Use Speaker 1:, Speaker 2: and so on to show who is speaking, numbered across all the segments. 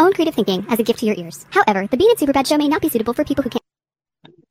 Speaker 1: own creative thinking as a gift to your ears. However, the Bean and Superbad show may not be suitable for people who can't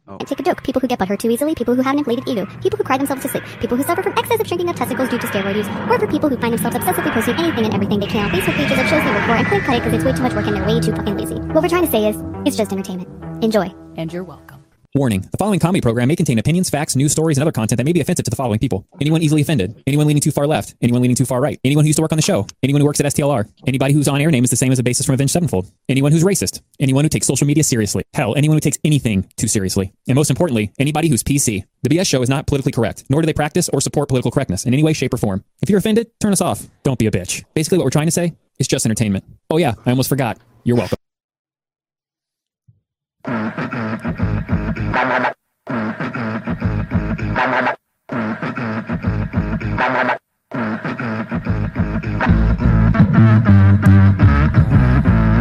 Speaker 2: Oh.
Speaker 1: take a joke, people who get butthurt too easily, people who have an inflated ego, people who cry themselves to sleep, people who suffer from excessive shrinking of testicles due to steroid use, or for people who find themselves obsessively posting anything and everything they can on Facebook pages of shows they work for and click cut it because it's way too much work and they're way too fucking lazy. What we're trying to say is, it's just entertainment. Enjoy.
Speaker 3: And you're welcome.
Speaker 4: Warning. The following comedy program may contain opinions, facts, news stories, and other content that may be offensive to the following people. Anyone easily offended. Anyone leaning too far left. Anyone leaning too far right. Anyone who used to work on the show. Anyone who works at STLR. Anybody whose on-air name is the same as a basis from Avenged Sevenfold. Anyone who's racist. Anyone who takes social media seriously. Hell, anyone who takes anything too seriously. And most importantly, anybody who's PC. The BS show is not politically correct, nor do they practice or support political correctness in any way, shape, or form. If you're offended, turn us off. Don't be a bitch. Basically what we're trying to say is just entertainment. Oh yeah, I almost forgot. You're welcome.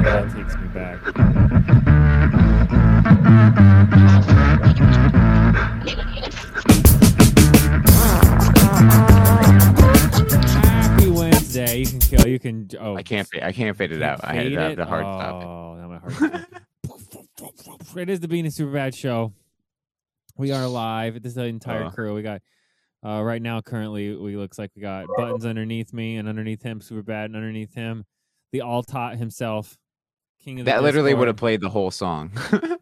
Speaker 5: That takes me back. Happy Wednesday. You can kill. You can. Oh,
Speaker 2: I can't. fa- I can't fade it
Speaker 5: you
Speaker 2: out. I had
Speaker 5: fade
Speaker 2: to have the hard
Speaker 5: oh,
Speaker 2: stop.
Speaker 5: now my heart. stopped. it is the Bean and Superbad show. We are live. This is the entire
Speaker 2: Uh.
Speaker 5: crew. We got uh, right now. Currently, we looks like we got buttons underneath me and underneath him, Superbad, and underneath him, the all tot himself, king of the
Speaker 2: That literally would
Speaker 5: Discord.
Speaker 2: have played the whole song.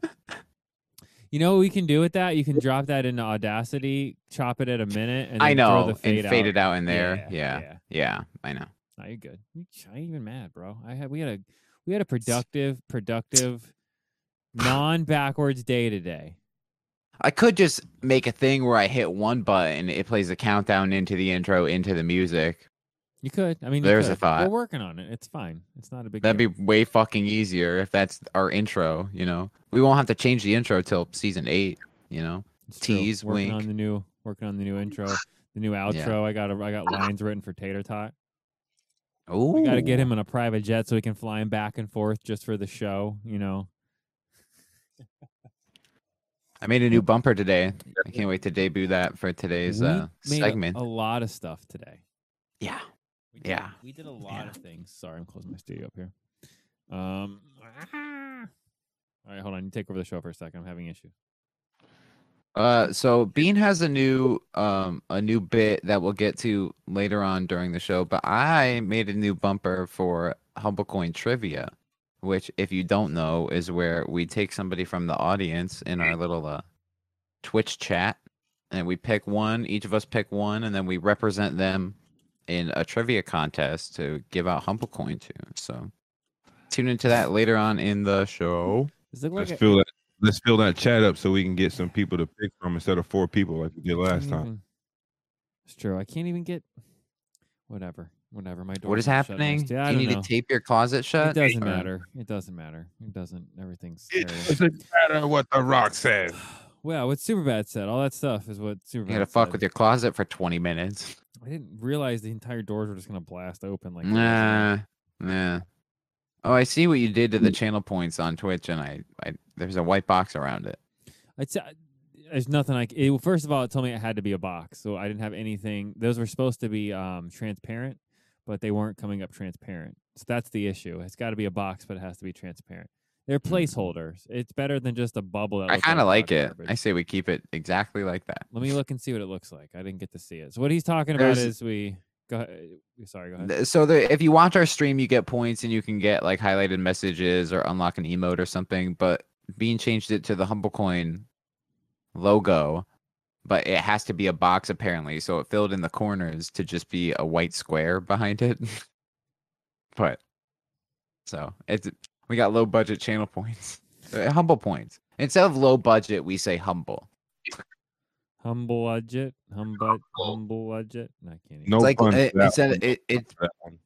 Speaker 5: You know what we can do with that? You can drop that into Audacity, chop it at a minute, and
Speaker 2: I
Speaker 5: then throw
Speaker 2: know,
Speaker 5: the fade
Speaker 2: and
Speaker 5: out.
Speaker 2: fade it out in there.
Speaker 5: yeah.
Speaker 2: Yeah, yeah, I know.
Speaker 5: Nah, you're good. You- I ain't even mad, bro. I had we had a we had a productive, productive, non backwards day today.
Speaker 2: I could just make a thing where I hit one button, it plays the countdown into the intro, into the music.
Speaker 5: You could. I mean, you
Speaker 2: There's a
Speaker 5: could. We're
Speaker 2: thought.
Speaker 5: working on it. It's fine. It's not a big.
Speaker 2: That'd
Speaker 5: deal.
Speaker 2: be way fucking easier if that's our intro. You know, we won't have to change the intro till season eight. You know,
Speaker 5: It's true.
Speaker 2: tease,
Speaker 5: Working
Speaker 2: wink.
Speaker 5: on the new working on the new intro, the new outro. I got a, I got lines written for Tater Tot.
Speaker 2: oh,
Speaker 5: We got to get him in a private jet so we can fly him back and forth just for the show. You know.
Speaker 2: I made a new bumper today. I can't wait to debut that for today's
Speaker 5: We
Speaker 2: uh,
Speaker 5: made a-
Speaker 2: segment.
Speaker 5: A, lot of stuff today.
Speaker 2: yeah.
Speaker 5: We did,
Speaker 2: Yeah.
Speaker 5: we did a lot
Speaker 2: Yeah.
Speaker 5: of things. Sorry, I'm closing my studio up here. Um, all right, hold on. You take over the show for a second. I'm having issues.
Speaker 2: Uh, so Bean has a new um a new bit that we'll get to later on during the show, but I made a new bumper for Humblecoin Trivia, which if you don't know is where we take somebody from the audience in our little uh Twitch chat and we pick one, each of us pick one, and then we represent them in a trivia contest to give out Humblecoin to. So tune into that later on in the show.
Speaker 5: Does it look
Speaker 6: Let's
Speaker 5: like
Speaker 6: fill that. Let's fill that chat up so we can get some people to pick from instead of four people like we did last time.
Speaker 5: It's true. I can't even get. Whatever. Whatever. My door.
Speaker 2: What is happening?
Speaker 5: Yeah, I
Speaker 2: you
Speaker 5: don't
Speaker 2: need
Speaker 5: know.
Speaker 2: to tape your closet shut?
Speaker 5: It doesn't
Speaker 2: Or-
Speaker 5: matter. It doesn't matter. It doesn't. Everything's.
Speaker 6: It
Speaker 5: terrible.
Speaker 6: doesn't matter what the Rock says.
Speaker 5: Well, Uh, what Superbad said, all that stuff is what Superbad.
Speaker 2: You gotta
Speaker 5: said.
Speaker 2: fuck with your closet for 20 minutes.
Speaker 5: I didn't realize the entire doors were just gonna blast open like. it is now.
Speaker 2: Nah, nah. Oh, I see what you did to
Speaker 5: Mm.
Speaker 2: the channel points on Twitch, and I, I there's a white box around it.
Speaker 5: It's uh, there's nothing like it. well, First of all, it told me it had to be a box, so I didn't have anything. Those were supposed to be um, transparent, but they weren't coming up transparent. So that's the issue. It's got to be a box, but it has to be transparent. They're placeholders. It's better than just a bubble. That
Speaker 2: Hmm. I
Speaker 5: looks
Speaker 2: kind of
Speaker 5: a
Speaker 2: like
Speaker 5: lot
Speaker 2: it. I
Speaker 5: garbage.
Speaker 2: say we keep it exactly like that.
Speaker 5: Let me look and see what it looks like. I didn't get to see it. So what he's talking about
Speaker 2: There's-
Speaker 5: is we go. ahead- Sorry, go ahead.
Speaker 2: Th- So the, if you watch our stream, you get points, and you can get like highlighted messages or unlock an emote or something. But Bean changed it to the HumbleCoin logo, but it has to be a box apparently. So it filled in the corners to just be a white square behind it. but so it's we got low budget channel points, Uh, humble points. Instead of low budget, we say humble.
Speaker 5: Humble budget, humble, humble budget. No, I can't. Even.
Speaker 6: No
Speaker 2: Oh. It's like uh,
Speaker 6: fun.
Speaker 2: it,
Speaker 6: for that
Speaker 2: instead
Speaker 6: one.
Speaker 2: it, it
Speaker 6: For that one.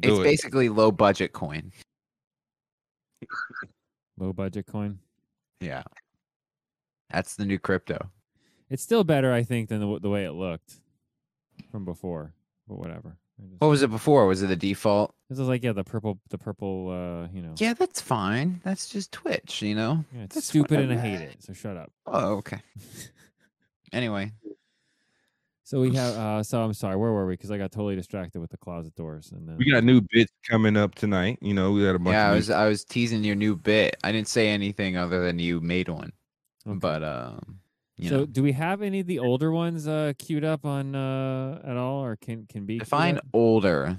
Speaker 6: Do
Speaker 2: it's
Speaker 6: it.
Speaker 2: basically low budget coin.
Speaker 5: Low budget coin.
Speaker 2: Yeah, that's the new crypto.
Speaker 5: It's still better, I think, than the, w- the way it looked from before. But whatever. I just-
Speaker 2: What was it before? Was it the default?
Speaker 5: This is like yeah, the purple, the purple. Uh, you know,
Speaker 2: Yeah, that's fine. That's just Twitch, you know?
Speaker 5: Yeah, it's
Speaker 2: that's Oh,
Speaker 5: stupid and I
Speaker 2: whatever.
Speaker 5: hate it. So shut up.
Speaker 2: Oh, okay. Anyway,
Speaker 5: So we have. Uh, so I'm sorry. Where were we? Because I got totally distracted with the closet doors. And then
Speaker 6: We got new bits coming up tonight. You know, we got a bunch.
Speaker 2: yeah,
Speaker 6: of
Speaker 2: I
Speaker 6: new-
Speaker 2: was I was teasing your new bit. I didn't say anything other than you made one. But um, you
Speaker 5: so
Speaker 2: know,
Speaker 5: do we have any of the older ones uh, queued up on uh, at all, or can can be queued
Speaker 2: define
Speaker 5: up?
Speaker 2: older.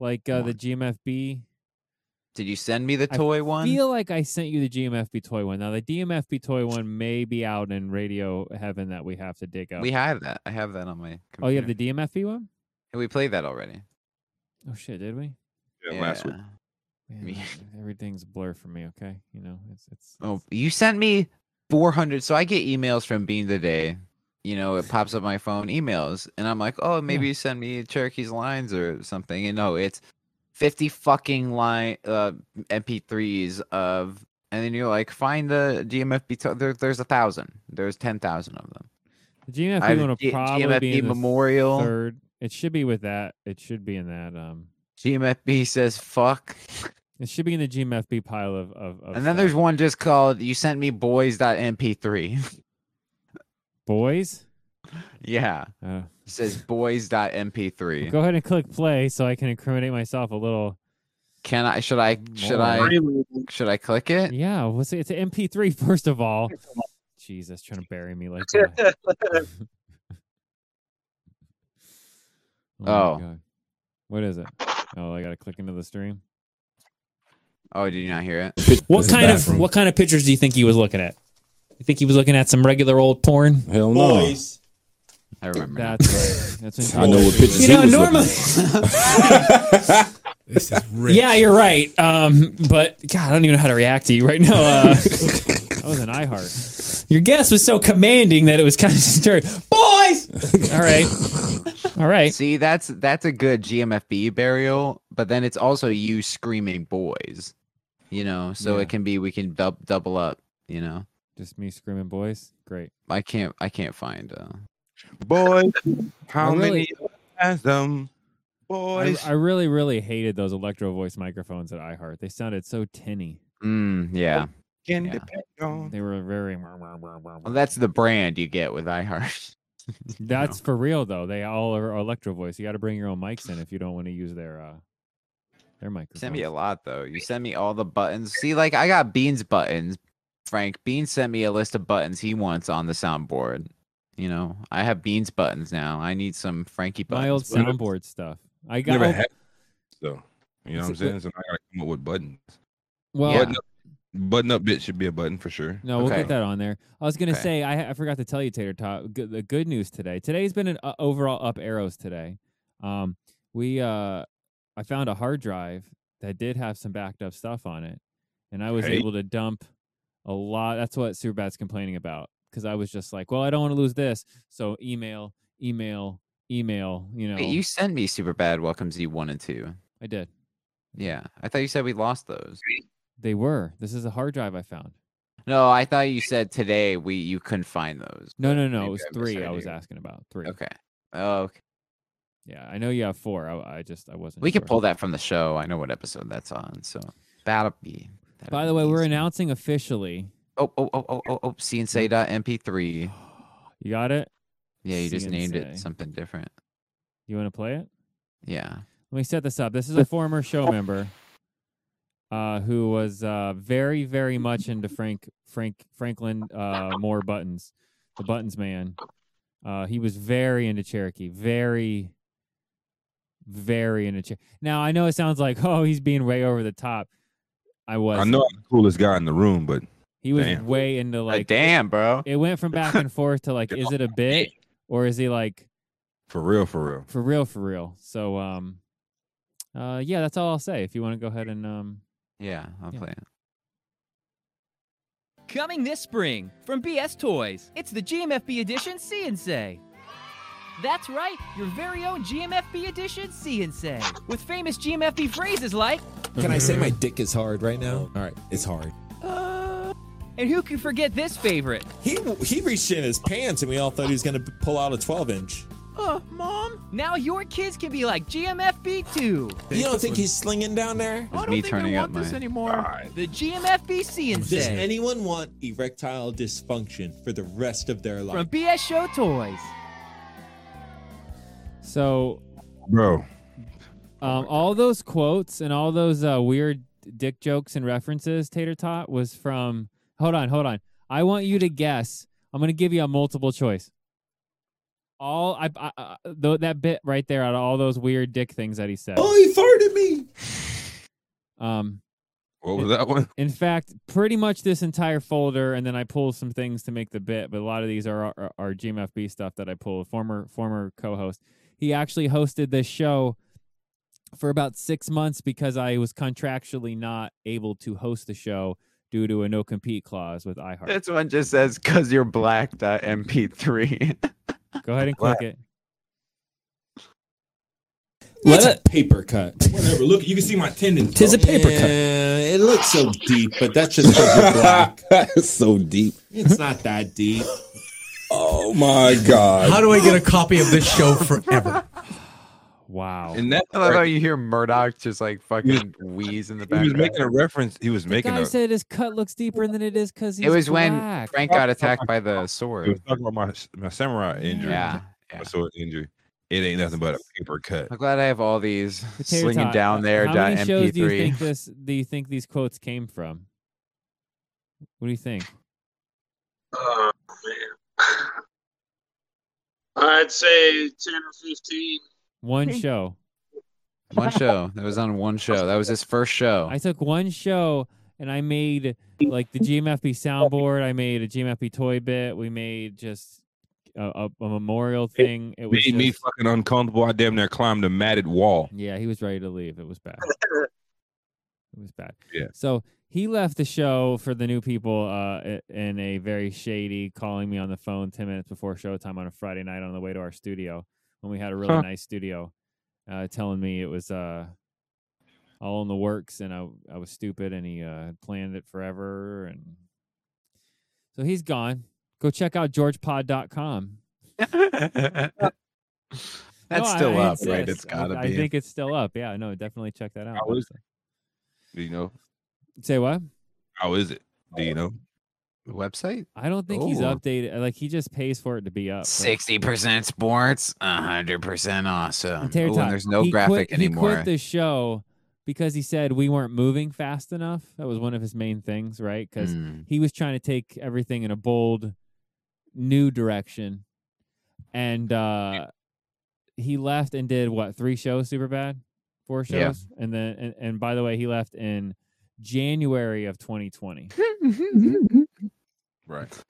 Speaker 5: like uh, the
Speaker 2: one.
Speaker 5: GMFB?
Speaker 2: Did you send me the
Speaker 5: I
Speaker 2: toy one?
Speaker 5: feel like I sent you the GMFB toy one. Now the DMFB toy one may be out in radio heaven that we have to dig up.
Speaker 2: We have that. I have that on my. Computer.
Speaker 5: oh, you have the DMFB one?
Speaker 2: And we played that already.
Speaker 5: Oh shit, did we?
Speaker 6: yeah, last week.
Speaker 2: Yeah.
Speaker 5: Man,
Speaker 2: Yeah.
Speaker 5: everything's a blur for me. Okay, you know it's it's.
Speaker 2: Oh, you sent me 400. So I get emails from Bean today. You know, it pops up my phone emails, and I'm like, oh, maybe you send me Cherokee's lines or something. And no, it's 50 fucking line uh, MP3s of, and then you're like, find the GMFB. To- there, there's a thousand. There's 10,000 of them.
Speaker 5: The GMFB
Speaker 2: I have
Speaker 5: one will
Speaker 2: G-
Speaker 5: probably be
Speaker 2: GMFB
Speaker 5: in the
Speaker 2: Memorial.
Speaker 5: Third. It should be with that. It should be in that. Um,
Speaker 2: GMFB says fuck.
Speaker 5: it should be in the GMFB pile of of. of
Speaker 2: And then there's
Speaker 5: stuff.
Speaker 2: one just called you sent me boys.mp3.
Speaker 5: boys.
Speaker 2: yeah. It
Speaker 5: Uh,
Speaker 2: says boys.mp3.
Speaker 5: go ahead and click play so I can incriminate myself a little.
Speaker 2: Can I should I should I should I click it?
Speaker 5: Yeah, what's it? It's an MP3 first of all. Jesus, trying to bury me like that. my
Speaker 2: Oh.
Speaker 5: God. What is it? Oh, I gotta click into the stream.
Speaker 2: Oh, did you not hear it?
Speaker 4: What kind of what kind of pictures do you think he was looking at? You think he was looking at some regular old porn?
Speaker 3: Hell no.
Speaker 2: I remember. now.
Speaker 5: That's right. That's
Speaker 3: I know what pictures
Speaker 4: You
Speaker 3: he
Speaker 4: know,
Speaker 3: was
Speaker 4: normally,
Speaker 7: This is rich.
Speaker 4: yeah, you're right. Um, but God, I don't even know how to react to you right now. Uh,
Speaker 5: That was an iHeart.
Speaker 4: your guess was so commanding that it was kind of disturbing. Boys, all right, all right.
Speaker 2: See, that's that's a good GMFB burial, but then it's also you screaming boys. You know, so
Speaker 5: Yeah.
Speaker 2: it can be we can dub, double up, you know.
Speaker 5: Just me screaming, boys. Great.
Speaker 2: I can't I can't find uh
Speaker 6: Boy, how
Speaker 5: really-
Speaker 6: many has them?
Speaker 5: I,
Speaker 6: Boys,
Speaker 5: I really, really hated those electro voice microphones at iHeart. They sounded so tinny.
Speaker 2: mm, yeah.
Speaker 6: can
Speaker 2: yeah.
Speaker 6: depend on.
Speaker 5: They were very.
Speaker 2: Well, that's the brand you get with iHeart. You know.
Speaker 5: That's for real though. They all are electro voice. You got to bring your own mics in if you don't want to use their uh their
Speaker 2: You
Speaker 5: microphones.
Speaker 2: sent me a lot though. You sent me all the buttons. See, like I got Bean's buttons. Frank Bean sent me a list of buttons he wants on the soundboard. You know, I have Bean's buttons now. I need some Frankie buttons.
Speaker 5: My old
Speaker 2: but-
Speaker 5: soundboard stuff. I got.
Speaker 6: Never
Speaker 5: oh,
Speaker 6: had so you know what I'm
Speaker 5: It's a-
Speaker 6: saying. So I gotta come up with buttons.
Speaker 5: well,
Speaker 2: Yeah.
Speaker 6: Button, up, button up bit should be a button for sure.
Speaker 5: no, we'll
Speaker 2: Okay.
Speaker 5: get that on there. I was gonna
Speaker 2: Okay.
Speaker 5: say I, I forgot to tell you, Tater Tot. Good, the good news today. Today's been an uh, overall up arrows today. Um, we uh, I found a hard drive that did have some backed up stuff on it, and I was
Speaker 6: Hey.
Speaker 5: able to dump a lot. That's what Superbad's complaining about because I was just like, well, I don't want to lose this, so email, email, email. You know,
Speaker 2: Wait, you sent me super bad welcomes you one and two.
Speaker 5: I did.
Speaker 2: Yeah, I thought you said we lost those.
Speaker 5: They were. This is a hard drive I found.
Speaker 2: No, I thought you said today we you couldn't find those.
Speaker 5: No,
Speaker 2: but
Speaker 5: no, no.
Speaker 2: maybe
Speaker 5: It was
Speaker 2: I
Speaker 5: three. I
Speaker 2: misheard
Speaker 5: was
Speaker 2: you.
Speaker 5: asking about three.
Speaker 2: Okay. Oh, okay.
Speaker 5: Yeah, I know you have four. I, I just I wasn't.
Speaker 2: we
Speaker 5: sure.
Speaker 2: could pull that from the show. I know what episode that's on. So that'll be. that'll
Speaker 5: By
Speaker 2: be
Speaker 5: the way, we're
Speaker 2: easy.
Speaker 5: announcing officially.
Speaker 2: Oh, oh, oh, oh, oh, oh, CNSA.mp3.
Speaker 5: You got it.
Speaker 2: Yeah, you just named it
Speaker 5: CNSA.
Speaker 2: something different.
Speaker 5: You want to play it?
Speaker 2: Yeah.
Speaker 5: Let me set this up. This is a former show member, uh, who was uh very very much into Frank Frank Franklin uh Moore Buttons, the Buttons man. Uh, he was very into Cherokee. Very. Very into Cherokee. Now I know it sounds like oh he's being way over the top. I was.
Speaker 6: I know I'm the coolest guy in the room, but
Speaker 5: He was
Speaker 6: Damn.
Speaker 5: way into
Speaker 2: Like,
Speaker 5: like
Speaker 2: damn, bro.
Speaker 5: It went from back and forth to like, is it a bit or is he like
Speaker 6: for real, for real.
Speaker 5: for real, for real? So, um, uh, yeah, that's all I'll say. If you want to go ahead and, um,
Speaker 2: Yeah, I'll
Speaker 5: Yeah.
Speaker 2: play it.
Speaker 8: Coming this spring from BS Toys, it's the GMFB edition CNC. That's right, your very own GMFB edition CNC with famous GMFB phrases like,
Speaker 7: Can I say my dick is hard right now? All right, it's hard.
Speaker 8: "Uh," and who can forget this favorite?
Speaker 7: He he reached in his pants and we all thought he was gonna pull out a 12 inch.
Speaker 8: Uh, mom. Now your kids can be like GMFB too.
Speaker 7: You don't think he's slinging down there?
Speaker 2: It's me turning up my.
Speaker 8: anymore. The GMFB
Speaker 7: Does
Speaker 8: CNC
Speaker 7: anyone want erectile dysfunction for the rest of their
Speaker 8: from
Speaker 7: life?
Speaker 8: BS Show Toys.
Speaker 5: So
Speaker 6: bro.
Speaker 5: um, all those quotes and all those uh, weird dick jokes and references, Tater Tot, was from. Hold on, hold on. I want you to guess. I'm going to give you a multiple choice. All I, I, I th- that bit right there out of all those weird dick things that he said.
Speaker 7: Oh, he farted me.
Speaker 5: Um,
Speaker 6: What was that one?
Speaker 5: in fact, pretty much this entire folder, and then I pull some things to make the bit. But a lot of these are are, are GMFB stuff that I pulled. Former former co-host, he actually hosted this show for about six months because I was contractually not able to host the show due to a no compete clause with iHeart.
Speaker 2: This one just says "cause you're black." Dot MP3.
Speaker 5: Go ahead and click it.
Speaker 4: Let
Speaker 7: That's
Speaker 4: it-
Speaker 7: a paper cut. Whatever. Look, you can see my Oh, tendons.
Speaker 4: Tis a paper cut.
Speaker 3: it looks so deep, but that's just 'cause you're black.
Speaker 7: so deep.
Speaker 3: It's not that deep.
Speaker 7: Oh my god.
Speaker 3: How do I get a copy of this show forever?
Speaker 5: Wow.
Speaker 6: And that
Speaker 2: I love how you hear Murdoch just like fucking wheeze in the
Speaker 6: he was
Speaker 2: background.
Speaker 6: making a reference. He was
Speaker 5: the
Speaker 6: making
Speaker 5: guy
Speaker 6: a.
Speaker 5: said his cut looks deeper than it is because
Speaker 2: It was when
Speaker 5: black.
Speaker 2: Frank got attacked by the
Speaker 6: He was
Speaker 2: sword.
Speaker 6: talking about my my samurai injury.
Speaker 2: Yeah.
Speaker 6: My
Speaker 2: yeah.
Speaker 6: sword injury. It ain't nothing but a paper cut.
Speaker 2: I'm glad I have all these
Speaker 5: Potato
Speaker 2: slinging
Speaker 5: Tot,
Speaker 2: down
Speaker 5: uh,
Speaker 2: there.
Speaker 5: How
Speaker 2: dot
Speaker 5: many shows do you
Speaker 2: MP3.
Speaker 5: think this? Do you think these quotes came from? What do you think?
Speaker 9: Oh man. I'd say ten or fifteen.
Speaker 5: One
Speaker 1: Thank-
Speaker 5: show.
Speaker 2: One show. That was on one show. That was his first show.
Speaker 5: I took one show and I made like the GMFB soundboard. I made a GMFB toy bit. We made just a, a, a memorial thing. It was
Speaker 6: Made me
Speaker 5: just-
Speaker 6: fucking uncomfortable. I damn near climbed a matted wall.
Speaker 5: Yeah, he was ready to leave. It was bad. it was bad.
Speaker 6: Yeah.
Speaker 5: So he left the show for the new people uh, i- in a very shady, calling me on the phone ten minutes before showtime on a Friday night on the way to our studio when we had a really
Speaker 6: Huh.
Speaker 5: nice studio, uh, telling me it was uh, all in the works and I I was stupid and he uh, planned it forever and so he's gone. Go check out georgepod.com.
Speaker 2: That's
Speaker 5: No, I-
Speaker 2: still
Speaker 5: I
Speaker 2: up, right?
Speaker 5: insist.
Speaker 2: It's gotta
Speaker 5: I,
Speaker 2: be.
Speaker 5: I think it's still up. Yeah, no, definitely check that out.
Speaker 6: How is
Speaker 5: Website.
Speaker 6: You know
Speaker 5: Say what?
Speaker 6: how is it? Do you know?
Speaker 2: Website?
Speaker 5: I don't think he's
Speaker 2: Ooh.
Speaker 5: updated. uh, Like he just pays for it to be up. but-
Speaker 2: Sixty percent sports, hundred percent awesome.
Speaker 5: And Terry
Speaker 2: Ooh,
Speaker 5: Todd,
Speaker 2: and there's no
Speaker 5: he
Speaker 2: graphic
Speaker 5: quit, He
Speaker 2: anymore.
Speaker 5: quit the show because he said we weren't moving fast enough. That was one of his main things, right? Because
Speaker 2: Mm.
Speaker 5: he was trying to take everything in a bold, new direction, and uh, he left and did what three shows? Super bad, four shows,
Speaker 2: Yeah.
Speaker 5: and then and, and by the way, he left in January of 2020.
Speaker 6: Right.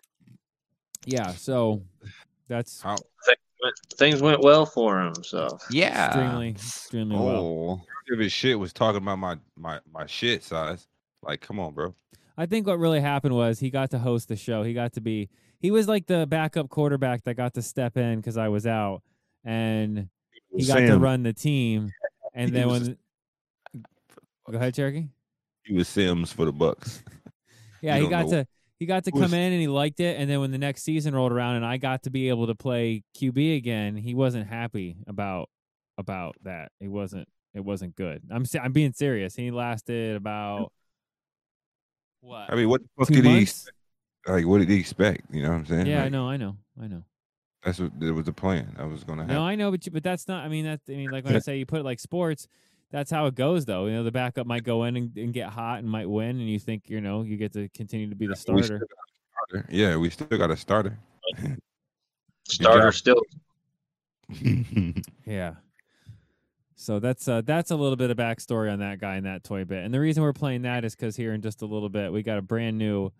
Speaker 5: yeah, so that's
Speaker 6: How
Speaker 9: Things went well for him, so
Speaker 2: Yeah.
Speaker 5: extremely extremely well.
Speaker 2: Oh.
Speaker 6: if his shit was talking about my my my shit size? Like, come on, bro.
Speaker 5: I think what really happened was he got to host the show. He got to be he was like the backup quarterback that got to step in because I was out, and he got to
Speaker 6: Sam.
Speaker 5: run the team. And
Speaker 6: He
Speaker 5: then
Speaker 6: was
Speaker 5: when go ahead, Cherokee.
Speaker 6: He was Sims for the Bucks.
Speaker 5: Yeah,
Speaker 6: You
Speaker 5: he
Speaker 6: don't
Speaker 5: got
Speaker 6: know.
Speaker 5: to he got to
Speaker 6: Who is-
Speaker 5: come in and he liked it. And then when the next season rolled around and I got to be able to play QB again, he wasn't happy about about that. He wasn't. It wasn't good. I'm se- I'm being serious. He lasted about what?
Speaker 6: I mean, what the fuck
Speaker 5: two
Speaker 6: did he
Speaker 5: months?
Speaker 6: like? What did he expect? You know what I'm saying?
Speaker 5: Yeah, I
Speaker 6: Like,
Speaker 5: know, I know, I know.
Speaker 6: That's what that was the plan. That was gonna happen.
Speaker 5: No, I know, but you, but that's not. I mean, that's. I mean, like when I
Speaker 6: Yeah.
Speaker 5: say you put it like sports, that's how it goes, though. You know, the backup might go in and, and get hot and might win, and you think you know you get to continue to be the
Speaker 6: We still
Speaker 5: starter.
Speaker 6: got a starter. Yeah, we still got a starter.
Speaker 9: starter
Speaker 6: job.
Speaker 9: still
Speaker 5: Yeah. So that's uh that's a little bit of backstory on that guy and that toy bit. And the reason we're playing that is because here in just a little bit we got a brand new,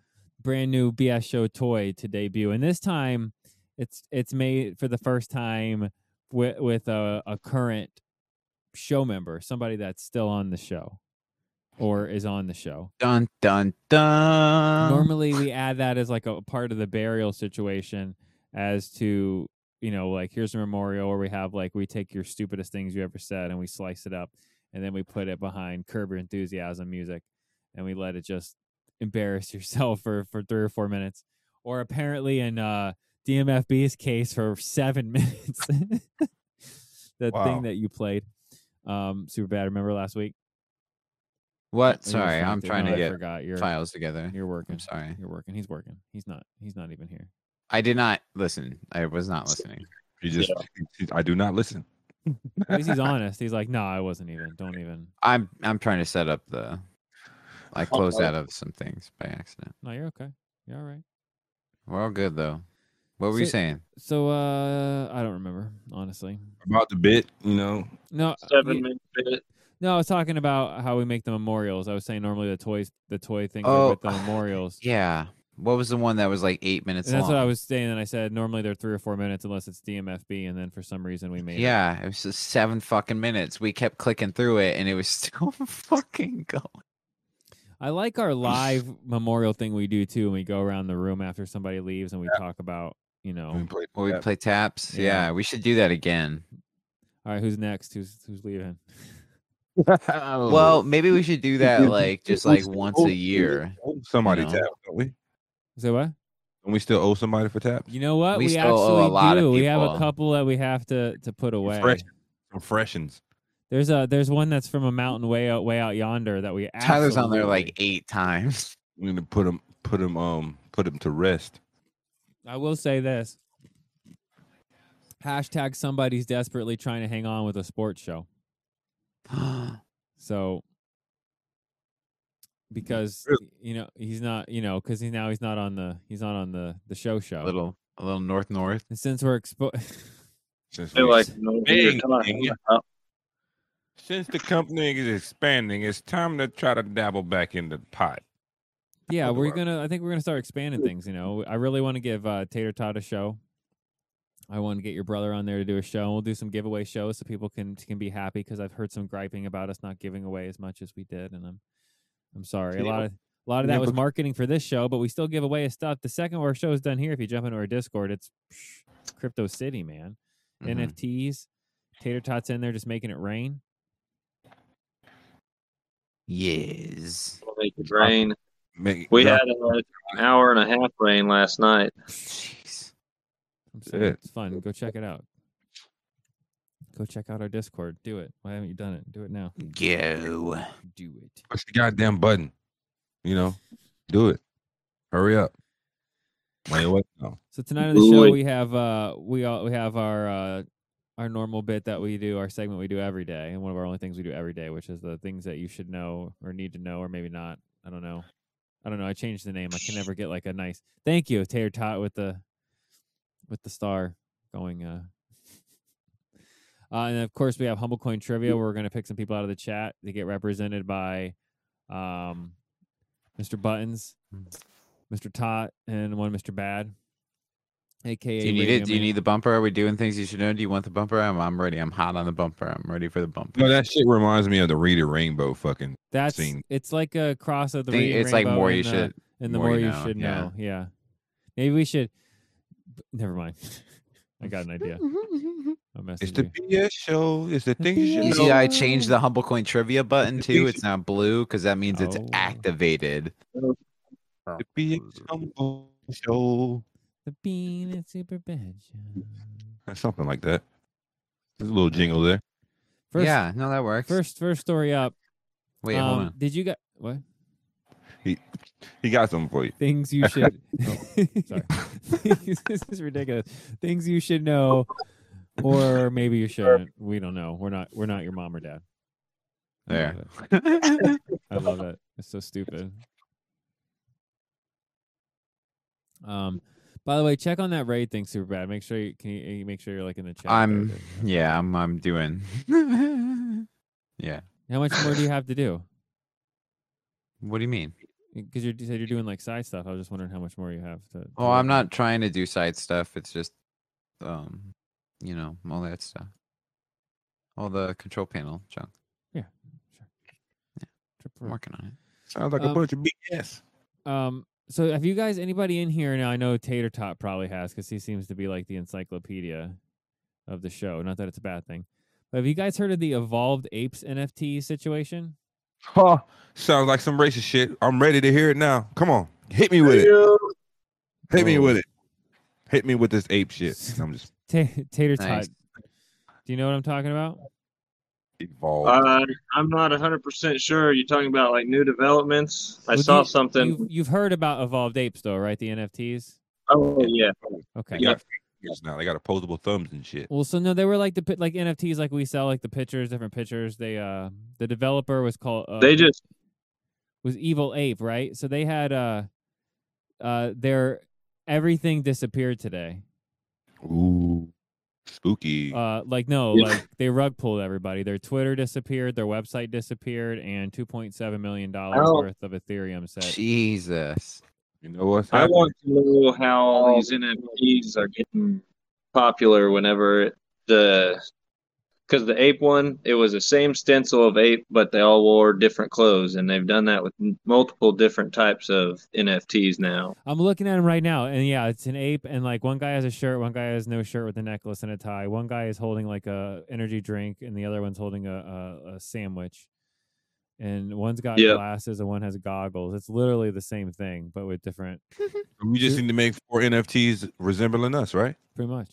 Speaker 5: brand new BS show toy to debut, and this time it's it's made for the first time with with a, a current show member, somebody that's still on the show or is on the show.
Speaker 2: Dun dun dun.
Speaker 5: Normally, we add that as like a part of the burial situation, as to you know, like here's a memorial where we have like we take your stupidest things you ever said and we slice it up, and then we put it behind Curb Your Enthusiasm music, and we let it just embarrass yourself for for three or four minutes, or apparently in uh, DMFB's case for seven minutes. that
Speaker 6: Wow.
Speaker 5: thing that you played, um, super bad. Remember last week?
Speaker 2: What?
Speaker 5: Or you
Speaker 2: Sorry,
Speaker 5: listening
Speaker 2: I'm trying
Speaker 5: no,
Speaker 2: to
Speaker 5: I
Speaker 2: get
Speaker 5: forgot. You're,
Speaker 2: files together.
Speaker 5: You're working.
Speaker 2: I'm sorry.
Speaker 5: You're working. He's working. He's not. He's not even here.
Speaker 2: I did not listen. I was not listening.
Speaker 6: You just, I do not listen.
Speaker 5: At least he's honest. He's like, no, I wasn't even. Don't even.
Speaker 2: I'm I'm trying to set up the. I closed out of some things by accident.
Speaker 5: No, you're okay. You're all right.
Speaker 2: We're all good though. What were you
Speaker 5: So-
Speaker 2: saying?
Speaker 5: So uh, I don't remember honestly.
Speaker 6: About the bit, you know.
Speaker 5: No, uh,
Speaker 9: Seven
Speaker 5: yeah-
Speaker 9: minute bit.
Speaker 5: no. I was talking about how we make the memorials. I was saying normally the toys, the toy things are
Speaker 2: Oh,
Speaker 5: with the memorials.
Speaker 2: Yeah. What was the one that was like eight minutes
Speaker 5: And that's
Speaker 2: long?
Speaker 5: what I was saying. And I said normally they're three or four minutes unless it's DMFB, and then for some reason we made it.
Speaker 2: Yeah, it was just seven fucking minutes. We kept clicking through it, and it was still fucking going.
Speaker 5: I like our live memorial thing we do too, and we go around the room after somebody leaves and we talk about, you
Speaker 6: when
Speaker 5: know,
Speaker 6: we play-
Speaker 2: Well, we
Speaker 6: Yeah.
Speaker 2: play taps.
Speaker 5: Yeah.
Speaker 2: Yeah. we should do that again.
Speaker 5: all right, who's next? Who's who's leaving?
Speaker 2: Well, maybe we should do that like just
Speaker 6: We
Speaker 2: like
Speaker 6: still
Speaker 2: once
Speaker 6: owe-
Speaker 2: a
Speaker 6: we
Speaker 2: year.
Speaker 6: owe Somebody
Speaker 2: know.
Speaker 6: tap, don't we?
Speaker 5: Say what?
Speaker 6: Don't we still owe somebody for taps?
Speaker 5: You know what?
Speaker 2: We
Speaker 5: We,
Speaker 2: still owe
Speaker 5: actually
Speaker 2: a lot of
Speaker 5: do. We have a
Speaker 2: people.
Speaker 5: couple that we have to to put away.
Speaker 6: Fresh, some freshens.
Speaker 5: There's a there's one that's from a mountain way out way out yonder that we
Speaker 2: Tyler's on there like
Speaker 5: absolutely-
Speaker 2: eight times.
Speaker 6: We're gonna put them, put them, um, put them to rest.
Speaker 5: I will say this. Hashtag somebody's desperately trying to hang on with a sports show. So because
Speaker 6: Really?
Speaker 5: you know he's not you know because he's now he's not on the he's not on the the show show.
Speaker 2: a little, a little north north.
Speaker 5: And since we're exposed,
Speaker 6: Since,
Speaker 9: They're
Speaker 6: we-
Speaker 9: like, no, you're
Speaker 6: Big
Speaker 9: not-
Speaker 6: thing. since the company is expanding, it's time to try to dabble back in the pot.
Speaker 5: yeah,
Speaker 6: Look at
Speaker 5: we're
Speaker 6: that.
Speaker 5: gonna. I think we're gonna start expanding things. You know, I really want to give uh, Tater Tot a show. I want to get your brother on there to do a show. and We'll do some giveaway shows so people can can be happy because I've heard some griping about us not giving away as much as we did, and I'm I'm sorry. A lot of a lot of that
Speaker 6: Yeah,
Speaker 5: was
Speaker 6: but-
Speaker 5: marketing for this show, but we still give away his stuff. The second our show is done here, if you jump into our Discord, it's psh, crypto city, man.
Speaker 2: Mhm.
Speaker 5: NFTs. Tater Tots in there just making it rain.
Speaker 2: Yes.
Speaker 9: We'll make it rain.
Speaker 6: Make,
Speaker 9: We
Speaker 6: drop-
Speaker 9: had uh, an hour and a half rain last night.
Speaker 2: Jeez.
Speaker 5: I'm
Speaker 6: That's
Speaker 5: saying
Speaker 6: it.
Speaker 5: it's fun. Go check it out. Go check out our Discord. Do it. Why haven't you done it? Do it now.
Speaker 2: Go.
Speaker 5: Do it.
Speaker 6: push the goddamn button. You know, do it. Hurry up. Wait, what? No.
Speaker 5: So tonight on the show
Speaker 9: Ooh.
Speaker 5: we have uh we all we have our uh our normal bit that we do, our segment we do every day, and one of our only things we do every day, which is the things that you should know or need to know or maybe not. I don't know. I don't know. I changed the name. I can never get like a nice thank you, Tater Tot with the with the star going uh uh, and of course, we have humble coin trivia. Where we're going to pick some people out of the chat. They get represented by um, Mr. Buttons, Mr. Tot, and one Mr. Bad. AKA.
Speaker 2: Do you need it?
Speaker 5: Radio
Speaker 2: Do you
Speaker 5: Man.
Speaker 2: need the bumper? Are we doing things you should know? Do you want the bumper? I'm, I'm ready. I'm hot on the bumper. I'm ready for the bumper.
Speaker 6: No, that shit reminds me of the Reader Rainbow fucking.
Speaker 5: That's
Speaker 6: scene?
Speaker 5: it's like a cross of the.
Speaker 2: Think
Speaker 5: Reading
Speaker 2: it's like
Speaker 5: Rainbow
Speaker 2: more
Speaker 5: and
Speaker 2: you
Speaker 5: the-
Speaker 2: should.
Speaker 5: and the
Speaker 2: more
Speaker 5: more,
Speaker 2: you
Speaker 5: you
Speaker 2: know,
Speaker 5: should
Speaker 2: yeah.
Speaker 5: know. Yeah, maybe we should. b- Never mind. I got an idea. I messaged
Speaker 6: It's the
Speaker 5: you.
Speaker 6: BS show. It's the thing you
Speaker 2: You
Speaker 6: should
Speaker 2: see,
Speaker 6: know.
Speaker 2: I changed the humble coin trivia button too. It's now blue because that means it's
Speaker 5: Oh.
Speaker 2: activated.
Speaker 6: Oh. The BS humble show.
Speaker 5: The bean is super bad.
Speaker 6: Something like that. There's a little jingle there.
Speaker 5: First,
Speaker 2: yeah, no, that works.
Speaker 5: First, first story up.
Speaker 2: Wait,
Speaker 5: um,
Speaker 2: hold on.
Speaker 5: Did you get what?
Speaker 6: He got something for you.
Speaker 5: Things you should.
Speaker 6: Oh,
Speaker 5: Sorry, this is ridiculous. Things you should know, or maybe you shouldn't. We don't know. We're not. We're not your mom or dad. I
Speaker 2: There.
Speaker 5: love it. I love it. It's so stupid. Um. By the way, check on that raid thing, super bad. Make sure you can you, you make sure you're like in the chat. there,
Speaker 2: I'm.
Speaker 5: dude.
Speaker 2: Yeah, I'm. I'm doing. yeah.
Speaker 5: How much more do you have to do?
Speaker 2: What do you mean?
Speaker 5: Because you said you're doing like side stuff. I was just wondering how much more you have to. to
Speaker 2: Oh, I'm
Speaker 5: work on.
Speaker 2: not trying to do side stuff. It's just, um, you know, all that stuff. All the control panel junk.
Speaker 5: Trip for-
Speaker 2: I'm working on it.
Speaker 6: Sounds like
Speaker 5: Um,
Speaker 6: a bunch of BS.
Speaker 5: Um, so have you guys anybody in here now? I know Tater Tot probably has because he seems to be like the encyclopedia of the show. Not that it's a bad thing, but have you guys heard of the Evolved Apes NFT situation?
Speaker 6: Huh. Oh, Sounds like some racist shit. I'm ready to hear it now. Come on. Hit me with it. Hit me
Speaker 5: Whoa.
Speaker 6: with it. Hit me with this ape shit. I'm just
Speaker 5: Ta Tater Tot,
Speaker 2: Nice.
Speaker 5: do you know what I'm talking about?
Speaker 6: evolved.
Speaker 9: Uh, I'm not 100% sure. You're talking about like new developments. I
Speaker 5: Would
Speaker 9: saw
Speaker 5: you-
Speaker 9: something.
Speaker 5: You've, you've heard about Evolved Apes though, right? The NFTs.
Speaker 9: Oh, yeah.
Speaker 5: Okay.
Speaker 9: Yeah.
Speaker 6: fingers now. They got opposable thumbs and shit.
Speaker 5: Well, so no, they were like the pi- like NFTs, like we sell like the pictures, different pictures. They uh, the developer was called. Uh,
Speaker 9: They just
Speaker 5: was Evil Ape, right? So they had uh, uh, their everything disappeared today.
Speaker 6: Ooh, spooky.
Speaker 5: Uh, like no,
Speaker 9: Yeah.
Speaker 5: like they rug pulled everybody. Their Twitter disappeared, their website disappeared, and two point seven million dollars
Speaker 9: Ow.
Speaker 5: worth of Ethereum set.
Speaker 2: Jesus.
Speaker 6: you know what's
Speaker 9: I
Speaker 6: happening?
Speaker 9: want to know how all these NFTs are getting popular whenever the because the ape one, it was the same stencil of ape, but they all wore different clothes, and they've done that with m- multiple different types of NFTs now.
Speaker 5: I'm looking at him right now, and yeah, it's an ape, and like one guy has a shirt, one guy has no shirt with a necklace and a tie. One guy is holding like a energy drink, and the other one's holding a a, a sandwich. And one's got
Speaker 9: Yep.
Speaker 5: glasses, and one has goggles. It's literally the same thing, but with different,
Speaker 6: we just need to make four NFTs resembling us, right?
Speaker 5: pretty much.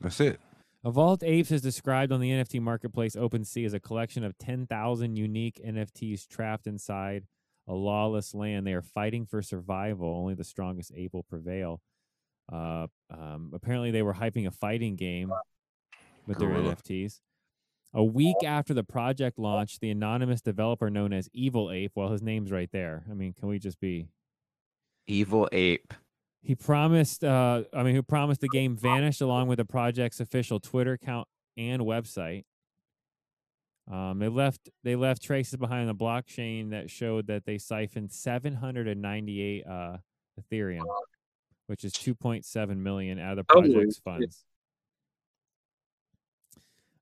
Speaker 6: That's it.
Speaker 5: Evolved Apes is described on the NFT marketplace OpenSea E as a collection of 10,000 unique NFTs trapped inside a lawless land. They are fighting for survival. Only the strongest ape will prevail. Uh, um, apparently, they were hyping a fighting game with their
Speaker 6: Gorilla.
Speaker 5: NFTs. A week after the project launched, the anonymous developer known as Evil Ape, well, his name's right there. I mean, can we just be
Speaker 2: Evil ape.
Speaker 5: he promised, uh, I mean, who promised the game vanished along with the project's official Twitter account and website. Um, they left they left traces behind the blockchain that showed that they siphoned 798 uh, Ethereum, which is 2.7 million out of the
Speaker 9: Holy
Speaker 5: project's
Speaker 9: shit.
Speaker 5: funds.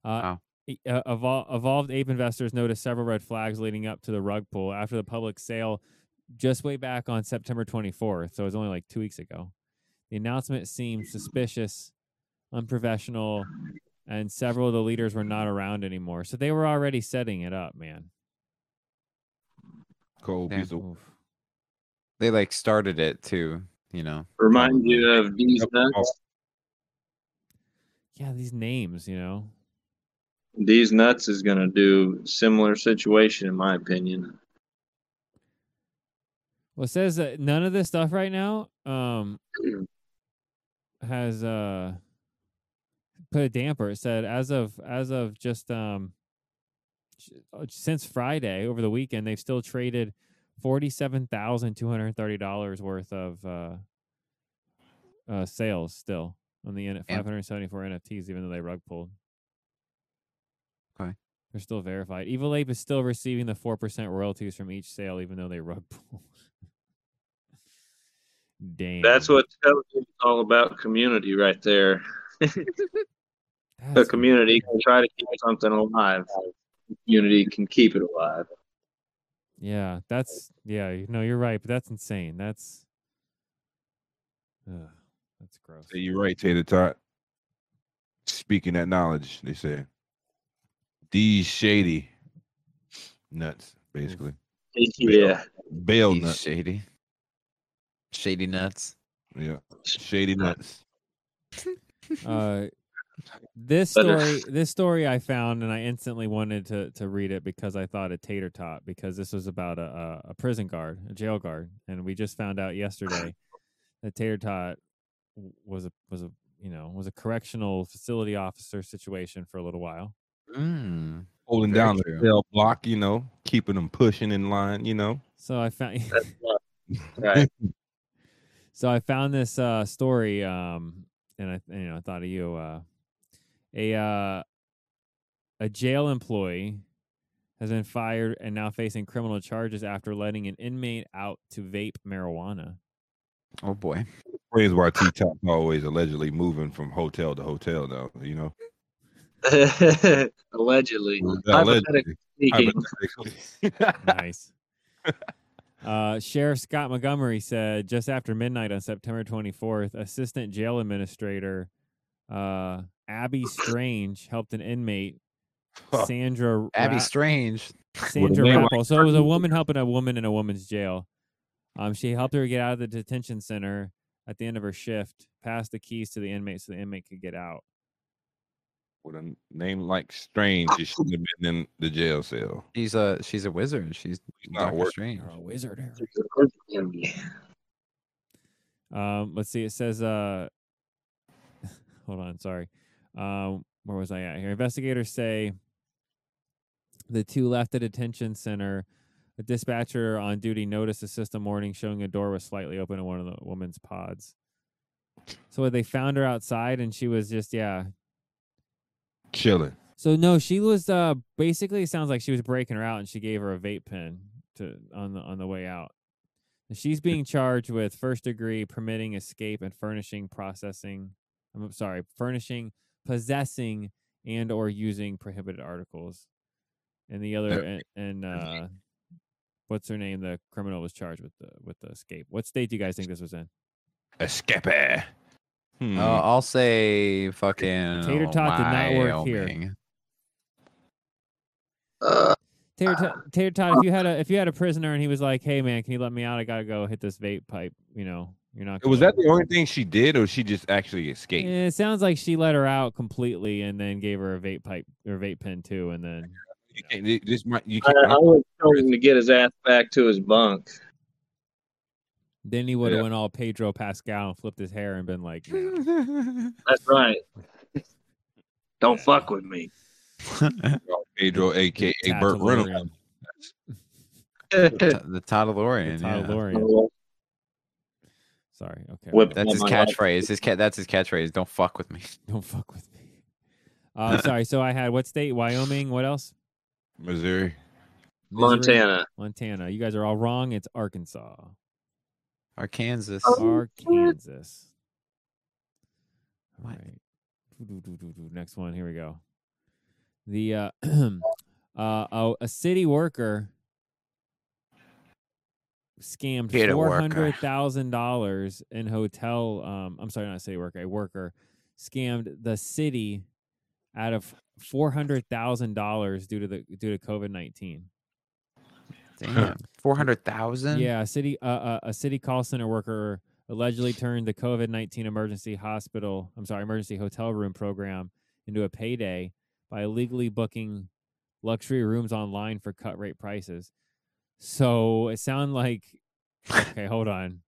Speaker 5: Uh,
Speaker 2: Wow.
Speaker 5: e- uh, evol- evolved ape investors noticed several red flags leading up to the rug pull after the public sale just way back on September 24th, so it was only like two weeks ago. The announcement seemed suspicious, unprofessional, and several of the leaders were not around anymore. So they were already setting it up, man.
Speaker 6: Cold
Speaker 2: Damn.
Speaker 6: piece of-
Speaker 5: Oof.
Speaker 2: They like started it too, you know.
Speaker 9: Reminds you of these nuts.
Speaker 5: Yeah, these names, you know.
Speaker 9: These nuts is gonna do similar situation, in my opinion.
Speaker 5: Well, it says that none of this stuff right now um,
Speaker 2: Mm.
Speaker 5: has uh, put a damper. It said as of as of just um, sh- uh, since Friday over the weekend, they've still traded forty seven thousand two hundred thirty dollars worth of uh, uh, sales still on the N-
Speaker 2: Yeah.
Speaker 5: five hundred seventy four NFTs, even though they rug pulled.
Speaker 2: Okay.
Speaker 5: They're still verified. Evil Ape is still receiving the four percent royalties from each sale, even though they rug pulled. Damn.
Speaker 9: That's what tells you it's all about community, right there. The
Speaker 5: That's
Speaker 9: community can try to keep something alive. The community can keep it alive.
Speaker 5: Yeah, that's yeah. you- No, you're right, but that's insane. That's ugh, that's gross.
Speaker 6: Say You're right, Tater Tot. Speaking that knowledge, they say. These shady nuts, basically.
Speaker 9: Yeah.
Speaker 6: Bail
Speaker 2: He's
Speaker 6: nuts.
Speaker 2: shady. Shady nuts.
Speaker 6: Yeah. Shady nuts.
Speaker 5: Uh, this
Speaker 9: But, uh,
Speaker 5: story, this story I found, and I instantly wanted to to read it because I thought a tater tot because this was about a a, a prison guard, a jail guard, and we just found out yesterday that tater tot w- was a was a you know was a correctional facility officer situation for a little while.
Speaker 2: Mm.
Speaker 6: Holding
Speaker 2: Very
Speaker 6: down the
Speaker 2: true.
Speaker 6: tail block, you know, keeping them pushing in line, you know.
Speaker 5: So I found.
Speaker 9: That's right. Right.
Speaker 5: So I found this uh, story, um, and I and, you know I thought of you. Uh, a uh, a jail employee has been fired and now facing criminal charges after letting an inmate out to vape marijuana.
Speaker 2: Oh boy.
Speaker 6: Praise why T Top always allegedly moving from hotel to hotel though, you know.
Speaker 9: Allegedly.
Speaker 6: Allegedly.
Speaker 9: Speaking.
Speaker 6: Hypothetically.
Speaker 5: nice. Uh, Sheriff Scott Montgomery said just after midnight on September 24th, Assistant Jail Administrator uh, Abby Strange helped an inmate,
Speaker 6: Huh.
Speaker 5: Sandra
Speaker 2: Abby
Speaker 5: Ra-
Speaker 2: Strange.
Speaker 5: Sandra
Speaker 6: name like
Speaker 5: Rappel. So it was a woman helping a woman in a woman's jail. Um, she helped her get out of the detention center at the end of her shift, passed the keys to the inmate so the inmate could get out.
Speaker 6: With a name like Strange, it shouldn't have been in the jail cell.
Speaker 2: She's a she's a wizard. She's
Speaker 6: He's not
Speaker 2: Doctor
Speaker 6: working.
Speaker 2: Strange.
Speaker 5: wizard, Um, let's see. It says uh, hold on, sorry. Um, where was I at here? Investigators say the two left the detention center. A dispatcher on duty noticed a system warning showing a door was slightly open in one of the woman's pods. So they found her outside, and she was just yeah.
Speaker 6: Chilling.
Speaker 5: So no, she was uh basically it sounds like she was breaking her out, and she gave her a vape pen to on the on the way out. And She's being charged with first degree permitting escape and furnishing processing. I'm sorry, furnishing, possessing, and or using prohibited articles. And the other and, and uh, what's her name? The criminal was charged with the with the escape. What state do you guys think this was in?
Speaker 6: Escape. Hmm.
Speaker 2: Uh, I'll say fucking.
Speaker 5: Tater tot did not work here.
Speaker 2: Wyoming.
Speaker 9: Uh,
Speaker 5: Tater, Tot- Tater Todd, if you had a if you had a prisoner and he was like, "Hey man, can you let me out? I gotta go hit this vape pipe." You know, you're not.
Speaker 6: Was
Speaker 5: gonna-
Speaker 6: that the only thing she did, or she just actually escaped?
Speaker 5: Yeah, it sounds like she let her out completely and then gave her a vape pipe or vape pen too, and then
Speaker 6: You can't, thi- this might, you
Speaker 9: I,
Speaker 6: can't,
Speaker 9: I was trying to get his ass back to his bunk.
Speaker 5: then he would have
Speaker 6: Yeah.
Speaker 5: went all Pedro Pascal and flipped his hair and been like, "Nah."
Speaker 9: That's right. Don't fuck with me.
Speaker 6: Pedro, aka Burt Reynolds.
Speaker 5: Tatalorean.
Speaker 2: T- the Toddalorian. yeah.
Speaker 5: Tatalorean.
Speaker 9: Whip
Speaker 5: Sorry. Okay.
Speaker 2: That's his
Speaker 9: on my life.
Speaker 2: catchphrase. His cat. That's his catchphrase. Don't fuck with me.
Speaker 5: Don't fuck with me. Uh, sorry. So I had what state? Wyoming. What else?
Speaker 6: Missouri.
Speaker 5: Missouri?
Speaker 9: Montana.
Speaker 5: Montana. You guys are all wrong. It's Arkansas.
Speaker 2: Arkansas.
Speaker 9: Oh,
Speaker 5: Arkansas. All
Speaker 2: What?
Speaker 5: right. Next one. Here we go. The uh, uh, oh, a, a city worker scammed
Speaker 2: Get a
Speaker 5: four
Speaker 2: worker.
Speaker 5: hundred thousand dollars in hotel. Um, I'm sorry, not a city worker. A worker scammed the city out of four hundred thousand dollars due to the due to COVID nineteen.
Speaker 2: Damn. Four hundred thousand.
Speaker 5: Yeah, a city uh, uh, a city call center worker allegedly turned the COVID nineteen emergency hospital, I'm sorry, emergency hotel room program into a payday by illegally booking luxury rooms online for cut rate prices. So it sound like okay, hold on.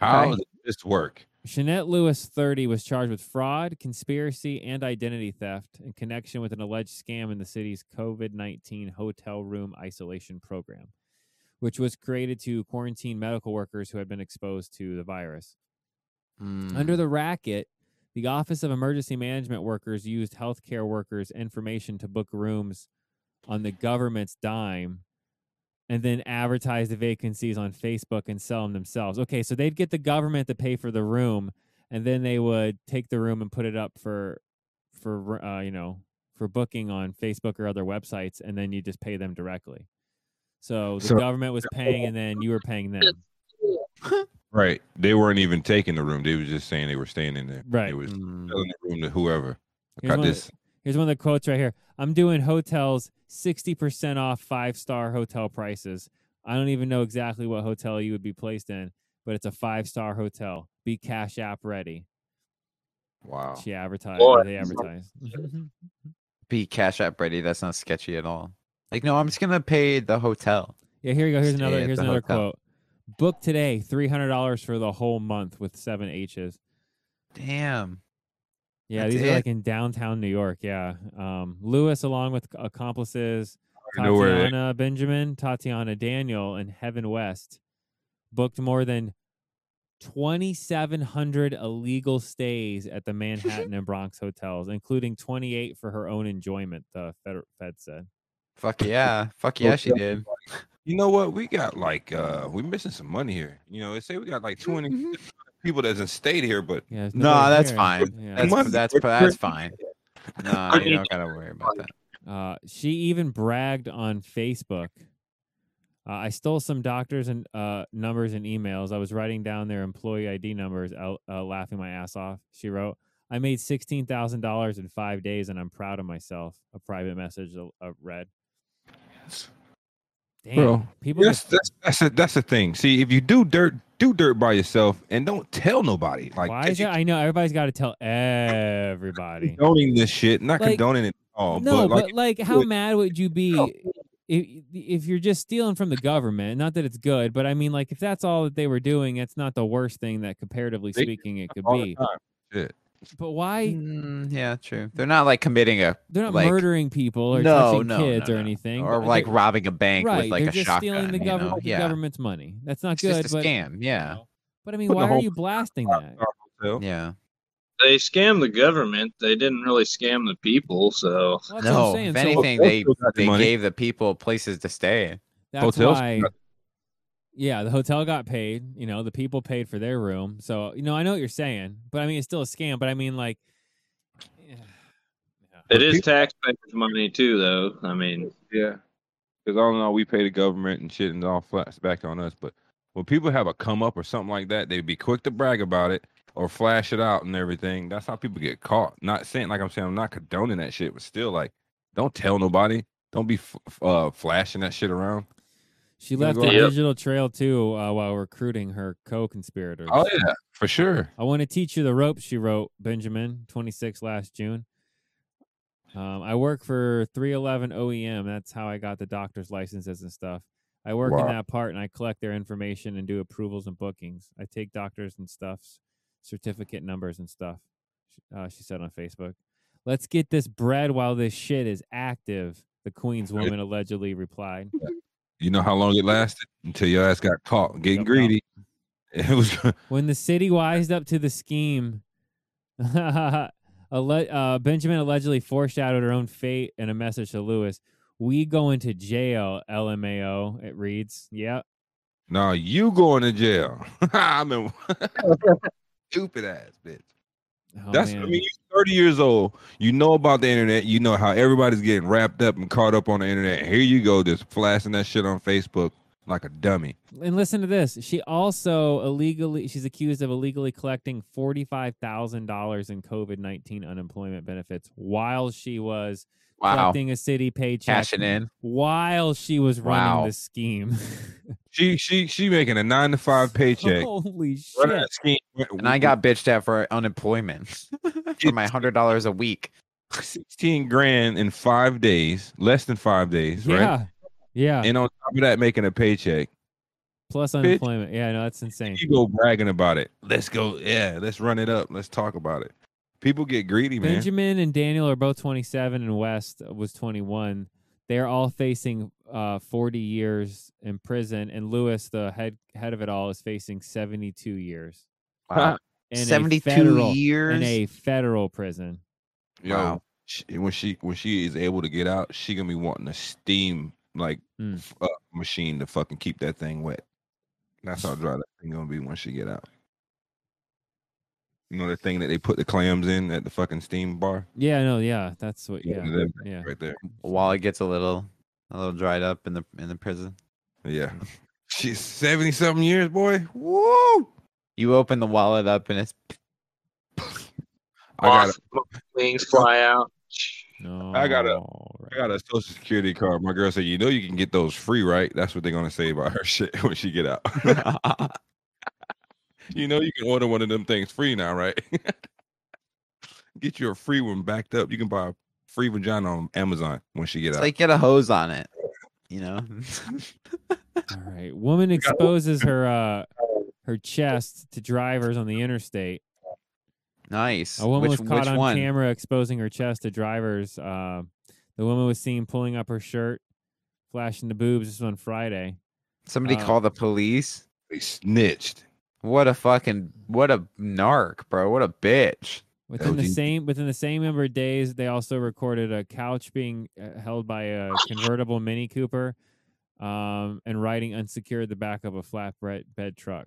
Speaker 6: How does this work?
Speaker 5: Shanette Lewis, 30, was charged with fraud, conspiracy, and identity theft in connection with an alleged scam in the city's COVID 19 hotel room isolation program, which was created to quarantine medical workers who had been exposed to the virus. Under
Speaker 6: Hmm.
Speaker 5: the racket, the Office of Emergency Management Workers used healthcare workers' information to book rooms on the government's dime and then advertise the vacancies on Facebook and sell them themselves. Okay, so they'd get the government to pay for the room and then they would take the room and put it up for for uh, you know, for booking on Facebook or other websites and then you just pay them directly. So the
Speaker 6: So-
Speaker 5: government was paying and then you were paying them.
Speaker 6: Right. They weren't even taking the room. They was just saying they were staying in there.
Speaker 5: Right.
Speaker 6: They was
Speaker 2: Mm.
Speaker 6: selling the room to whoever. I
Speaker 5: Here's
Speaker 6: got
Speaker 5: one of
Speaker 6: this.
Speaker 5: Here's one of the quotes right here. I'm doing hotels 60% off five star hotel prices. I don't even know exactly what hotel you would be placed in, but it's a five star hotel. Be cash app ready.
Speaker 6: Wow.
Speaker 5: She advertised.
Speaker 9: Boy.
Speaker 5: or They advertised.
Speaker 2: Be cash app ready. That's not sketchy at all. Like no, I'm just gonna pay the hotel.
Speaker 5: yeah, here you go. Here's
Speaker 2: Stay
Speaker 5: another.
Speaker 2: at
Speaker 5: Here's
Speaker 2: the
Speaker 5: another
Speaker 2: hotel.
Speaker 5: quote. Book today, three hundred dollars for the whole month with seven H's.
Speaker 2: Damn.
Speaker 5: Yeah,
Speaker 2: That's
Speaker 5: these
Speaker 2: it?
Speaker 5: are like in downtown New York. Yeah, um, Lewis, along with accomplices,
Speaker 6: I know where they-
Speaker 5: Tatiana Benjamin, Tatiana Daniel, and Heaven West booked more than 2,700 illegal stays at the Manhattan and Bronx hotels, including 28 for her own enjoyment, the Fed, Fed said.
Speaker 2: Fuck yeah. Fuck yeah, she did.
Speaker 6: You know what? We got like uh we missing some money here. You know, they say we got like
Speaker 2: Mm-hmm.
Speaker 6: 20 people that hasn't stayed here, but
Speaker 5: Yeah, there's
Speaker 2: No,
Speaker 5: nobody
Speaker 2: that's
Speaker 5: here.
Speaker 2: fine.
Speaker 5: Yeah.
Speaker 2: That's
Speaker 6: Money.
Speaker 2: that's that's fine. No, you don't gotta worry about that.
Speaker 5: Uh, she even bragged on Facebook. Uh, I stole some doctors and uh, numbers and emails. I was writing down their employee ID numbers, out, uh, laughing my ass off. She wrote, "I made sixteen thousand dollars in five days, and I'm proud of myself." A private message uh, uh, read. Damn,
Speaker 6: Bro,
Speaker 5: people.
Speaker 6: Yes,
Speaker 5: just-
Speaker 6: that's that's a, that's the thing. See, if you do dirt, do dirt by yourself, and don't tell nobody. Like,
Speaker 5: why
Speaker 6: 'cause
Speaker 5: is
Speaker 6: you
Speaker 5: that? I know everybody's got to tell
Speaker 6: keep
Speaker 5: everybody.
Speaker 6: condoning this shit? Not
Speaker 5: Like-
Speaker 6: condoning it at all.
Speaker 5: no,
Speaker 6: Oh, but like,
Speaker 5: but like, how mad would you be if, if you're just stealing from the government? Not that it's good, but I mean, like, if that's all that they were doing, that's not the worst thing that, comparatively
Speaker 6: They do
Speaker 5: speaking, it could
Speaker 6: all the
Speaker 5: be.
Speaker 6: time. Shit.
Speaker 5: But why
Speaker 2: Mm, yeah, true. They're not like committing a
Speaker 5: they're not
Speaker 2: Like-
Speaker 5: murdering people or
Speaker 2: No,
Speaker 5: touching
Speaker 2: no,
Speaker 5: kids
Speaker 2: no,
Speaker 5: or
Speaker 2: no.
Speaker 5: anything,
Speaker 2: or
Speaker 5: but
Speaker 2: like
Speaker 5: they're-
Speaker 2: robbing a bank
Speaker 5: right?
Speaker 2: with like
Speaker 5: they're
Speaker 2: a
Speaker 5: just
Speaker 2: shotgun.
Speaker 5: stealing the,
Speaker 2: you
Speaker 5: government,
Speaker 2: know?
Speaker 5: the
Speaker 2: Yeah,
Speaker 5: government's money. That's not
Speaker 2: it's
Speaker 5: good.
Speaker 2: just a
Speaker 5: but
Speaker 2: scam. Yeah,
Speaker 5: but I mean,
Speaker 6: Putting
Speaker 5: why
Speaker 6: a
Speaker 5: are
Speaker 6: whole
Speaker 5: you blasting that?
Speaker 6: Rockstar Hotel.
Speaker 2: yeah.
Speaker 9: They scammed the government. They didn't really scam the people. So
Speaker 5: Well, that's what I'm
Speaker 2: No,
Speaker 5: saying.
Speaker 2: if
Speaker 5: So
Speaker 6: Hotels
Speaker 2: anything, they
Speaker 6: still got the
Speaker 2: they
Speaker 6: money.
Speaker 2: gave the people places to stay.
Speaker 5: that's
Speaker 6: hotels
Speaker 5: why.
Speaker 6: got-
Speaker 5: Yeah, the hotel got paid. You know, the people paid for their room. So you know, I know what you're saying, but I mean, it's still a scam. But I mean, like, yeah.
Speaker 9: it is taxpayers' money too, though. I mean,
Speaker 6: Yeah. Because all in all, we pay the government and shit and all flats back on us. But when people have a come up or something like that, they'd be quick to brag about it or flash it out and everything. That's how people get caught. Not saying, like I'm saying, I'm not condoning that shit, but still, like, don't tell nobody. Don't be f- f- uh, flashing that shit around.
Speaker 5: She
Speaker 6: Gonna
Speaker 5: left
Speaker 6: go
Speaker 5: a
Speaker 9: out- Yep.
Speaker 5: digital trail too uh, while recruiting her co-conspirators.
Speaker 6: Oh, yeah, for sure.
Speaker 5: I want to teach you the ropes, she wrote, Benjamin, 26 last June. Um, I work for 311 OEM. E That's how I got the doctor's licenses and stuff. I work in
Speaker 6: Wow.
Speaker 5: that part and I collect their information and do approvals and bookings. I take doctors and stuffs, certificate numbers and stuff, sh- uh, she said on Facebook. Let's get this bread while this shit is active, the Queen's
Speaker 6: Right.
Speaker 5: woman allegedly replied.
Speaker 6: You know how long it lasted until your ass got caught getting
Speaker 5: Yep. Oh,
Speaker 6: greedy. It was
Speaker 5: When the city wised up to the scheme, alle- uh, Benjamin allegedly foreshadowed her own fate in a message to Lewis. We go into jail, LMAO. It reads, "Yep,
Speaker 6: Nah, you going to jail. I mean, stupid ass bitch.
Speaker 5: Oh,
Speaker 6: That's I
Speaker 5: man.
Speaker 6: mean, you're 30 years old. You know about the internet. You know how everybody's getting wrapped up and caught up on the internet. Here you go, just flashing that shit on Facebook like a dummy.
Speaker 5: And listen to this. She also illegally she's accused of illegally collecting forty five thousand dollars in COVID nineteen unemployment benefits while she was
Speaker 2: Wow,
Speaker 5: collecting a city paycheck
Speaker 2: cashing in.
Speaker 5: while she was running
Speaker 2: Wow.
Speaker 5: the scheme.
Speaker 6: She she she making a nine to five paycheck.
Speaker 5: Holy shit!
Speaker 6: Running a scheme.
Speaker 2: And I got bitched at for unemployment for my hundred dollars a week.
Speaker 6: sixteen grand in five days, less than five days,
Speaker 5: yeah,
Speaker 6: right?
Speaker 5: yeah.
Speaker 6: And on top of that, making a paycheck.
Speaker 5: Plus unemployment. Yeah, no, that's insane.
Speaker 6: You go bragging about it. Let's go. Yeah, let's run it up. Let's talk about it. People get greedy, man.
Speaker 5: Benjamin and Daniel are both 27, and West was 21. They are all facing uh, 40 years in prison, and Lewis, the head head of it all, is facing 72 years.
Speaker 2: Wow.
Speaker 5: In a
Speaker 2: Seventy-two
Speaker 5: federal,
Speaker 2: years.
Speaker 5: in a federal prison.
Speaker 6: Yo,
Speaker 2: Wow.
Speaker 6: she, when she when she is able to get out, she gonna be wanting a steam like
Speaker 5: Mm.
Speaker 6: f- uh, machine to fucking keep that thing wet. That's how dry that thing gonna be when she get out. You know the thing that they put the clams in at the fucking steam bar.
Speaker 5: Yeah, no, yeah, that's what.
Speaker 6: Yeah,
Speaker 5: Yeah,
Speaker 6: that-
Speaker 5: yeah.
Speaker 6: right there.
Speaker 2: While it gets a little, a little dried up in the in the prison.
Speaker 6: Yeah, she's seventy something years, boy. Woo!
Speaker 2: You open the wallet up and it's
Speaker 6: I got a,
Speaker 9: wings fly out.
Speaker 5: No,
Speaker 6: I gotta-
Speaker 5: right.
Speaker 6: I got a social security card. My girl said, "You know you can get those free, right?" That's what they're gonna say about her shit when she get out. You know you can order one of them things free now, right? get you a free one backed up. You can buy a free vagina on Amazon when she get
Speaker 2: it's
Speaker 6: out.
Speaker 2: like get a hose on it. You know.
Speaker 5: All right. Woman exposes her uh, her chest to drivers on the interstate.
Speaker 2: nice.
Speaker 5: A woman
Speaker 2: which
Speaker 5: was caught
Speaker 2: which
Speaker 5: on
Speaker 2: one?
Speaker 5: camera exposing her chest to drivers. Uh, the woman was seen pulling up her shirt, flashing the boobs. This was on Friday.
Speaker 2: Somebody
Speaker 5: Uh,
Speaker 2: call the police.
Speaker 6: They snitched.
Speaker 2: What a fucking what a narc, bro. What a bitch.
Speaker 5: Within the
Speaker 6: OG.
Speaker 5: same within the same number of days, they also recorded a couch being uh, held by a convertible Mini Cooper, um, and riding unsecured the back of a flatbed bed truck.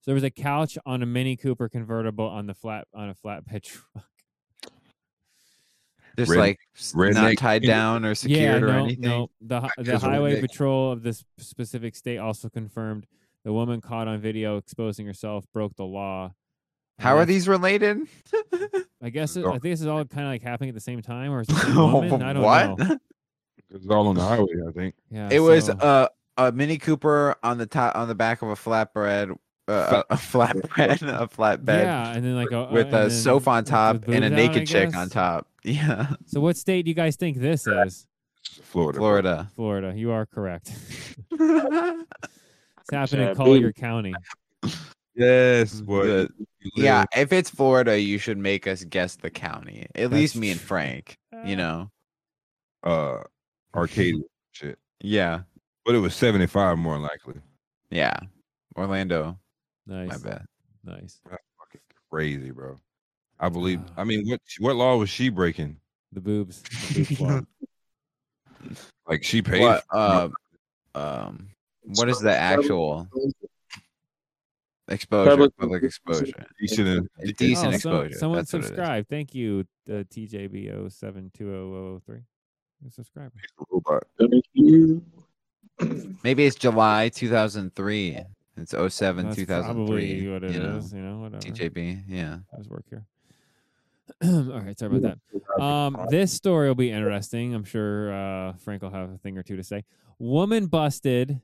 Speaker 5: So there was a couch on a Mini Cooper convertible on the flat on a flatbed truck.
Speaker 2: Just
Speaker 6: Red-
Speaker 2: like s- not
Speaker 6: redneck
Speaker 2: tied
Speaker 6: kid.
Speaker 2: down or secured
Speaker 5: yeah,
Speaker 2: or
Speaker 5: no,
Speaker 2: anything.
Speaker 5: No. The, hi- the
Speaker 6: Because we're
Speaker 5: highway
Speaker 6: big.
Speaker 5: patrol of this specific state also confirmed the woman caught on video exposing herself broke the law. And
Speaker 2: How are
Speaker 5: that's-
Speaker 2: these related?
Speaker 5: I guess it,
Speaker 6: Oh.
Speaker 5: I think this is all kind of like happening at the same time, or is this a woman? I don't
Speaker 2: what?
Speaker 5: know.
Speaker 6: Oh. It's all on the highway, I think.
Speaker 5: Yeah,
Speaker 2: It was
Speaker 5: so-
Speaker 2: a a Mini Cooper on the top on the back of a flatbread, uh, a a flatbread, a flatbed
Speaker 5: yeah, and then like a,
Speaker 2: with
Speaker 5: and
Speaker 2: a
Speaker 5: then
Speaker 2: sofa on
Speaker 5: with the
Speaker 2: top and a
Speaker 5: boobs out, I
Speaker 2: naked chick on
Speaker 5: guess.
Speaker 2: top. Yeah,
Speaker 5: So, what state do you guys think this is?
Speaker 6: Florida.
Speaker 2: Florida.
Speaker 5: Florida. You are correct. it's happening
Speaker 9: Taboo.
Speaker 5: in Collier County.
Speaker 6: Yes, boy.
Speaker 2: Good.
Speaker 6: You
Speaker 2: Yeah,
Speaker 6: live.
Speaker 2: if it's Florida, you should make us guess the county. At least
Speaker 5: That's
Speaker 2: me and
Speaker 5: true.
Speaker 2: Frank.
Speaker 5: Uh-huh.
Speaker 2: You know.
Speaker 6: Uh, Arcadia. Shit.
Speaker 2: Yeah.
Speaker 6: But it was 75 more than likely.
Speaker 2: Yeah. Orlando.
Speaker 5: Nice.
Speaker 2: My bad.
Speaker 5: Nice.
Speaker 6: Fucking crazy, bro. I believe.
Speaker 5: Ah.
Speaker 6: I mean, what what law was she breaking?
Speaker 5: The boobs. The boob law.
Speaker 6: Like she paid.
Speaker 2: What
Speaker 6: for-
Speaker 2: uh, um what is the actual exposure?
Speaker 9: Public-
Speaker 2: public exposure.
Speaker 6: she shouldn't.
Speaker 2: Decent
Speaker 5: Oh, some-
Speaker 2: exposure.
Speaker 5: someone
Speaker 2: that's what it is.
Speaker 5: subscribe. Thank you, uh, TJBO72003. Subscriber.
Speaker 6: Robot.
Speaker 2: Maybe it's July 2003. It's 07
Speaker 5: That's
Speaker 2: 2003.
Speaker 5: Probably what it is.
Speaker 2: you know,
Speaker 5: You know, whatever.
Speaker 2: TJB. Yeah.
Speaker 5: I was work here. All right, sorry about that. Um, this story will be interesting. I'm sure uh, Frank will have a thing or two to say. Woman busted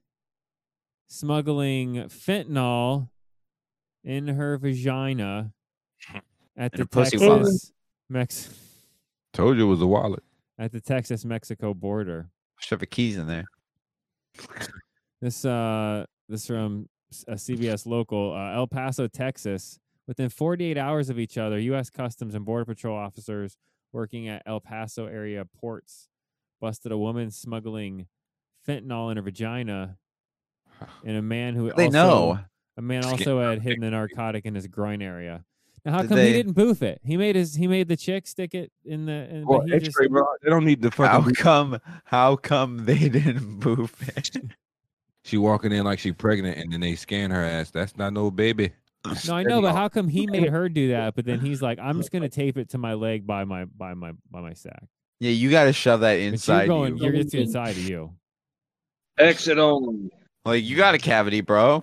Speaker 5: smuggling fentanyl in her vagina at
Speaker 2: In
Speaker 5: the
Speaker 2: her pussy wallet.
Speaker 5: Texas Mex-
Speaker 6: Told you it was a wallet.
Speaker 5: at the Texas Mexico border.
Speaker 2: Shove the keys in there.
Speaker 5: This uh this from s- a CBS local, uh, El Paso, Texas. Within 48 hours of each other, U.S. Customs and Border Patrol officers working at El Paso area ports busted a woman smuggling fentanyl in her vagina, and a man who
Speaker 2: They
Speaker 5: also,
Speaker 2: know.
Speaker 5: a man
Speaker 6: Just get
Speaker 5: also had hidden the narcotic in his groin area. Now, how
Speaker 2: Did
Speaker 5: come he
Speaker 2: they-
Speaker 5: didn't boof it? He made his he made the chick stick it in the. In, but
Speaker 6: Well,
Speaker 5: he just-
Speaker 6: X-ray, bro. They don't need the
Speaker 2: How
Speaker 6: fucking.
Speaker 2: come? How come they didn't move it?
Speaker 6: She walking in like she pregnant, and then they scan her ass. That's not no baby.
Speaker 5: No, I know, but how come he made her do that? But then he's like, "I'm just gonna tape it to my leg by my by my by my sack."
Speaker 2: Yeah, you got to shove that
Speaker 5: But
Speaker 2: inside
Speaker 5: you're going,
Speaker 2: you.
Speaker 5: are it's inside of you.
Speaker 9: Exit only.
Speaker 2: Like you got a cavity, bro.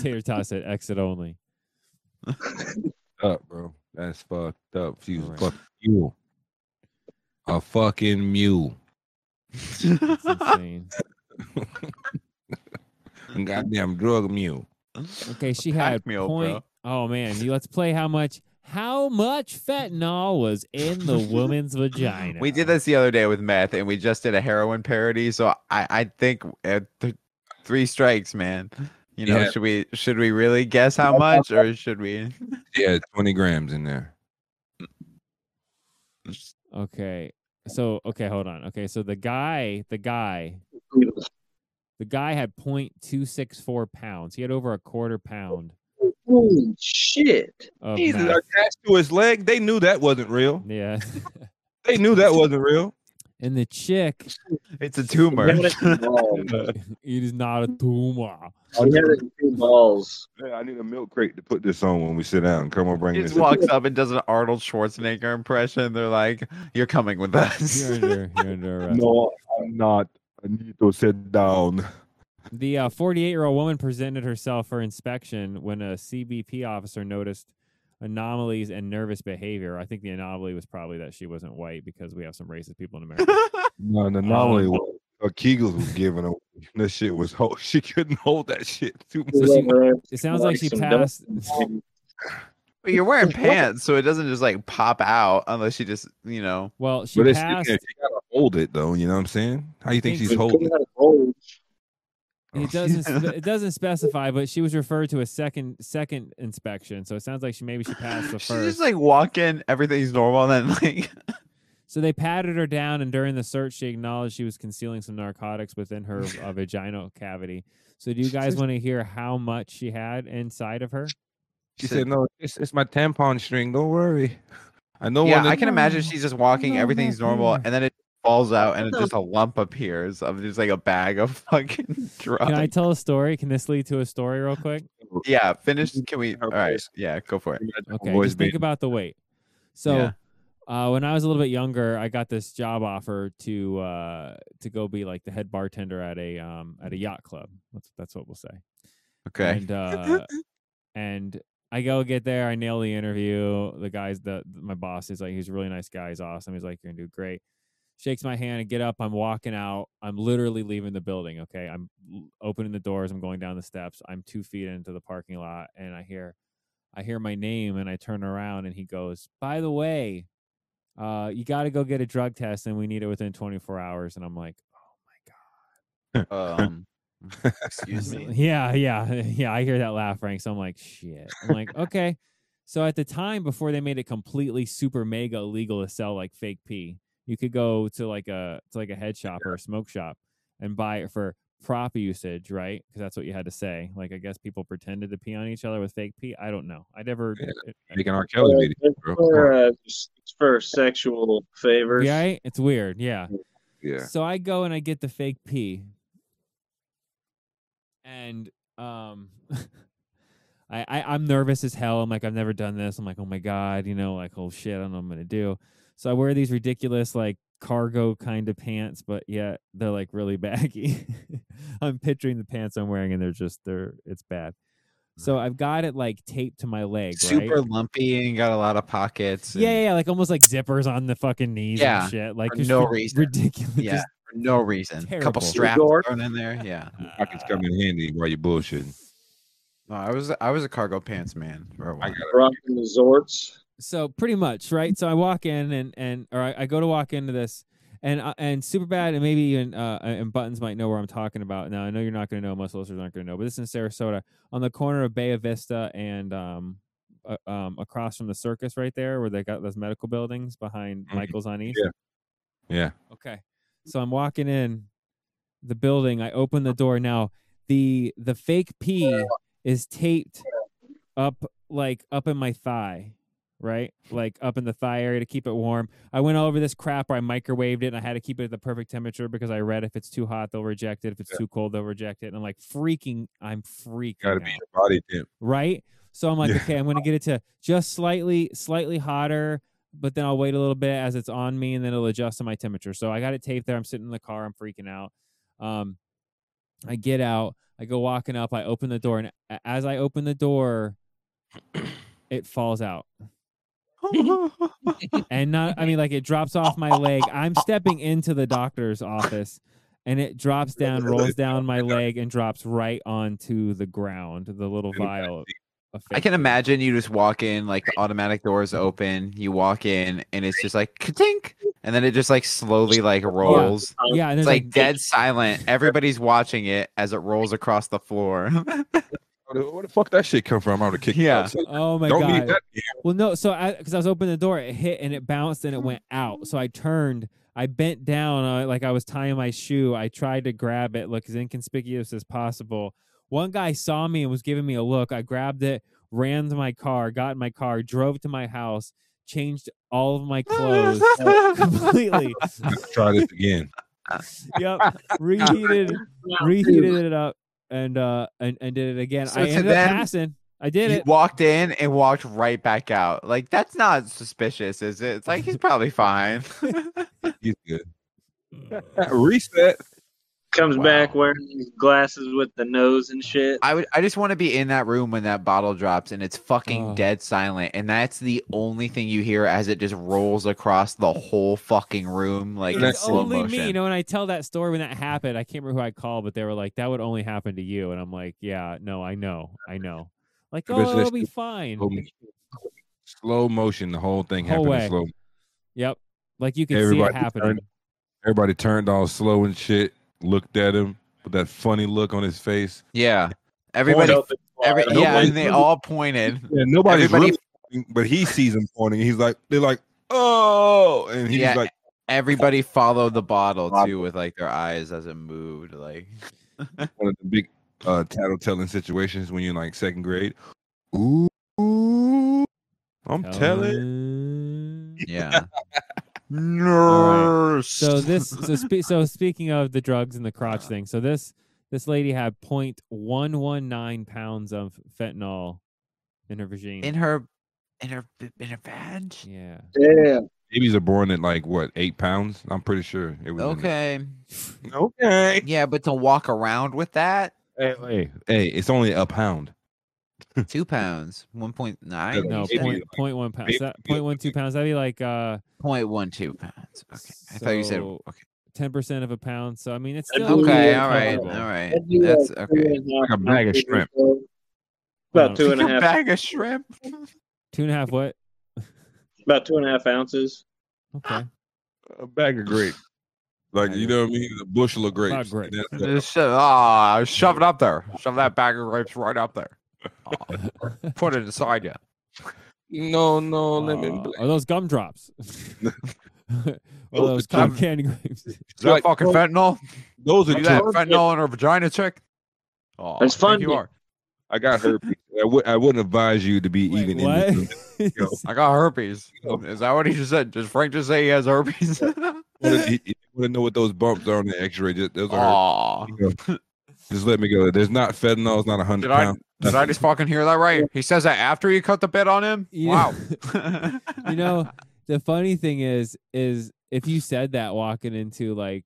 Speaker 5: Tater toss it, exit only.
Speaker 6: up, bro? That's fucked up. She was
Speaker 5: Right.
Speaker 6: fucking mule. A fucking mule.
Speaker 5: It's insane.
Speaker 6: A Goddamn drug mule.
Speaker 5: Okay, she
Speaker 2: pack
Speaker 5: had
Speaker 2: mule,
Speaker 5: point. Oh man, you- let's play how much how much fentanyl was in the woman's vagina.
Speaker 2: We did this the other day with meth, and we just did a heroin parody. So I, I think at th- three strikes, man. You know,
Speaker 6: Yeah.
Speaker 2: should we should we really guess how much, or should we?
Speaker 6: Yeah, twenty grams in there.
Speaker 5: Okay, so okay, hold on. Okay, so the guy, the guy, the guy had point two six four pounds. He had over a quarter pound
Speaker 9: Holy shit.
Speaker 5: of
Speaker 6: Jesus,
Speaker 5: meth.
Speaker 6: attached to his leg. They knew that wasn't real.
Speaker 5: Yeah.
Speaker 6: They knew that wasn't real.
Speaker 5: and the chick,
Speaker 2: It's a tumor.
Speaker 9: Balls.
Speaker 5: it is not a tumor.
Speaker 9: We had it in balls.
Speaker 6: Yeah, I need a milk crate to put this on when we sit down. Come on, bring
Speaker 2: He
Speaker 6: this.
Speaker 2: just walks up and does an Arnold Schwarzenegger impression. They're like, "You're coming with
Speaker 5: You're
Speaker 2: us."
Speaker 5: under, you're under arrest.
Speaker 6: No, I'm not. I need to sit down.
Speaker 5: The uh, 48-year-old woman presented herself for inspection when a CBP officer noticed anomalies and nervous behavior. I think the anomaly was probably that she wasn't white because we have some racist people in America.
Speaker 6: No, the
Speaker 5: Oh,
Speaker 6: anomaly was uh, Kegels was giving away. That shit was hold. She couldn't hold that shit too much.
Speaker 5: she-
Speaker 9: Whatever.
Speaker 5: it sounds like she
Speaker 9: Some
Speaker 5: passed.
Speaker 9: dumb-
Speaker 2: but you're wearing pants, so it doesn't just like pop out unless you just, you know.
Speaker 5: Well, she
Speaker 6: But it's, yeah,
Speaker 5: passed.
Speaker 6: she gotta hold it though. You know what I'm saying? How you think
Speaker 5: think
Speaker 6: she's holding? it?
Speaker 9: Oh,
Speaker 6: Oh,
Speaker 5: It doesn't. spe- it doesn't specify, but she was referred to a second second inspection. So it sounds like she maybe she passed the
Speaker 2: She's just
Speaker 5: first.
Speaker 2: like walking, everything's normal, and then like
Speaker 5: So they patted her down, and during the search, she acknowledged she was concealing some narcotics within her uh, vaginal cavity. So, do you guys want to hear how much she had inside of her?
Speaker 6: She said, "No, it's, it's my tampon string. Don't worry. I know
Speaker 2: yeah,
Speaker 6: one
Speaker 2: I
Speaker 6: is-
Speaker 2: can imagine she's just walking,
Speaker 6: no,
Speaker 2: everything's
Speaker 6: no,
Speaker 2: normal,
Speaker 6: no.
Speaker 2: and then it falls out, and it just a lump appears of just like a bag of fucking drugs.
Speaker 5: Can I tell a story? Can this lead to a story real quick?
Speaker 2: yeah, finish. Can we?
Speaker 6: Her
Speaker 2: All right,
Speaker 6: voice.
Speaker 2: yeah, go for it.
Speaker 6: Imagine her
Speaker 5: Okay,
Speaker 6: voice
Speaker 5: just think
Speaker 6: being-
Speaker 5: about the weight. So,
Speaker 2: Yeah.
Speaker 5: uh, when I was a little bit younger, I got this job offer to uh, to go be like the head bartender at a um, at a yacht club. That's that's what we'll say.
Speaker 2: Okay,
Speaker 5: And uh, and I go get there, I nail the interview. The guys, the my boss is like, he's a really nice guy, he's awesome. He's like, you're gonna do great. Shakes my hand, I get up, I'm walking out, I'm literally leaving the building. Okay, I'm l- opening the doors, I'm going down the steps, I'm two feet into the parking lot, and I hear, I hear my name, and I turn around, and he goes, by the way, uh, you got to go get a drug test, and we need it within 24 hours. And I'm like,
Speaker 2: um,
Speaker 3: Excuse me.
Speaker 5: "Oh Yeah, yeah, yeah. I hear that laugh, Frank. So I'm like, shit. I'm like, okay. So at the time before they made it completely super mega illegal to sell like fake pee, you could go to like a to like a head shop or a smoke shop and buy it for prop usage, right? Because that's what you had to say. Like I guess people pretended to pee on each other with fake pee. I don't know. I never.
Speaker 6: Yeah,
Speaker 5: it-
Speaker 6: Making R. Kelly
Speaker 9: Uh,
Speaker 6: video,
Speaker 9: it's
Speaker 6: bro. Come
Speaker 9: for,
Speaker 6: on.
Speaker 9: uh, it's for sexual favors.
Speaker 5: Right? It's weird. Yeah.
Speaker 6: Yeah.
Speaker 5: So I go and I get the fake pee. And um I, I I'm nervous as hell. I'm like, I've never done this. I'm like, oh my God, you know, like, oh shit, I don't know what I'm gonna do. So I wear these ridiculous like cargo kind of pants, but yet they're like really baggy. I'm picturing the pants I'm wearing and they're just they're it's bad. So I've got it like taped to my leg, right?
Speaker 2: Mm. Super lumpy and got a lot of pockets. and
Speaker 5: Yeah, yeah, yeah, like almost like zippers on the fucking knees
Speaker 2: Yeah,
Speaker 5: and shit. Like
Speaker 2: for
Speaker 5: just
Speaker 2: no
Speaker 5: rid-
Speaker 2: reason.
Speaker 5: ridiculous.
Speaker 2: Yeah.
Speaker 5: just-
Speaker 2: For no reason. A couple
Speaker 5: Terrible. Uh-huh.
Speaker 2: straps
Speaker 9: Resort.
Speaker 2: thrown in there. Yeah.
Speaker 6: Pockets come in handy while you're bullshitting.
Speaker 2: No, I was I was a cargo pants man for a
Speaker 6: I
Speaker 2: while.
Speaker 6: got it.
Speaker 9: Rocking the Zorts.
Speaker 5: so pretty much, right? So I walk in and and or I, I go to walk into this and uh, and super bad and maybe even uh and buttons might know where I'm talking about. Now I know you're not going to know, most listeners aren't going to know, but this is in Sarasota on the corner of Bay Vista and um uh, um across from the circus right there where they got those medical buildings behind
Speaker 6: Mhm.
Speaker 5: Michael's on East.
Speaker 6: Yeah.
Speaker 5: Okay. So I'm walking in the building. I open the door. Now the the fake pee is taped up like up in my thigh, right? Like up in the thigh area to keep it warm. I went all over this crap where I microwaved it and I had to keep it at the perfect temperature because I read if it's too hot they'll reject it. If it's too cold they'll reject it. And I'm like freaking I'm freaking
Speaker 6: Got to
Speaker 5: out
Speaker 6: be your body temp.
Speaker 5: right? So I'm like,
Speaker 6: Yeah.
Speaker 5: okay, I'm gonna get it to just slightly, slightly hotter, but then I'll wait a little bit as it's on me, and then it'll adjust to my temperature. So I got it taped there. I'm sitting in the car. I'm freaking out. Um, I get out. I go walking up. I open the door, and a- as I open the door, it falls out. and not, I mean, like it drops off my leg. I'm stepping into the doctor's office, and it drops down, rolls down my leg, and drops right onto the ground. The little vial. of
Speaker 2: I
Speaker 5: fake
Speaker 2: can
Speaker 5: pee.
Speaker 2: imagine you just walk in, like the automatic doors open, you walk in, and it's just like katink, and then it just like slowly like rolls.
Speaker 5: Yeah, and
Speaker 2: It's
Speaker 5: there's
Speaker 2: like dead silent. Everybody's watching it as it rolls across the floor.
Speaker 6: Where the- where the fuck that shit come from? I would have kicked you
Speaker 2: Yeah.
Speaker 6: out, son.
Speaker 5: Oh my
Speaker 6: Don't leave
Speaker 5: god.
Speaker 6: that.
Speaker 5: Well, no. So I because I was opening the door, it hit and it bounced and it went out. So I turned. I bent down uh, like I was tying my shoe. I tried to grab it, look as inconspicuous as possible. One guy saw me and was giving me a look. I grabbed it, ran to my car, got in my car, drove to my house, changed all of my clothes completely.
Speaker 6: Try this again.
Speaker 5: yep, reheated, reheated it up, and uh, and, and did it again.
Speaker 2: So
Speaker 5: I
Speaker 2: to
Speaker 5: ended up
Speaker 2: them,
Speaker 5: passing. I did
Speaker 2: You
Speaker 5: it.
Speaker 2: walked in and walked right back out. Like that's not suspicious, is it? It's like he's probably fine.
Speaker 6: He's good. Reset.
Speaker 9: Comes
Speaker 2: Wow.
Speaker 9: back wearing these glasses with the nose and shit.
Speaker 2: I would. I just want to be in that room when that bottle drops and it's fucking
Speaker 5: Oh.
Speaker 2: dead silent, and that's the only thing you hear as it just rolls across the whole fucking room, like in
Speaker 5: it's
Speaker 6: That's
Speaker 2: slow
Speaker 5: only
Speaker 2: motion.
Speaker 5: me, you know. And I tell that story when that happened. I can't remember who I called, but they were like, "That would only happen to you," and I'm like, "Yeah, no, I know, I know." Like,
Speaker 6: Because
Speaker 5: oh,
Speaker 6: they
Speaker 5: it'll be
Speaker 6: still
Speaker 5: fine.
Speaker 6: slow motion. Slow motion. The whole thing
Speaker 5: Whole
Speaker 6: happened in
Speaker 5: way.
Speaker 6: slow.
Speaker 5: Yep. Like you can see
Speaker 6: Everybody
Speaker 5: it
Speaker 6: turned-
Speaker 5: happening.
Speaker 6: Everybody turned all slow and shit. Looked at him with that funny look on his face.
Speaker 2: Yeah, everybody.
Speaker 9: Open fire.
Speaker 2: Every, yeah,
Speaker 6: Nobody's
Speaker 2: and they
Speaker 6: moving.
Speaker 2: all pointed.
Speaker 6: Yeah, nobody's
Speaker 2: Everybody-
Speaker 6: really pointing, but he sees him pointing. He's like, they're like, oh, and he's
Speaker 2: Yeah.
Speaker 6: like,
Speaker 2: Everybody followed the bottle
Speaker 6: Bottle.
Speaker 2: too with like their eyes as it moved. Like
Speaker 6: one of the big uh, tattletelling situations when you're in like second grade. Ooh, I'm telling.
Speaker 5: Telling.
Speaker 2: yeah,
Speaker 6: Nurse.
Speaker 5: So this, so spe- so speaking of the drugs and the crotch thing, so this this lady had 0.119 pounds of fentanyl in her vagina.
Speaker 2: in her, in her, in her badge.
Speaker 5: yeah.
Speaker 9: Yeah.
Speaker 6: babies are born at like what eight pounds? I'm pretty sure it was. in there.
Speaker 2: Okay.
Speaker 6: Okay.
Speaker 2: Yeah, but to walk around with that,
Speaker 6: Hey, hey, hey, it's only a pound.
Speaker 2: two pounds, one point nine.
Speaker 5: No,
Speaker 6: Maybe
Speaker 5: point,
Speaker 6: like-
Speaker 5: point one pounds.
Speaker 6: maybe
Speaker 5: That,
Speaker 6: like-
Speaker 5: point one two pounds. That'd be like uh
Speaker 2: point one two pounds. Okay, I thought you said
Speaker 5: So-
Speaker 2: okay.
Speaker 5: ten percent of a pound. So I mean, it's
Speaker 9: That'd
Speaker 5: still
Speaker 9: be
Speaker 2: Okay,
Speaker 9: like,
Speaker 2: all right, all
Speaker 5: comparable.
Speaker 2: right.
Speaker 9: That'd be like
Speaker 2: That's
Speaker 9: two
Speaker 2: okay.
Speaker 9: and
Speaker 6: Like
Speaker 9: half
Speaker 6: a bag of
Speaker 9: ounces or
Speaker 6: shrimp.
Speaker 9: so.
Speaker 5: Um,
Speaker 9: About two and a
Speaker 2: Your
Speaker 9: half.
Speaker 2: bag of shrimp.
Speaker 5: Two and a half. What?
Speaker 9: About two and a half ounces.
Speaker 5: Okay.
Speaker 6: A bag of grape. Like you know what I mean? The bushel of grapes.
Speaker 5: About grapes.
Speaker 6: That's it.
Speaker 2: Just, uh, shove it up there. Shove that bag of grapes right up there. Aw, put it inside you.
Speaker 6: No, no,
Speaker 5: Uh,
Speaker 6: lemon.
Speaker 5: are those gumdrops? Or those
Speaker 2: gum-
Speaker 5: cotton candy grapes?
Speaker 2: Is that
Speaker 6: Like,
Speaker 2: fucking
Speaker 6: those-
Speaker 2: fentanyl?
Speaker 6: Those are
Speaker 2: Is that
Speaker 6: drugs.
Speaker 2: fentanyl in her vagina, chick? Oh,
Speaker 9: It's fun-
Speaker 2: You are.
Speaker 6: I got herpes. I would. I wouldn't advise you to be
Speaker 5: Wait,
Speaker 6: even in this.
Speaker 5: what?
Speaker 6: Yo,
Speaker 2: I got herpes. Is that what he just said? Does Frank just say he has herpes?
Speaker 6: You want to know what those bumps are on the X-ray? Just, those are.
Speaker 2: Aw.
Speaker 6: Just let me go. There's not fentanyl. It's not a hundred
Speaker 2: Did I
Speaker 6: pounds.
Speaker 2: did I just fucking hear that right? He says that after you cut the bit on him?
Speaker 5: You-
Speaker 2: Wow.
Speaker 5: you know, the funny thing is, is if you said that walking into like,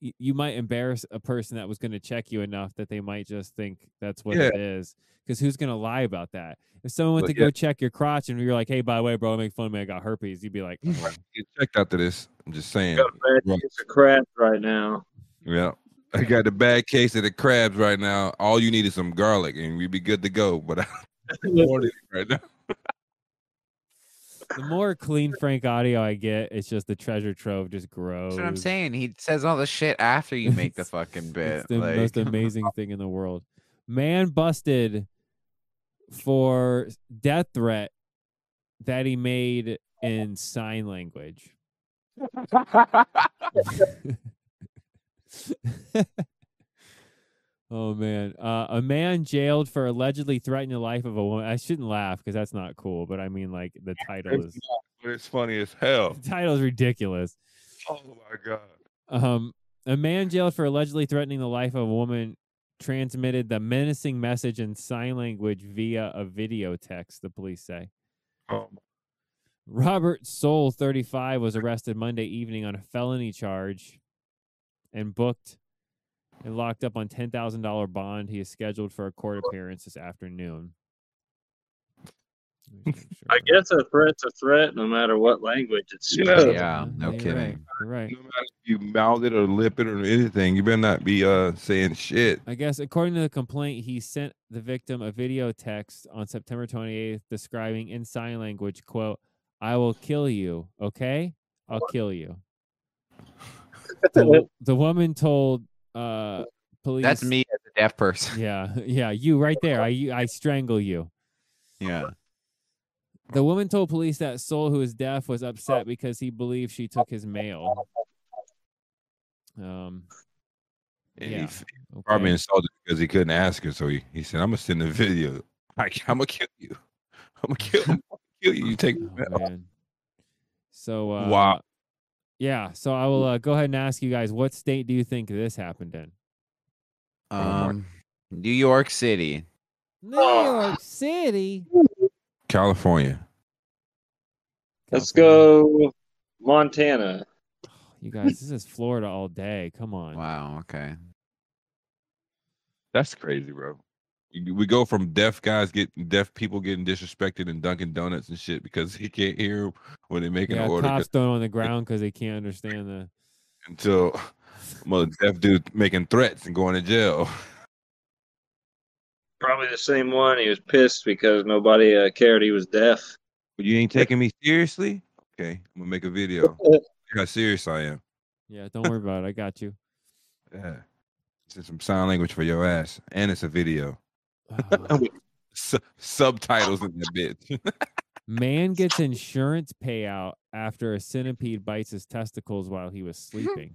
Speaker 5: y- you might embarrass a person that was going to check you enough that they might just think that's what
Speaker 6: Yeah.
Speaker 5: it is. Because who's going to lie about that? If someone went
Speaker 6: But
Speaker 5: to
Speaker 6: yeah.
Speaker 5: go check your crotch and you're like, "Hey, by the way, bro, make fun of me. I got herpes," you'd be like, "Oh,
Speaker 6: Get checked after this. I'm just saying.
Speaker 9: Got a bad
Speaker 6: Right.
Speaker 9: case of crap right now.
Speaker 6: Yeah. I got a bad case of the crabs right now. All you need is some garlic, and we'd be good to go. But I warning right now.
Speaker 5: the more clean Frank audio I get, it's just the treasure trove just grows.
Speaker 2: That's what I'm saying. He says all the shit after you make the fucking bit.
Speaker 5: It's the
Speaker 2: like,
Speaker 5: most amazing thing in the world. Man busted for death threat that he made in sign language. oh man, uh, a man jailed for allegedly threatening the life of a woman. I shouldn't laugh because that's not cool, but I mean, like the title is
Speaker 6: But it's funny as hell.
Speaker 5: the title is ridiculous.
Speaker 6: Oh my god.
Speaker 5: Um, a man jailed for allegedly threatening the life of a woman transmitted the menacing message in sign language via a video text, the police say.
Speaker 6: Oh,
Speaker 5: Robert Soul, 35, was arrested Monday evening on a felony charge and booked and locked up on $10,000 bond. He is scheduled for a court appearance this afternoon. Let me just make sure
Speaker 9: I
Speaker 5: that-
Speaker 9: guess a threat's a threat, no matter what language it's.
Speaker 6: Yeah.
Speaker 2: Yeah, no
Speaker 5: you're right,
Speaker 2: kidding.
Speaker 5: you're right.
Speaker 6: no matter if you mouth it or lip it or anything, you better not be uh saying shit.
Speaker 5: I guess according to the complaint, he sent the victim a video text on September 28th describing in sign language, quote, I will kill you, okay? I'll kill you. The, wo- the woman told uh police
Speaker 2: That's me as a deaf person.
Speaker 5: Yeah, yeah, you right there. I you- I strangle you.
Speaker 2: Yeah.
Speaker 5: The woman told police that Soul, who is deaf, was
Speaker 2: Oh.
Speaker 5: upset because he believed she took his mail. Um,
Speaker 6: And
Speaker 5: Yeah,
Speaker 6: he f- probably
Speaker 5: okay.
Speaker 6: insulted because he couldn't ask her, so he, he said, "I'm gonna send a video. I, I'm gonna kill you. I'm gonna kill, I'm gonna kill you. You take
Speaker 5: Oh, man. So uh,
Speaker 6: Wow.
Speaker 5: yeah. So I will uh, go ahead and ask you guys, what state do you think this happened in?
Speaker 2: Um New York City.
Speaker 5: New York City.
Speaker 6: California.
Speaker 9: Let's go, Montana.
Speaker 5: You guys, this is Florida all day. Come on.
Speaker 2: Wow, okay.
Speaker 6: That's crazy, bro. You- We go from deaf guys get deaf people getting disrespected and Dunkin' Donuts and shit because he can't hear 'em when they're making
Speaker 5: Yeah,
Speaker 6: an order
Speaker 5: cops thrown on the ground because they can't understand the.
Speaker 6: until mother deaf dude making threats and going to jail.
Speaker 9: Probably the same one. He was pissed because nobody uh, cared he was deaf.
Speaker 6: But you ain't taking me seriously? Okay, I'm gonna make a video. Look how serious I am.
Speaker 5: Yeah, don't worry about it. I got you.
Speaker 6: Yeah. Send some sign language for your ass. And it's a video.
Speaker 5: Ah.
Speaker 6: Su- subtitles in that bitch.
Speaker 5: Man gets insurance payout after a centipede bites his testicles while he was sleeping.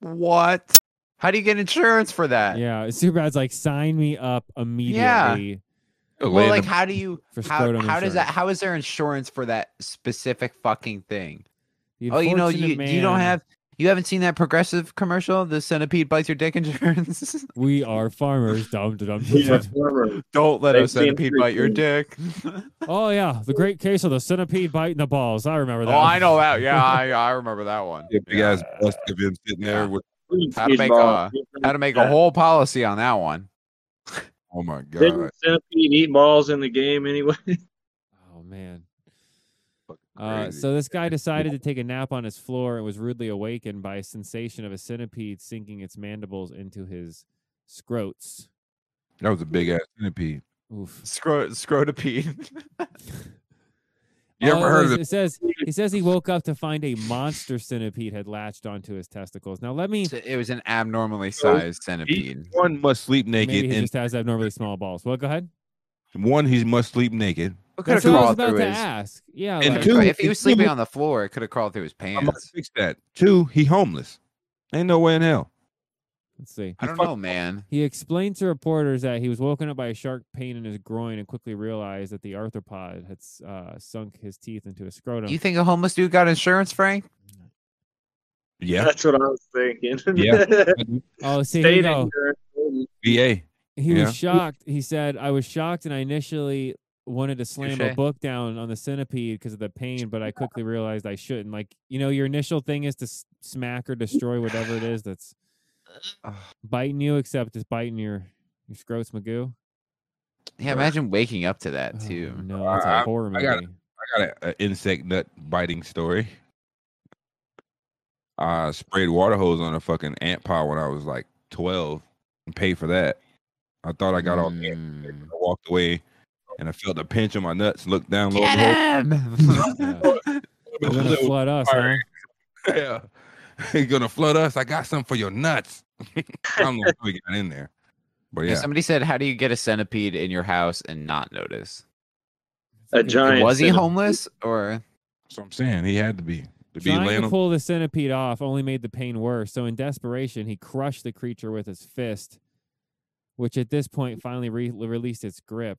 Speaker 2: What? How do you get insurance for that?
Speaker 5: yeah, Superbad's like, sign me up immediately
Speaker 2: Well, like how do you
Speaker 5: for
Speaker 2: how,
Speaker 5: scrotum
Speaker 2: how does that
Speaker 5: insurance.
Speaker 2: how is there insurance for that specific fucking thing?
Speaker 5: The
Speaker 2: Oh, you know,
Speaker 5: unfortunate
Speaker 2: you you don't
Speaker 5: man-
Speaker 2: have you haven't seen that progressive commercial, the centipede bites your dick insurance.
Speaker 5: We are farmers. Dum, dum, dum, dum,
Speaker 9: Yeah.
Speaker 5: dum.
Speaker 2: don't let
Speaker 9: They've
Speaker 2: a
Speaker 9: seen
Speaker 2: centipede bite your dick.
Speaker 5: Oh yeah, the great case of the centipede biting the balls. I remember that. Uh,
Speaker 2: oh, I know that. Yeah, I, I remember that one.
Speaker 6: Yeah, big ass bust of him sitting
Speaker 2: Yeah.
Speaker 6: there with
Speaker 2: How to make a- How to make a whole policy on that one.
Speaker 6: oh my god.
Speaker 9: Didn't centipede eat balls in the game anyway?
Speaker 5: Oh man.
Speaker 6: Fucking
Speaker 5: Uh,
Speaker 6: crazy.
Speaker 5: so this guy decided to take a nap on his floor and was rudely awakened by a sensation of a centipede sinking its mandibles into his scrotes.
Speaker 6: that was a big ass centipede.
Speaker 5: Oof.
Speaker 2: Scro- scrotopede.
Speaker 6: You
Speaker 5: All
Speaker 6: ever
Speaker 5: it
Speaker 6: heard of
Speaker 5: was- Oh, It says he says he woke up to find a monster centipede had latched onto his testicles. Now let me.
Speaker 2: So It was an abnormally sized centipede.
Speaker 6: one must sleep naked
Speaker 5: Maybe he
Speaker 6: and
Speaker 5: just has abnormally small balls. Well, go ahead.
Speaker 6: one he must sleep naked.
Speaker 2: It could have
Speaker 5: That's what I
Speaker 2: crawled
Speaker 5: was about
Speaker 2: through
Speaker 5: to
Speaker 2: his.
Speaker 5: ask. Yeah,
Speaker 6: And
Speaker 5: like,
Speaker 6: two-
Speaker 2: if he was sleeping
Speaker 6: two-
Speaker 2: on the floor, it could have crawled through his
Speaker 6: I must
Speaker 2: pants.
Speaker 6: fix that. Two, he homeless. Ain't no way in hell.
Speaker 5: let's see.
Speaker 2: I don't know, Oh, man.
Speaker 5: He explained to reporters that he was woken up by a sharp pain in his groin and quickly realized that the arthropod had s- uh, sunk his teeth into his scrotum.
Speaker 2: You think a homeless dude got insurance, Frank?
Speaker 6: Yeah.
Speaker 9: That's what I was thinking.
Speaker 6: Yeah.
Speaker 5: oh, see, here
Speaker 9: Stayed
Speaker 5: you go.
Speaker 9: ignorant.
Speaker 6: VA.
Speaker 5: He
Speaker 6: Yeah.
Speaker 5: was shocked. He said, I was shocked and I initially wanted to slam a
Speaker 2: Touche.
Speaker 5: book down on the centipede because of the pain, but I quickly realized I shouldn't. Like, you know, your initial thing is to s- smack or destroy whatever it is that's biting you, except it's biting your, your scrotes magoo.
Speaker 2: Yeah, imagine waking up to that
Speaker 5: Oh,
Speaker 2: too.
Speaker 5: no, that's a
Speaker 6: I-
Speaker 5: horror
Speaker 6: I
Speaker 5: movie.
Speaker 6: got I got an insect nut biting story. I sprayed water hose on a fucking ant pile when I was like 12 and paid for that. I thought I got all the ant
Speaker 2: Mm.
Speaker 6: infected. I walked away and I felt a pinch on my nuts, looked down, low
Speaker 2: Get
Speaker 6: and behold,
Speaker 2: him!
Speaker 5: They're gonna
Speaker 6: little
Speaker 5: flood us. huh?
Speaker 6: fire. yeah. He's gonna flood us. I got something for your nuts. I don't know if we got in there. But
Speaker 2: Yeah,
Speaker 6: yeah.
Speaker 2: Somebody said, "How do you get a centipede in your house and not notice?"
Speaker 9: A giant.
Speaker 2: Was he
Speaker 9: centipede.
Speaker 2: homeless or?
Speaker 6: That's what I'm saying. He had to be. To be
Speaker 5: Trying
Speaker 6: laying
Speaker 5: to
Speaker 6: on
Speaker 5: pull the centipede off only made the pain worse. So in desperation, he crushed the creature with his fist, which at this point finally re- released its grip.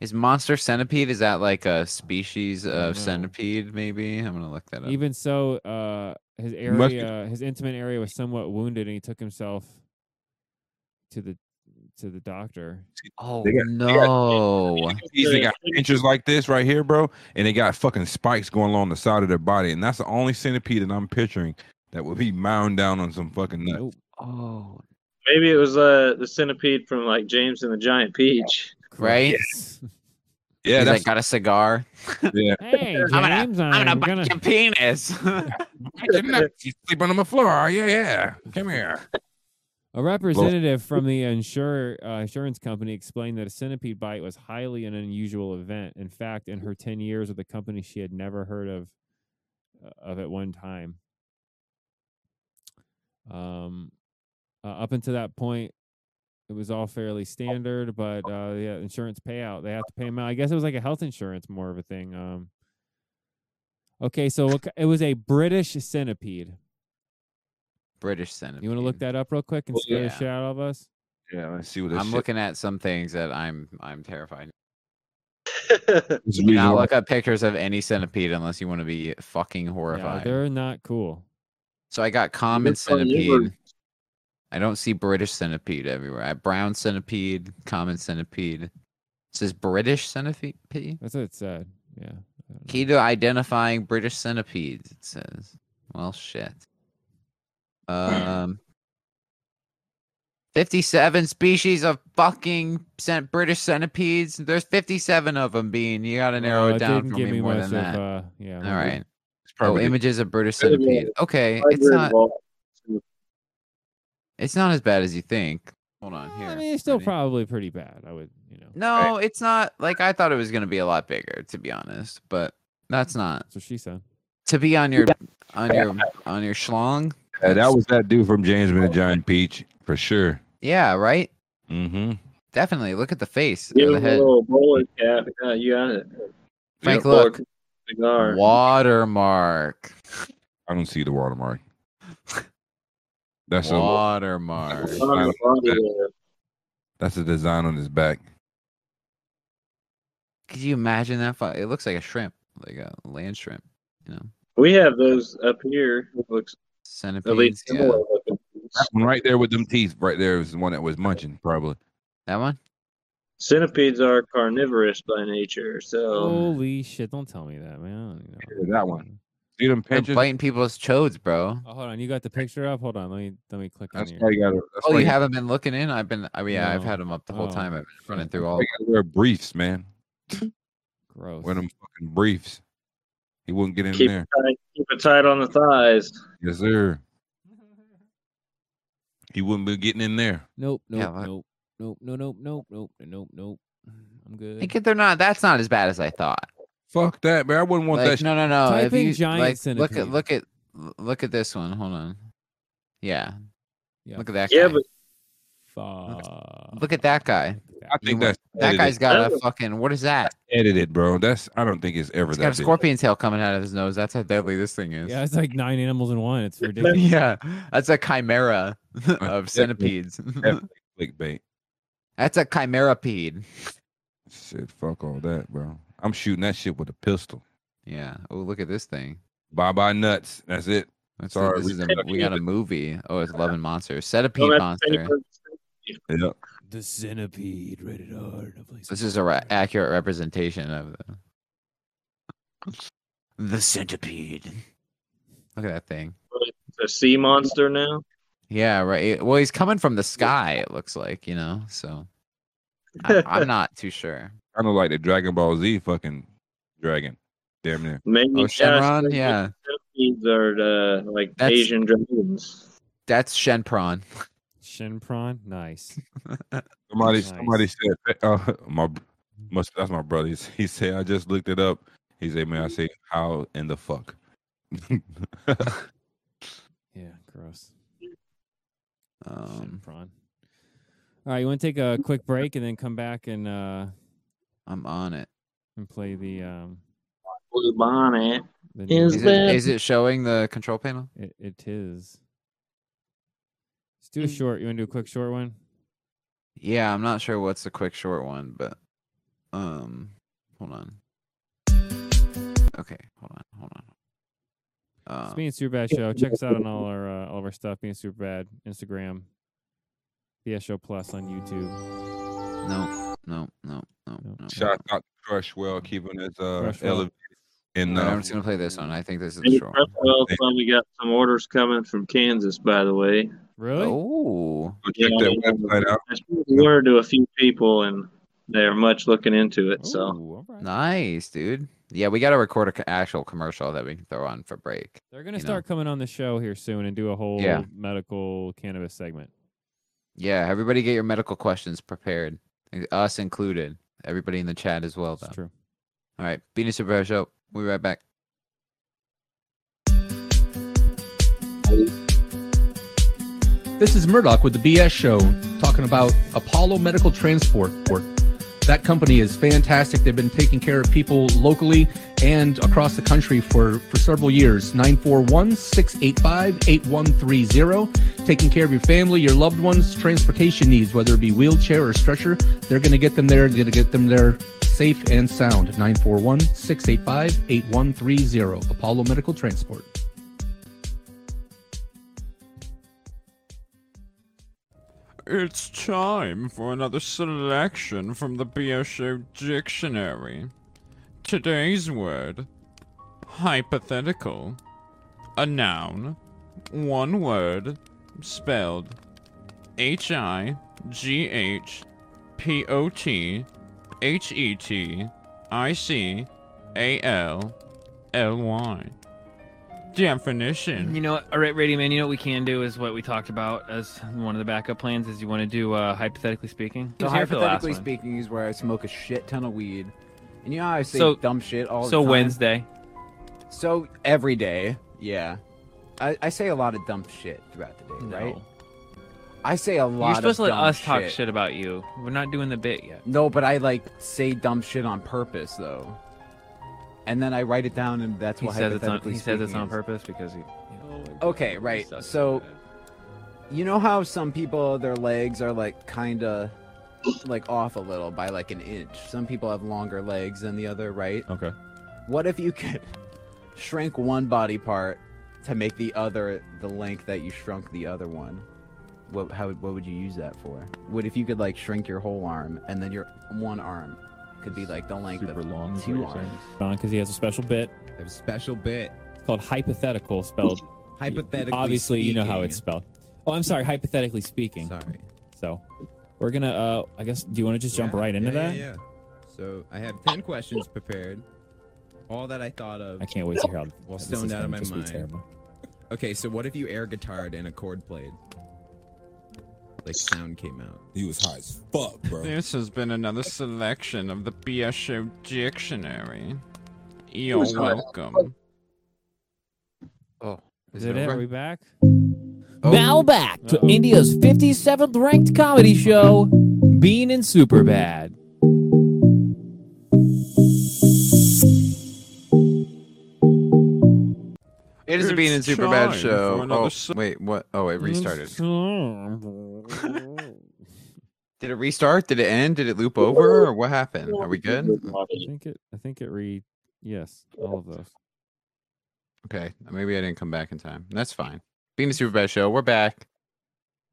Speaker 2: Is monster centipede? Is that like a species
Speaker 5: don't
Speaker 2: of
Speaker 5: know.
Speaker 2: centipede? Maybe I'm gonna look that up.
Speaker 5: Even so, uh, his
Speaker 6: must be-
Speaker 5: area, his intimate area, was somewhat wounded, and he took himself to the to the doctor.
Speaker 2: oh
Speaker 6: They got-
Speaker 2: no!
Speaker 6: These they got pinchers like this right here, bro, and they got fucking spikes going along the side of their body, and that's the only centipede that I'm picturing that would be mound down on some fucking nut.
Speaker 5: Nope.
Speaker 2: Oh,
Speaker 9: Maybe it was uh, the centipede from like James and the Giant Peach.
Speaker 2: Right?
Speaker 5: Yes.
Speaker 6: Yeah,
Speaker 2: He's
Speaker 6: that's
Speaker 2: like got a cigar.
Speaker 6: yeah.
Speaker 5: hey, James,
Speaker 2: gonna-
Speaker 5: I'm gonna,
Speaker 2: I'm gonna bite your penis.
Speaker 6: Your nut, You sleeping on the floor? Yeah, yeah. Come here.
Speaker 5: A representative from the insurer, uh, insurance company explained that a centipede bite was highly an unusual event. In fact, in her 10 years with the company, she had never heard of uh, of at one time. Um, uh, up until that point, it was all fairly standard, but uh, yeah, insurance payout, they have to pay them out. I guess it was like a health insurance more of a thing. Um, okay, so what ki- it was a British centipede.
Speaker 2: British centipede.
Speaker 5: You want to look that up real quick and
Speaker 2: Well,
Speaker 5: scare
Speaker 2: yeah.
Speaker 5: the shit out of us?
Speaker 6: Yeah, let's see what this.
Speaker 2: I'm
Speaker 6: shit-
Speaker 2: looking at some things that I'm I'm terrified.
Speaker 9: That's
Speaker 6: This is
Speaker 2: Do
Speaker 6: reason
Speaker 2: not
Speaker 6: why-
Speaker 2: look up pictures of any centipede unless you want to be fucking
Speaker 5: Yeah,
Speaker 2: horrified.
Speaker 5: they're not cool.
Speaker 2: so I got common
Speaker 9: why they were-
Speaker 2: centipede. I don't see British centipede everywhere. I have brown centipede, common centipede. It says British centipede.
Speaker 5: That's what it said. Yeah. I don't know.
Speaker 2: Key to identifying British centipedes, it says. Well, shit. Um, 57 species of fucking cent- British centipedes. There's 57 of them, Bean. You gotta narrow
Speaker 5: Uh,
Speaker 2: it down
Speaker 5: didn't
Speaker 2: for
Speaker 5: give
Speaker 2: me more
Speaker 5: much
Speaker 2: than that.
Speaker 5: Of, uh, yeah.
Speaker 2: All right.
Speaker 6: it's
Speaker 2: Oh,
Speaker 6: probably
Speaker 2: images of British
Speaker 9: Wait a minute.
Speaker 2: centipede.
Speaker 5: Oh,
Speaker 2: Okay, it's not. It's not as bad as you think. Hold on here.
Speaker 5: I mean, it's still
Speaker 2: Ready?
Speaker 5: probably pretty bad. I would, you know.
Speaker 2: No, it's not. Like I thought it was gonna be a lot bigger, to be honest. But that's not
Speaker 5: That's what she said.
Speaker 2: to be on your on your on your schlong.
Speaker 6: Yeah, that was that dude from James and the Giant Peach for sure.
Speaker 2: Yeah, right.
Speaker 6: Mm-hmm.
Speaker 2: Definitely. Look at the face
Speaker 9: Give
Speaker 2: or the
Speaker 9: him a
Speaker 2: head.
Speaker 9: little bowler cap. Yeah, you got it.
Speaker 2: Frank,
Speaker 9: Yeah,
Speaker 2: look.
Speaker 9: bowler Cigar.
Speaker 2: Watermark.
Speaker 6: I don't see the watermark. That's a
Speaker 2: Watermark.
Speaker 9: It's on the body there.
Speaker 6: that's a design on his back.
Speaker 2: Could you imagine that? fu- It looks like a shrimp, like a land shrimp. You know,
Speaker 9: We have those up here. It looks at
Speaker 2: centipedes.
Speaker 9: least
Speaker 2: Yeah.
Speaker 9: similar looking.
Speaker 6: That one right there with them teeth, right there is the one that was munching, probably.
Speaker 2: That one.
Speaker 9: Centipedes are carnivorous by nature, so
Speaker 5: Holy shit! Don't tell me that, man. I don't even know.
Speaker 6: Yeah, that one. See them
Speaker 2: They're
Speaker 6: pictures?
Speaker 2: biting people's chodes, bro.
Speaker 5: Oh, hold on. You got the picture up. Hold on. Let me let me click on
Speaker 6: That's
Speaker 5: your.
Speaker 6: why you gotta. That's
Speaker 2: Oh,
Speaker 6: why
Speaker 2: you haven't been looking in. I've been. I mean, yeah, I've
Speaker 5: No.
Speaker 2: had them up the whole
Speaker 5: Oh,
Speaker 2: time. I've been running
Speaker 5: shit.
Speaker 2: through all.
Speaker 6: why you gotta wear briefs, man.
Speaker 5: Gross.
Speaker 6: Wear them fucking briefs. He wouldn't get in
Speaker 9: keep
Speaker 6: there.
Speaker 9: it, tight, keep it tight on the thighs.
Speaker 6: Yes, sir. He wouldn't be getting in there.
Speaker 5: Nope. Nope.
Speaker 2: Yeah, what-
Speaker 5: nope. Nope. Nope. Nope. Nope. Nope. Nope. Nope. I'm
Speaker 2: I
Speaker 5: good.
Speaker 2: think they're not. That's not as bad as I thought.
Speaker 6: Fuck that, man. I wouldn't want that.
Speaker 10: Like,
Speaker 6: shit.
Speaker 10: no, no, no.
Speaker 5: Type
Speaker 10: if
Speaker 5: in
Speaker 10: you,
Speaker 5: giant
Speaker 10: like, look
Speaker 5: centipede.
Speaker 10: at look at look at this one. Hold on. Yeah.
Speaker 5: Yeah.
Speaker 10: Look at that.
Speaker 9: Yeah,
Speaker 10: guy.
Speaker 9: but
Speaker 5: Fuck.
Speaker 10: look at that guy.
Speaker 6: I think
Speaker 10: you
Speaker 6: that's
Speaker 10: That
Speaker 6: edited.
Speaker 10: guy's got a
Speaker 9: That-
Speaker 10: fucking. What is that?
Speaker 6: edited, bro. That's I don't think it's ever
Speaker 10: He's
Speaker 6: that.
Speaker 10: got a
Speaker 6: big.
Speaker 10: scorpion tail coming out of his nose. That's how deadly this thing is.
Speaker 5: Yeah, it's like nine animals in one. It's ridiculous.
Speaker 10: Yeah, that's a chimera of centipedes.
Speaker 6: clickbait.
Speaker 10: That's a chimerapede.
Speaker 6: Shit, fuck all that, bro. I'm shooting that shit with a pistol.
Speaker 10: Yeah. Oh, look at this thing.
Speaker 6: Bye bye nuts. That's it.
Speaker 10: That's
Speaker 6: Sorry,
Speaker 10: this
Speaker 6: we
Speaker 10: is a,
Speaker 9: can't
Speaker 10: we got a
Speaker 9: even-
Speaker 10: movie. Oh, it's Love and Monsters. Centipede
Speaker 9: Don't have
Speaker 10: Monster.
Speaker 9: any-
Speaker 6: Yeah.
Speaker 5: The centipede rated R. No place.
Speaker 10: This is a re- accurate representation of the the centipede. Look at that thing.
Speaker 9: a sea monster now.
Speaker 10: Yeah, right. Well, he's coming from the sky. It looks like you know. So I, I'm not too sure.
Speaker 6: Kind of like the Dragon Ball Z fucking dragon. Damn near.
Speaker 9: Maybe
Speaker 10: Oh,
Speaker 9: yeah,
Speaker 10: Shenron.
Speaker 9: centipedes
Speaker 10: Yeah,
Speaker 9: are the, like
Speaker 10: That's-
Speaker 9: Asian dragons.
Speaker 10: that's Shenpron.
Speaker 5: Shin prawn. Nice.
Speaker 6: Somebody,
Speaker 5: Nice.
Speaker 6: somebody said uh, my, must that's my brother. He s- He said I just looked it up. He said, man, I say how in the fuck.
Speaker 5: Yeah, gross. Shin
Speaker 10: Um,
Speaker 5: prawn. All right, you want to take a quick break and then come back and uh
Speaker 10: I'm on it.
Speaker 5: and play the um
Speaker 9: Blue bonnet.
Speaker 5: the
Speaker 9: Is
Speaker 10: Is
Speaker 5: new-
Speaker 10: it, is it showing the control panel?
Speaker 5: It, it is. Let's do a short. You want to do a quick short one?
Speaker 10: Yeah, I'm not sure what's the quick short one, but um, hold on. Okay, hold on, hold on.
Speaker 5: it's
Speaker 10: Um,
Speaker 5: me and Super Bad Show. Check us out on all our uh, all of our stuff. Me and Super Bad Instagram, BS Show Plus on YouTube.
Speaker 10: no, no, no, no,
Speaker 5: No.
Speaker 10: no.
Speaker 6: Shout out to Crushwell keeping his uh
Speaker 5: Crushwell.
Speaker 6: elevated. And
Speaker 10: Alright, I'm
Speaker 6: uh,
Speaker 10: just gonna play this one. I think this is
Speaker 9: Hey,
Speaker 10: the short. one.
Speaker 9: Cresswell probably got some orders coming from Kansas, by the way.
Speaker 5: Really?
Speaker 10: Oh,
Speaker 6: go check that website out.
Speaker 9: I sent the word to a few people, and they're much looking into it. So
Speaker 5: Ooh, all right.
Speaker 10: nice, dude. Yeah, we gotta record an actual commercial that we can throw on for break.
Speaker 5: They're gonna
Speaker 10: you know.
Speaker 5: start coming on the show here soon and do a whole
Speaker 10: Yeah.
Speaker 5: medical cannabis segment.
Speaker 10: Yeah, everybody get your medical questions prepared, i- us included. Everybody in the chat as well, though.
Speaker 5: That's true.
Speaker 10: All right, Beanie Super Show. We'll be right back.
Speaker 11: This is Murdoch with the BS Show talking about Apollo Medical Transport. That company is fantastic. They've been taking care of people locally and across the country for, for several years. 941 685 8130. Taking care of your family, your loved ones, transportation needs, whether it be wheelchair or stretcher, they're going to get them there, going to get them there safe and sound. 941 685 8130. Apollo Medical Transport.
Speaker 10: It's time for another selection from the BSO dictionary. Today's word hypothetical. A noun, one word, spelled H I G H P O T H E T I C A L L Y. Definition.
Speaker 12: You know, what- all right, Radio Man. You know what we can do is what we talked about as one of the backup plans is you want to do uh, hypothetically speaking.
Speaker 2: So
Speaker 12: Who's here for the last
Speaker 2: hypothetically
Speaker 12: one?
Speaker 2: speaking is where I smoke a shit ton of weed. And you know how I say
Speaker 12: So-
Speaker 2: dumb shit all the
Speaker 12: so
Speaker 2: time.
Speaker 12: Wednesday.
Speaker 2: So every day, yeah. I, I say a lot of dumb shit throughout the day, right?
Speaker 12: No.
Speaker 2: I say a lot
Speaker 12: You're supposed to
Speaker 2: of
Speaker 12: let
Speaker 2: dumb
Speaker 12: us talk
Speaker 2: shit.
Speaker 12: shit about you. We're not doing the bit yet.
Speaker 2: No, but I like say dumb shit on purpose though. And then I write it down and that's
Speaker 12: He
Speaker 2: what
Speaker 12: says it's on.
Speaker 2: hypothetically
Speaker 12: He says it's
Speaker 2: speaking
Speaker 12: on
Speaker 2: is.
Speaker 12: purpose because he. You know,
Speaker 2: Okay, right. So you know how some people their legs are like kind of like off a little by like an inch. Some people have longer legs than the other, right?
Speaker 6: Okay.
Speaker 2: What if you could shrink one body part to make the other the length that you shrunk the other one? What how would- what would you use that for? What if you could like shrink your whole arm and then your one arm could be like the length
Speaker 6: Super
Speaker 2: of
Speaker 6: long. is what
Speaker 2: two
Speaker 6: you're saying.
Speaker 2: arms?
Speaker 5: Don, because he has a special bit
Speaker 2: I have a special bit.
Speaker 5: It's called hypothetical, spelled
Speaker 2: Hypothetically,
Speaker 5: obviously you know how it's spelled. Oh, I'm sorry. Hypothetically speaking,
Speaker 2: Sorry.
Speaker 5: so we're gonna. uh I guess. Do you want to just jump
Speaker 2: Yeah,
Speaker 5: right into
Speaker 2: yeah,
Speaker 5: that?
Speaker 2: Yeah, yeah. So I have ten questions prepared. All that I thought of.
Speaker 5: I can't wait to hear how
Speaker 2: Well,
Speaker 5: this
Speaker 2: stoned
Speaker 5: is
Speaker 2: out of
Speaker 5: gonna
Speaker 2: my
Speaker 5: just be
Speaker 2: mind.
Speaker 5: terrible.
Speaker 2: Okay, so what if you air guitared and a chord played? Like sound came out.
Speaker 13: He was high as fuck, bro.
Speaker 10: This has been another selection of the BSO dictionary.
Speaker 2: You're welcome.
Speaker 6: Oh,
Speaker 5: Is it it? Are we back?
Speaker 14: Now back to India's 57th ranked comedy show, Bean and Superbad.
Speaker 2: It is a Bean and
Speaker 6: It's
Speaker 2: Super Bad
Speaker 6: time
Speaker 2: show.
Speaker 6: for another Mm-hmm.
Speaker 2: Oh,
Speaker 6: se-
Speaker 2: wait, what? Oh, it restarted. Did it restart? Did it end? Did it loop over? Or what happened? Are we good?
Speaker 5: I think it. I think it read. Yes, all of those.
Speaker 2: Okay, maybe I didn't come back in time. That's fine. Being a super bad show, we're back,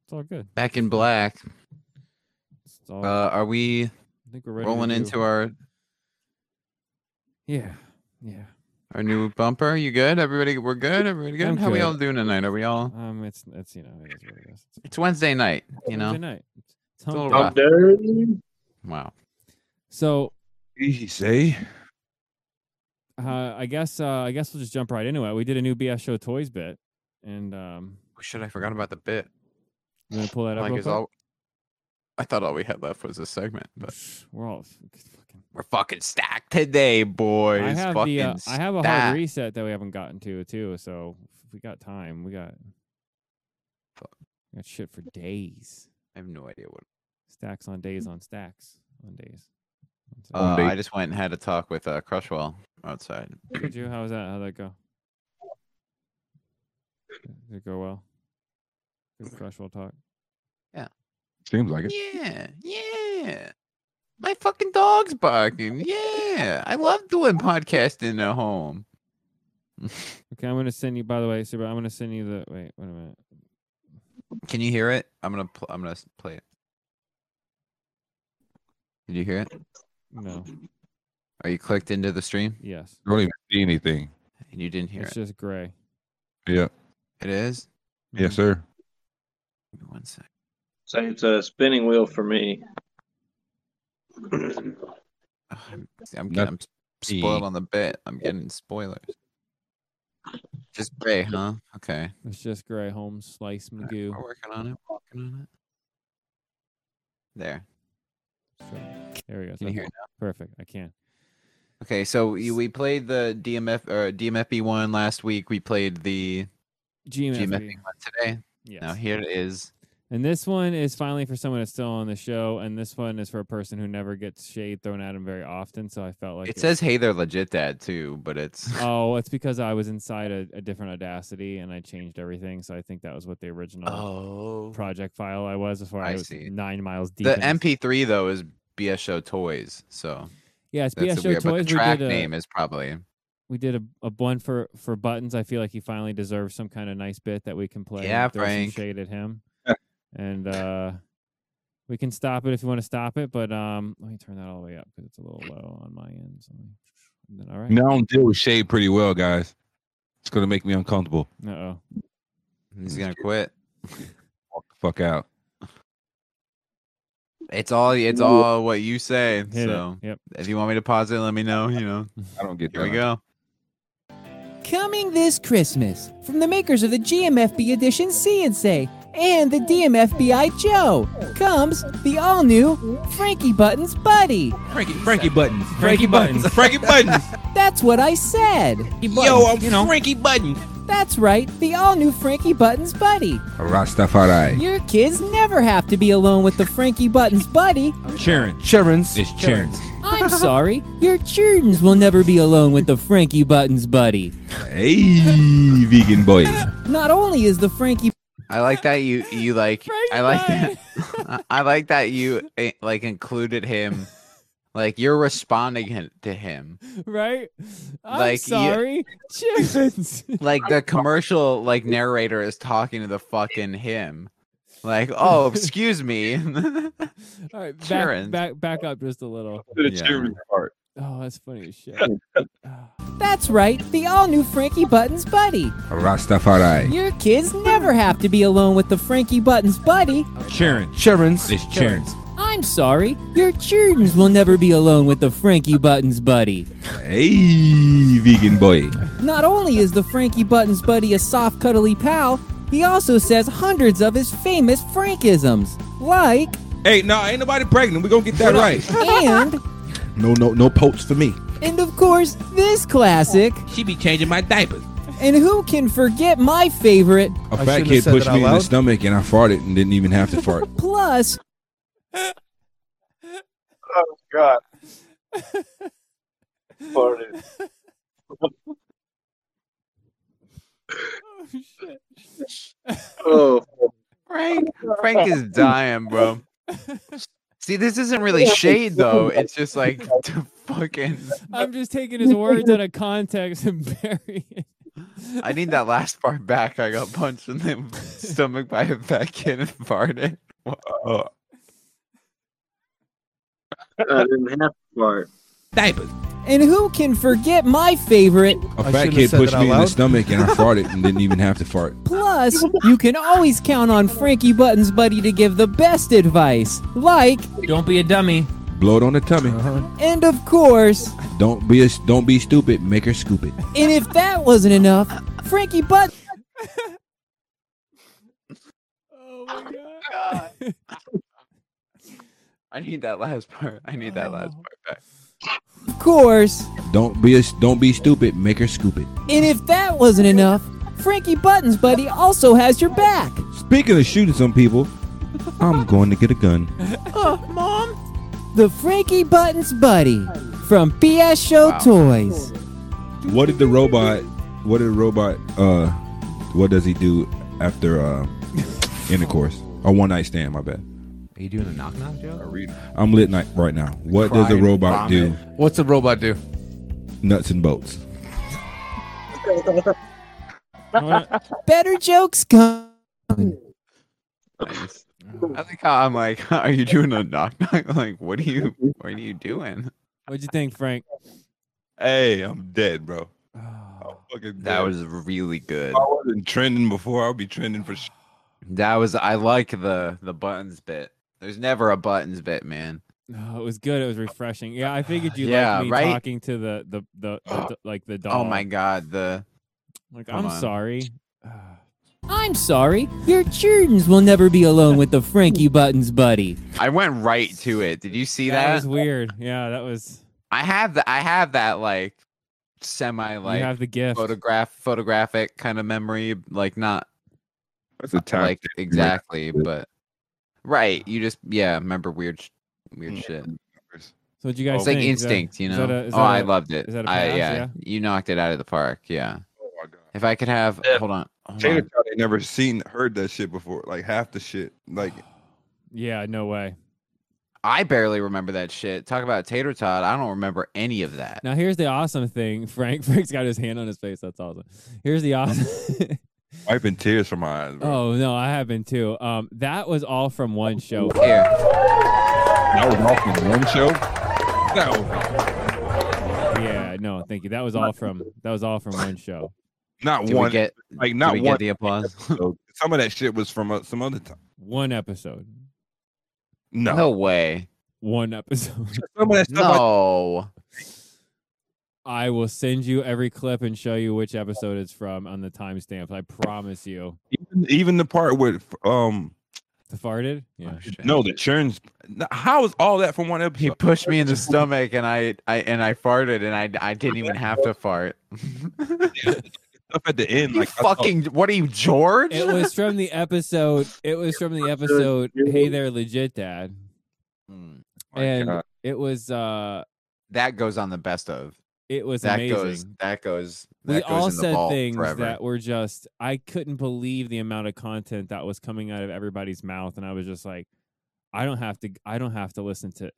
Speaker 5: It's all good.
Speaker 2: back in black.
Speaker 5: all-
Speaker 2: Uh, are we
Speaker 5: think we're ready to
Speaker 2: rolling
Speaker 5: do-
Speaker 2: into our
Speaker 5: Yeah, yeah.
Speaker 2: our new bumper? You good? Everybody, we're good. Everybody good.
Speaker 5: I'm
Speaker 2: How we
Speaker 5: good.
Speaker 2: all doing tonight? Are we all?
Speaker 5: Um, it's it's you know it is what it is.
Speaker 2: It's Wednesday night. You know,
Speaker 5: Wednesday night. It's
Speaker 2: It's a
Speaker 5: hump
Speaker 2: little
Speaker 5: day.
Speaker 2: rough. Wow.
Speaker 5: So
Speaker 6: easy say.
Speaker 5: Uh, I guess uh, I guess we'll just jump right into it. We did a new BS show toys bit, and um,
Speaker 2: should Oh, I forgot about the bit?
Speaker 5: You want to pull that up?
Speaker 2: Like
Speaker 5: real
Speaker 2: is
Speaker 5: quick?
Speaker 2: all. I thought all we had left was a segment, but
Speaker 5: we're all
Speaker 2: we're fucking stacked today, boys.
Speaker 5: I have
Speaker 2: fucking
Speaker 5: the uh, I have a hard
Speaker 2: stacked.
Speaker 5: reset that we haven't gotten to too. So if we got time. We got we got shit for days.
Speaker 2: I have no idea what
Speaker 5: stacks on days on stacks on days.
Speaker 2: Uh, I just went and had a talk with uh, Crushwell outside.
Speaker 5: Did you? How was that? How'd that go? Did it go well? Good crush. We'll talk.
Speaker 6: Seems like it.
Speaker 2: Yeah, yeah. My fucking dog's barking. Yeah, I love doing podcasting at home.
Speaker 5: Okay, I'm gonna send you. By the way, Super, I'm gonna send you the. Wait, wait a minute.
Speaker 2: Can you hear it? I'm gonna pl- I'm gonna s- play it. Did you hear it?
Speaker 5: No.
Speaker 2: Are you clicked into the stream?
Speaker 5: Yes.
Speaker 6: I don't even see anything.
Speaker 2: And you didn't hear
Speaker 5: it's
Speaker 2: it.
Speaker 5: just gray.
Speaker 6: Yeah.
Speaker 2: It is.
Speaker 10: Mm.
Speaker 6: Yes, sir.
Speaker 2: Give me one sec.
Speaker 9: So it's a spinning wheel for me.
Speaker 2: See, I'm getting I'm spoiled on the bit. I'm getting spoilers. Just gray, huh? Okay.
Speaker 5: It's just gray. Holmes slice Magoo.
Speaker 2: We're working on it. Working on it. There.
Speaker 5: There we go.
Speaker 2: Can you hear it
Speaker 5: Perfect. I can.
Speaker 2: Okay, so we, we played the DMF or DMFB E one last week. We played the
Speaker 5: GMFB.
Speaker 2: E one today. Now
Speaker 5: E. Yes.
Speaker 2: here it is.
Speaker 5: And this one is finally for someone that's still on the show, and this one is for a person who never gets shade thrown at him very often. So I felt like
Speaker 2: it says "Hey there, legit dad" too, but it's
Speaker 5: Oh, it's because I was inside a, a different Audacity and I changed everything. So I think that was what the original project file I was before I,
Speaker 2: Oh. I
Speaker 5: was
Speaker 2: see.
Speaker 5: nine miles deep.
Speaker 2: the
Speaker 5: in this-
Speaker 2: MP3 though is BS Show Toys. So
Speaker 5: Yeah, it's
Speaker 2: that's
Speaker 5: BS
Speaker 2: the
Speaker 5: Show
Speaker 2: weird-
Speaker 5: Toys.
Speaker 2: But
Speaker 5: We
Speaker 2: the track
Speaker 5: did a-
Speaker 2: name is probably
Speaker 5: we did a, a one for for buttons. I feel like he finally deserves some kind of nice bit that we can play. and
Speaker 2: Yeah,
Speaker 5: throw some
Speaker 2: Frank.
Speaker 5: shade at him, and uh, we can stop it if you want to stop it. But um, let me turn that all the way up because it's a little low on my end. So let me- and then, all right.
Speaker 6: Now I don't deal with shade pretty well, guys. It's gonna make me uncomfortable.
Speaker 5: Uh oh.
Speaker 2: he's gonna quit.
Speaker 6: Walk the fuck out.
Speaker 2: It's all it's all what you say.
Speaker 6: it.
Speaker 2: so
Speaker 5: Yep.
Speaker 2: if you want me to pause it, let me know. You know.
Speaker 6: I don't get.
Speaker 2: Here we
Speaker 6: that.
Speaker 2: go.
Speaker 14: Coming this Christmas from the makers of the GMFB edition C and Say and the DMFBI Joe comes the all new Frankie Buttons Buddy.
Speaker 11: Frankie, Frankie Buttons.
Speaker 14: Frankie Buttons.
Speaker 11: Frankie Buttons.
Speaker 14: That's what I said.
Speaker 11: Yo, I'm you know.
Speaker 14: Frankie Button. That's right, the all new Frankie Buttons Buddy.
Speaker 6: Rastafari.
Speaker 14: Your kids never have to be alone with the Frankie Buttons Buddy.
Speaker 6: Sharon.
Speaker 11: Sharon's.
Speaker 6: It's Sharon.
Speaker 14: I'm sorry, your childrens will never be alone with the Frankie Buttons Buddy.
Speaker 6: Hey, vegan boy.
Speaker 14: Not only is the Frankie
Speaker 2: I like that you you like I like that I like that you eh, like included him like you're responding hin- to him
Speaker 5: Right? I'm
Speaker 2: Like, you-
Speaker 5: sorry. Chickens.
Speaker 2: like the commercial like narrator is talking to the fucking him like oh excuse me
Speaker 5: All right, back,
Speaker 2: Sharon's.
Speaker 5: back back up just a little.
Speaker 2: The Yeah. Sharon's
Speaker 6: part.
Speaker 5: Oh, that's funny as shit.
Speaker 14: That's right, the all new Frankie Buttons Buddy.
Speaker 6: Rastafari.
Speaker 14: Your kids never have to be alone with the Frankie Buttons Buddy.
Speaker 6: Sharon.
Speaker 11: Sharon's.
Speaker 6: It's Sharon.
Speaker 14: I'm sorry, your childrens will never be alone with the Frankie Buttons Buddy.
Speaker 6: Hey, vegan boy.
Speaker 14: Not only is the Frankie Buttons Buddy a soft, cuddly pal, he also says hundreds of his famous Frankisms, like
Speaker 11: Hey, no, ain't nobody pregnant. We gonna get that right.
Speaker 14: and
Speaker 7: No, no, no poach for me.
Speaker 14: And of course, this classic.
Speaker 15: She be changing my diapers.
Speaker 14: And who can forget my favorite?
Speaker 6: A fat kid pushed me in the stomach and I farted and didn't even have to fart.
Speaker 14: Plus,
Speaker 16: Oh God. Farted.
Speaker 2: Oh, Frank, Frank is dying, bro. See, this isn't really shade though. It's just like to fucking.
Speaker 5: I'm just taking his words out of context and burying it.
Speaker 2: I need that last part back. I got punched in the stomach by a fat kid and farted. Whoa.
Speaker 9: I didn't have to fart.
Speaker 15: Diapers.
Speaker 14: And who can forget my favorite?
Speaker 6: A fat kid pushed me in the stomach and I farted and didn't even have to fart.
Speaker 14: Plus, you can always count on Frankie Button's buddy to give the best advice, like,
Speaker 15: Don't be a dummy.
Speaker 6: Blow it on the tummy.
Speaker 14: and of course,
Speaker 6: Don't be a, don't be stupid. Make her scoop it.
Speaker 14: and if that wasn't enough, Frankie Button.
Speaker 2: I need that last part. I need that last part back.
Speaker 14: Of course.
Speaker 6: Don't be a, don't be stupid. Make her scoop it.
Speaker 14: And if that wasn't enough, Frankie Button's buddy also has your back.
Speaker 6: Speaking of shooting some people, I'm going to get a gun.
Speaker 14: Oh, Mom. The Frankie Button's buddy from BS Show Toys.
Speaker 6: What did the robot? What did the robot? Uh, what does he do after uh, intercourse or one night stand? My bad.
Speaker 10: Are you doing a knock knock joke?
Speaker 6: I'm lit night right now. What does a
Speaker 10: Crying,
Speaker 6: robot do?
Speaker 10: vomit.
Speaker 11: What's a robot do?
Speaker 6: Nuts and bolts.
Speaker 14: Better jokes come.
Speaker 2: I like how I'm like, are you doing a knock knock? Like, what are you? What are you doing?
Speaker 5: What'd you think, Frank?
Speaker 6: Hey, I'm dead, bro. I'm fucking
Speaker 2: Oh. That
Speaker 6: dead.
Speaker 2: was really good.
Speaker 6: If I wasn't trending before. I'll be trending for sure.
Speaker 2: That was. I like the the buttons bit. There's never a buttons bit, man.
Speaker 5: No, Oh, it was good. It was refreshing. Yeah, I figured you
Speaker 2: Yeah,
Speaker 5: liked me
Speaker 2: right?
Speaker 5: talking to the the, the, the, d- like the dog.
Speaker 2: Oh my god, the
Speaker 5: Like
Speaker 2: come
Speaker 5: I'm
Speaker 2: on.
Speaker 5: sorry.
Speaker 14: I'm sorry, your Jordans will never be alone with the Frankie Button's buddy.
Speaker 2: I went right to it. Did you see that?
Speaker 5: That was weird. Yeah, that was.
Speaker 2: I have the I have that like semi like
Speaker 5: have the gift.
Speaker 2: photograph photographic kind of memory, like not
Speaker 6: That's a time
Speaker 2: like exactly, but right. You just yeah, remember weird sh- weird
Speaker 6: Mm.
Speaker 2: shit.
Speaker 5: So what you guys
Speaker 2: it's like
Speaker 5: think? Is that-
Speaker 2: instinct, you
Speaker 5: is
Speaker 2: know.
Speaker 5: that a- is
Speaker 2: oh,
Speaker 5: that
Speaker 2: I
Speaker 5: a-
Speaker 2: loved it.
Speaker 5: is that a
Speaker 2: I-
Speaker 5: pass?
Speaker 2: yeah,
Speaker 5: Yeah?
Speaker 2: you knocked it out of the park. Yeah.
Speaker 6: Oh
Speaker 2: If I could have, hold on. Hold
Speaker 6: Tater
Speaker 2: on.
Speaker 6: Tot ain't never seen heard that shit before. Like half the shit. Like
Speaker 5: Yeah, no way.
Speaker 2: I barely remember that shit. Talk about tater tot. I don't remember any of that.
Speaker 5: Now here's the awesome thing, Frank. Frank's got his hand on his face. That's awesome. Here's the awesome.
Speaker 6: wiping tears from my eyes. Bro.
Speaker 5: oh no, I have been too. Um, that was all from one show.
Speaker 6: That was all from one show. No,
Speaker 5: Yeah, no, thank you. That was all from that was all from one show.
Speaker 6: not
Speaker 5: Did we
Speaker 6: one.
Speaker 5: get-
Speaker 6: like
Speaker 5: did
Speaker 6: not
Speaker 5: we get
Speaker 6: one.
Speaker 5: the applause?
Speaker 6: episode. Some of that shit was from uh, some other time.
Speaker 5: One episode.
Speaker 6: No.
Speaker 2: No way.
Speaker 5: One episode.
Speaker 6: Some of that stuff. I-
Speaker 2: No.
Speaker 5: I will send you every clip and show you which episode it's from on the timestamps. I promise you.
Speaker 6: even, even the part with um.
Speaker 5: The farted? Yeah.
Speaker 2: Oh,
Speaker 6: No, the churns. How is all that from one episode?
Speaker 2: He pushed me in the stomach and I, I and I farted and I I didn't even have to fart.
Speaker 6: Stuff at the end.
Speaker 2: You
Speaker 6: Like I thought-
Speaker 2: fucking what are you, George?
Speaker 5: It was from the episode. It was from the episode. Hey there, legit dad.
Speaker 6: Hmm, my
Speaker 5: And
Speaker 6: God.
Speaker 5: it was. uh
Speaker 2: that goes on the best of.
Speaker 5: It was
Speaker 2: that
Speaker 5: amazing.
Speaker 2: goes that goes that
Speaker 5: we
Speaker 2: goes
Speaker 5: all
Speaker 2: in the
Speaker 5: said
Speaker 2: vault
Speaker 5: things
Speaker 2: forever.
Speaker 5: that were just i couldn't believe the amount of content that was coming out of everybody's mouth and i was just like i don't have to i don't have to listen to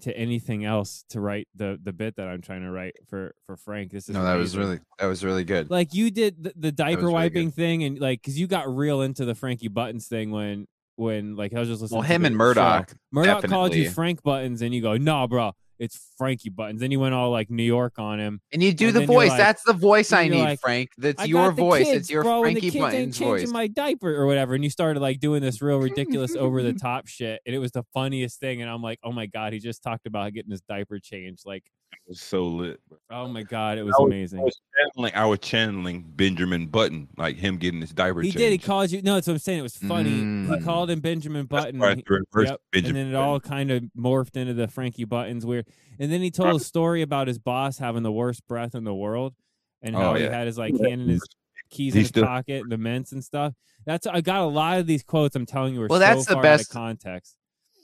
Speaker 5: to anything else to write the the bit that i'm trying to write for for frank this is
Speaker 2: no, that was
Speaker 5: amazing.
Speaker 2: really that was really good.
Speaker 5: like you did the, the diaper
Speaker 2: really good.
Speaker 5: wiping thing and like because you got real into the frankie buttons thing when when like i was just listening
Speaker 2: Well,
Speaker 5: to
Speaker 2: him
Speaker 5: the
Speaker 2: and
Speaker 5: show.
Speaker 2: Murdoch,
Speaker 5: murdoch called you
Speaker 2: definitely.
Speaker 5: frank buttons and you go nah bro it's frankie buttons then you went all like new york on him
Speaker 2: And you do
Speaker 5: and
Speaker 2: the
Speaker 5: then you're
Speaker 2: voice.
Speaker 5: like-
Speaker 2: That's the voice
Speaker 5: then
Speaker 2: I
Speaker 5: you're
Speaker 2: need,
Speaker 5: like,
Speaker 2: Frank. That's
Speaker 5: I
Speaker 2: your
Speaker 5: got the
Speaker 2: voice.
Speaker 5: Kids,
Speaker 2: it's your
Speaker 5: bro, and
Speaker 2: Frankie
Speaker 5: the kids ain't
Speaker 2: Button's
Speaker 5: changing
Speaker 2: voice.
Speaker 5: my diaper or whatever, and you started like doing this real ridiculous over the top shit, and it was the funniest thing. And I'm like, oh my god, he just talked about getting his diaper changed. Like,
Speaker 6: It was so lit. bro.
Speaker 5: oh my god, it
Speaker 6: I
Speaker 5: was
Speaker 6: I
Speaker 5: amazing.
Speaker 6: was channeling, I was channeling Benjamin Button, like him getting his diaper
Speaker 5: He
Speaker 6: changed.
Speaker 5: did. He called you. No, that's what I'm saying. It was funny. He
Speaker 2: Mm.
Speaker 5: called him Benjamin Button.
Speaker 6: why I
Speaker 5: he-
Speaker 6: reversed
Speaker 5: yep, And
Speaker 6: Benjamin
Speaker 5: then it all kind of morphed into the Frankie Buttons weird. And then he told a story about his boss having the worst breath in the world, and how
Speaker 6: Oh,
Speaker 5: he
Speaker 6: yeah.
Speaker 5: had his like hand in his keys in
Speaker 6: He
Speaker 5: his
Speaker 6: still-
Speaker 5: pocket, the mints and stuff. That's I got a lot of these quotes. I'm telling you, are
Speaker 2: Well,
Speaker 5: so
Speaker 2: that's the
Speaker 5: far out of
Speaker 2: best-
Speaker 5: context.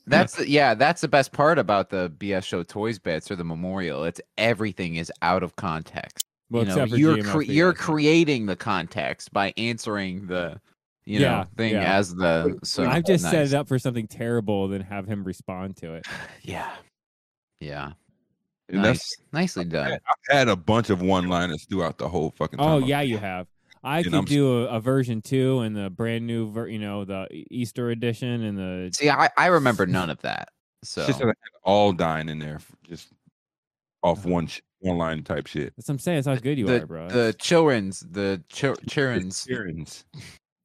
Speaker 2: That's the, yeah, that's the best part about the BS show toys bits or the memorial. It's everything is out of context.
Speaker 5: Well,
Speaker 2: you know,
Speaker 5: except for
Speaker 2: you're
Speaker 5: GMFB,
Speaker 2: cre- you're creating the context by answering the you know thing as the so
Speaker 5: I've just set
Speaker 2: nice.
Speaker 5: it up for something terrible, then have him respond to it.
Speaker 2: Yeah, yeah.
Speaker 6: And
Speaker 2: Nice. Nicely done.
Speaker 6: I've had a bunch of one-liners throughout the whole fucking.
Speaker 5: Oh
Speaker 6: time.
Speaker 5: yeah, you have. I
Speaker 6: And
Speaker 5: could
Speaker 6: I'm s-
Speaker 5: do a, a version two and the brand new, ver- you know, the E- Easter edition and the.
Speaker 2: See, I, I remember none of that. So
Speaker 6: It's just that I had all dying in there, f- just off one sh- one line type shit.
Speaker 5: That's what I'm saying. That's how good you
Speaker 2: the,
Speaker 5: are, bro.
Speaker 2: the children's the chil- children's
Speaker 6: children's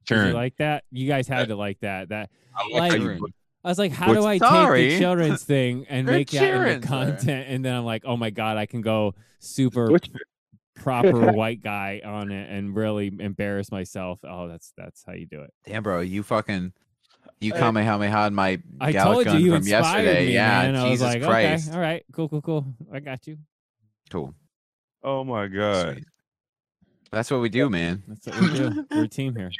Speaker 5: Did you like that? You guys had to like that. That
Speaker 6: I
Speaker 5: like.
Speaker 6: like how you put-
Speaker 5: I was like, how
Speaker 6: What's-
Speaker 5: do I take
Speaker 6: Sorry.
Speaker 5: the children's thing and
Speaker 6: They're
Speaker 5: make that into
Speaker 6: children's, sir.
Speaker 5: content? And then I'm like, oh my god, I can go super proper white guy on it and really embarrass myself. Oh, that's that's how you do it.
Speaker 2: Damn, bro, you fucking you
Speaker 5: Hey.
Speaker 2: kamehameha'd my
Speaker 5: I
Speaker 2: Gallic
Speaker 5: told you,
Speaker 2: gun
Speaker 5: you
Speaker 2: from
Speaker 5: inspired
Speaker 2: yesterday.
Speaker 5: me,
Speaker 2: yeah,
Speaker 5: man. I was
Speaker 2: Jesus
Speaker 5: like,
Speaker 2: Christ.
Speaker 5: okay, all right, cool, cool, cool. I got you.
Speaker 2: Cool.
Speaker 6: Oh my god.
Speaker 2: That's what we do, man.
Speaker 5: That's what we do. We're a team here.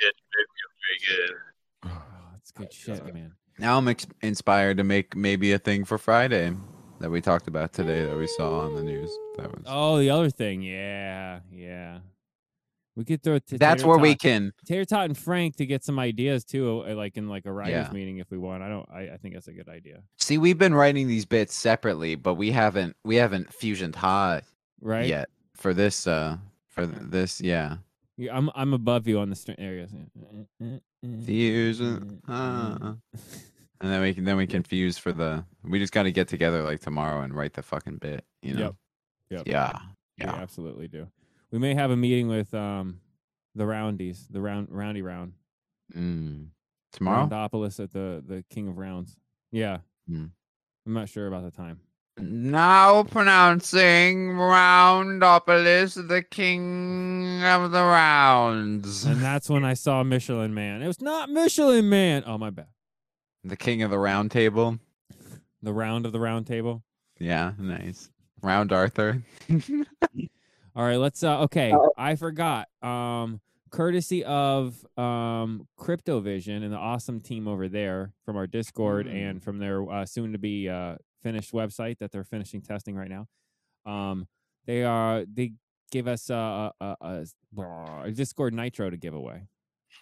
Speaker 5: That's good shit, man.
Speaker 2: Now I'm ex- inspired to make maybe a thing for Friday that we talked about today that we saw on the news. That was
Speaker 5: Oh, the other thing, yeah, yeah. We could throw. T-
Speaker 2: That's
Speaker 5: Tater
Speaker 2: where we
Speaker 5: Tot-
Speaker 2: can-
Speaker 5: Tater Tot and Frank to get some ideas too, uh, like in like a writers
Speaker 2: Yeah.
Speaker 5: meeting if we want. I don't. I, I think that's a good idea.
Speaker 2: see we've been writing these bits separately, but we haven't we haven't fusioned high
Speaker 5: Right.
Speaker 2: yet for this uh for th- this yeah
Speaker 5: Yeah, I'm I'm above you eh, on the string areas.
Speaker 2: fusion
Speaker 5: eh, Mm.
Speaker 2: high. And then we can then we can fuse for the we just got to get together like tomorrow and write the fucking bit you know
Speaker 5: Yep. Yep.
Speaker 2: yeah
Speaker 5: Yeah. We absolutely do. We may have a meeting with um the Roundies, the round roundy round.
Speaker 2: Mm. Tomorrow?
Speaker 5: Roundopolis at the the King of Rounds. Yeah.
Speaker 2: Mm.
Speaker 5: I'm not sure about the time.
Speaker 2: Now pronouncing Roundopolis, the king of the rounds.
Speaker 5: And that's when I saw Michelin Man. It was not Michelin Man. Oh my bad.
Speaker 2: The king of the round table.
Speaker 5: The round of the round table.
Speaker 2: Yeah, nice. Round Arthur.
Speaker 5: All right, let's uh okay. I forgot. Um courtesy of um CryptoVision and the awesome team over there from our Discord
Speaker 15: Mm.
Speaker 5: and from their uh, soon to be uh finished website that they're finishing testing right now. Um they are they give us uh, a a, a, a Discord Nitro to give away.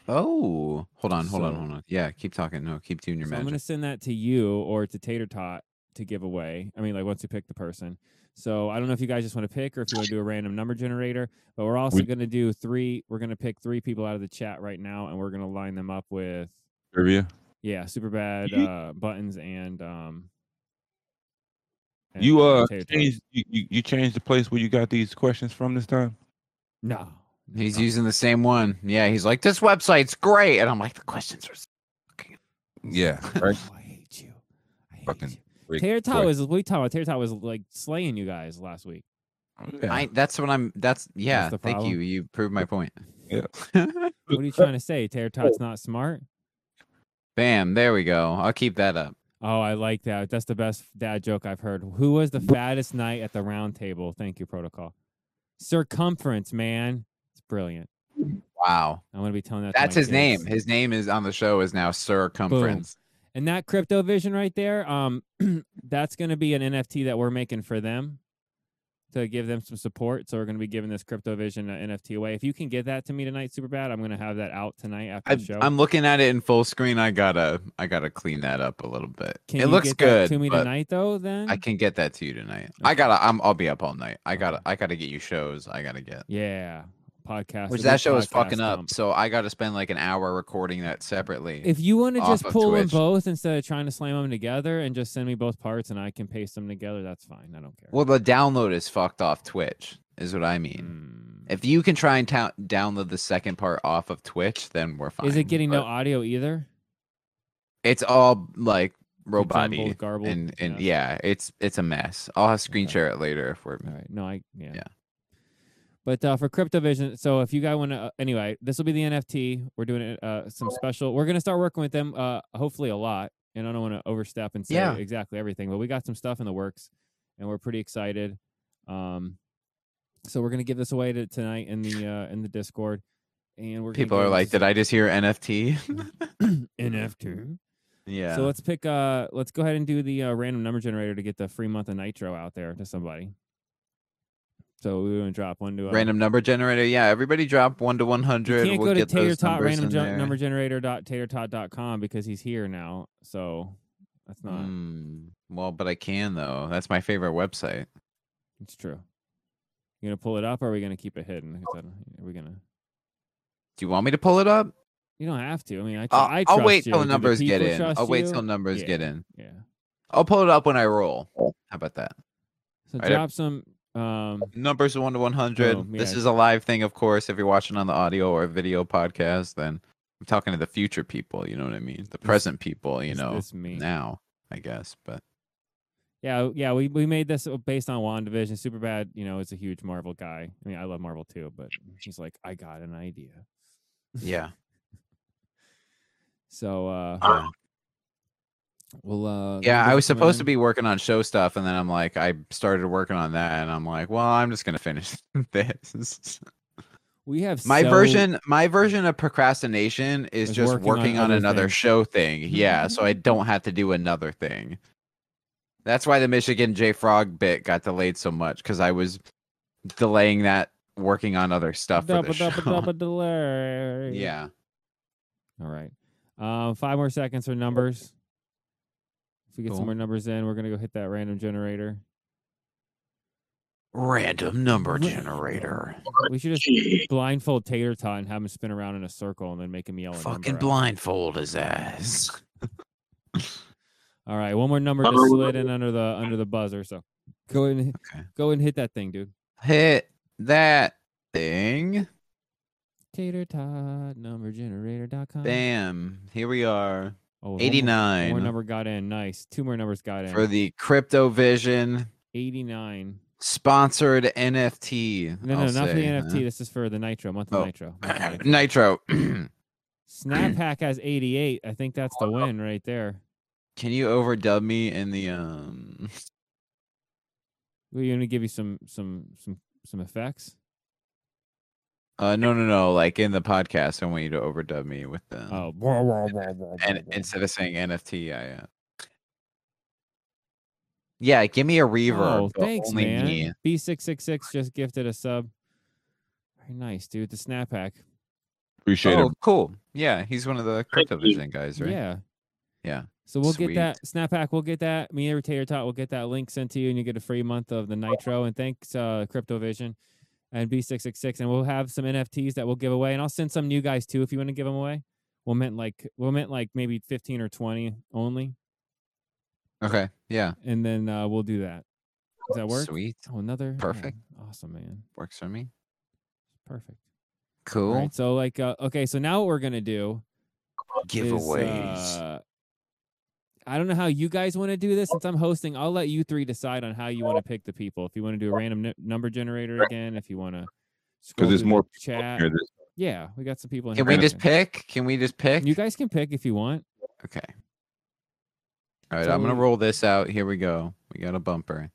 Speaker 2: Oh, hold on, hold on,
Speaker 5: So-
Speaker 2: hold on. Yeah, keep talking. No, keep doing your
Speaker 5: So I'm
Speaker 2: magic.
Speaker 5: gonna send that to you or to Tater Tot to give away. I mean, like once you pick the person. So I don't know if you guys just want to pick or if you want to do a random number generator. But we're also
Speaker 6: We-
Speaker 5: gonna do three. We're gonna pick three people out of the chat right now, and we're gonna line them up with
Speaker 6: Trivia.
Speaker 5: yeah, super bad uh, buttons and um. and,
Speaker 6: You uh
Speaker 5: Tater Tot.
Speaker 6: changed you, you, you changed the place where you got these questions from this time.
Speaker 5: no.
Speaker 2: He's using the same one. Yeah, he's like, this website's great. And I'm like, the questions are. s-
Speaker 6: Yeah. Right.
Speaker 5: I hate you. I hate
Speaker 6: Fucking. freak.
Speaker 5: Tater Tot
Speaker 6: Wait.
Speaker 5: was we talking about Tater Tot was like slaying you guys last week.
Speaker 2: I, that's what I'm. That's, yeah,
Speaker 5: the
Speaker 2: thank
Speaker 5: problem.
Speaker 2: you. You proved my point.
Speaker 6: Yeah.
Speaker 5: What are you trying to say? Tater Tot's not smart.
Speaker 2: Bam, there we go. I'll keep that up.
Speaker 5: Oh, I like that. That's the best dad joke I've heard. Who was the fattest knight at the round table? Thank you, protocol. Circumference, man. It's brilliant.
Speaker 2: Wow.
Speaker 5: I'm gonna be telling that. to
Speaker 2: That's
Speaker 5: my
Speaker 2: his
Speaker 5: kids.
Speaker 2: name. His name is on the show is now Circumference.
Speaker 5: And that crypto vision right there, um, that's gonna be an NFT that we're making for them to give them some support. So we're gonna be giving this crypto vision uh, NFT away. If you can get that to me tonight, super bad. I'm gonna have that out tonight after the show.
Speaker 2: I'm looking at it in full screen. I gotta I gotta clean that up a little bit.
Speaker 5: Can
Speaker 2: it
Speaker 5: you
Speaker 2: looks
Speaker 5: get
Speaker 2: good.
Speaker 5: that to me
Speaker 2: but
Speaker 5: tonight though. Then
Speaker 2: I can get that to you tonight. I gotta I'm I'll be up all night. I gotta I gotta get you shows. I gotta get
Speaker 5: yeah, podcast.
Speaker 2: which
Speaker 5: a
Speaker 2: that
Speaker 5: big
Speaker 2: show is
Speaker 5: podcast
Speaker 2: fucking
Speaker 5: dump.
Speaker 2: up. So I gotta spend like an hour recording that separately.
Speaker 5: If you want to
Speaker 2: off
Speaker 5: just
Speaker 2: of
Speaker 5: pull them
Speaker 2: Twitch.
Speaker 5: both instead of trying to slam them together and just send me both parts and I can paste them together, that's fine. I don't care.
Speaker 2: Well, the download is fucked off Twitch, is what I
Speaker 5: Hmm.
Speaker 2: mean. If you can try and ta- download the second part off of Twitch, then we're fine.
Speaker 5: Is it getting no
Speaker 2: but
Speaker 5: audio either?
Speaker 2: It's all like robot
Speaker 5: jumbled, garbled,
Speaker 2: and and yeah. it's it's a mess. I'll have screen share it later if we're
Speaker 5: No, I yeah. But uh, for CryptoVision, so if you guys want to, uh, anyway, this will be the NFT. We're doing it, uh, some special. We're gonna start working with them, uh, hopefully a lot. And I don't want to overstep and say
Speaker 2: Yeah.
Speaker 5: exactly everything, but we got some stuff in the works, and we're pretty excited. Um, so we're gonna give this away to, tonight in the uh, in the Discord, and we're gonna
Speaker 2: People
Speaker 5: give
Speaker 2: are
Speaker 5: us-
Speaker 2: like, did I just hear NFT?
Speaker 5: NFT.
Speaker 2: Yeah.
Speaker 5: So let's pick. Uh, let's go ahead and do the uh, random number generator to get the free month of Nitro out there to somebody. So we're gonna drop one to uh,
Speaker 2: Random number generator. Yeah, everybody drop one to one
Speaker 5: You
Speaker 2: hundred.
Speaker 5: can't
Speaker 2: we'll
Speaker 5: go to
Speaker 2: get
Speaker 5: Tater
Speaker 2: those
Speaker 5: Tot
Speaker 2: numbers
Speaker 5: random
Speaker 2: in
Speaker 5: gen-
Speaker 2: there.
Speaker 5: number generator dot tatertot.com because he's here now. So that's not.
Speaker 2: Mm, well, but I can though. That's my favorite website.
Speaker 5: It's true. You gonna pull it up, or are we gonna keep it hidden? Is that- Are we gonna?
Speaker 2: Do you want me to pull it up?
Speaker 5: You don't have to. I mean, I. tr-
Speaker 2: I'll,
Speaker 5: I
Speaker 2: I'll
Speaker 5: trust
Speaker 2: wait
Speaker 5: you.
Speaker 2: till
Speaker 5: Do the
Speaker 2: numbers get
Speaker 5: people
Speaker 2: in. I'll
Speaker 5: trust
Speaker 2: wait
Speaker 5: you?
Speaker 2: till numbers
Speaker 5: Yeah.
Speaker 2: get in.
Speaker 5: Yeah.
Speaker 2: I'll pull it up when I roll. How about that? All
Speaker 5: So
Speaker 2: right,
Speaker 5: drop some. Um,
Speaker 2: numbers one to one hundred.
Speaker 5: Boom,
Speaker 2: This
Speaker 5: Oh, yeah.
Speaker 2: is a live thing, of course. If you're watching on the audio or video podcast, then I'm talking to the future people. You know what I mean? The present people. You
Speaker 5: is
Speaker 2: know
Speaker 5: this me?
Speaker 2: now, I guess. But
Speaker 5: Yeah, yeah, we, we made this based on WandaVision. Superbad, you know, is a huge Marvel guy. I mean, I love Marvel too, but he's like, I got an idea.
Speaker 2: yeah,
Speaker 5: So uh well uh
Speaker 2: yeah, I was supposed to be working on show stuff, and then I'm like, I started working on that, and I'm like, well, I'm just gonna finish this.
Speaker 5: we have
Speaker 2: My
Speaker 5: so-
Speaker 2: version, my version of procrastination is
Speaker 5: Is
Speaker 2: just
Speaker 5: working
Speaker 2: working, on,
Speaker 5: on other
Speaker 2: another
Speaker 5: things. Mm-hmm.
Speaker 2: show thing. Yeah, so I don't have to do another thing. That's why the Michigan J Frog bit got delayed so much because I was delaying that working on other stuff for the show.
Speaker 5: Double-double-double-delay.
Speaker 2: Yeah.
Speaker 5: All right. Um five more seconds for numbers. If we get some
Speaker 2: Cool.
Speaker 5: more numbers in, we're gonna go hit that random generator.
Speaker 2: Random number generator.
Speaker 5: We should just blindfold Tater Tot and have him spin around in a circle and then make him yell. a number
Speaker 2: Fucking
Speaker 5: out.
Speaker 2: blindfold his ass.
Speaker 5: All right, one more number just slid in under the under the buzzer. So go ahead and go ahead and hit that thing, dude.
Speaker 2: Hit that thing.
Speaker 5: Tater Tot number generator.com.
Speaker 2: Bam. Here we are.
Speaker 5: Uh, Oh, one more- One
Speaker 2: 89
Speaker 5: more number got in. Nice. Two more numbers got in.
Speaker 2: for the Crypto Vision
Speaker 5: 89.
Speaker 2: sponsored NFT.
Speaker 5: No, no,
Speaker 2: I'll
Speaker 5: not for the
Speaker 2: say,
Speaker 5: NFT.
Speaker 2: huh?
Speaker 5: This is for the Nitro, month of
Speaker 2: Oh.
Speaker 5: Nitro. month of Nitro.
Speaker 2: Nitro.
Speaker 5: Snap Hack has 88. I think that's the win right there.
Speaker 2: Can you overdub me in the um?
Speaker 5: We're going to give you some some some some effects.
Speaker 2: Uh, no, no, no. Like in the podcast, I want you to overdub me with the.
Speaker 5: Oh,
Speaker 2: and instead of saying NFT, I. Uh... Yeah, give me a reverb.
Speaker 5: Oh,
Speaker 2: but
Speaker 5: thanks,
Speaker 2: only
Speaker 5: man.
Speaker 2: me.
Speaker 5: B666 just gifted a sub. Very nice, dude. The Snap Hack.
Speaker 6: Appreciate
Speaker 2: oh,
Speaker 6: it.
Speaker 2: cool. Yeah, he's one of the CryptoVision guys, right?
Speaker 5: Yeah.
Speaker 2: Yeah.
Speaker 5: So we'll
Speaker 2: Sweet.
Speaker 5: get that snap hack. We'll get that. Me and Tater Tot will get that link sent to you, and you get a free month of the Nitro. And thanks, uh, CryptoVision and B666. And we'll have some NFTs that we'll give away, and I'll send some new guys too if you want to give them away. We'll mint like we'll mint like maybe fifteen or twenty only,
Speaker 2: Okay. Yeah.
Speaker 5: and then uh, we'll do that. Does that work?
Speaker 2: Sweet.
Speaker 5: Oh, another oh,
Speaker 2: Perfect.
Speaker 5: awesome, man.
Speaker 2: Works for me.
Speaker 5: Perfect.
Speaker 2: Cool.
Speaker 5: Right, so like uh, okay, so now what we're gonna do is,
Speaker 2: Giveaways.
Speaker 5: uh, I don't know how you guys want to do this. Since I'm hosting, I'll let you three decide on how you want to pick the people. If you want to do a random n- number generator again, if you want to,
Speaker 6: Because there's more people in
Speaker 5: chat.
Speaker 6: here this-
Speaker 5: Yeah, we got some people. In
Speaker 2: Can
Speaker 5: here
Speaker 2: we just
Speaker 5: that-
Speaker 2: pick? Can we just pick?
Speaker 5: You guys can pick if you want.
Speaker 2: Okay. All right, I'm gonna
Speaker 5: So-
Speaker 2: roll this out. Here we go. We got a bumper.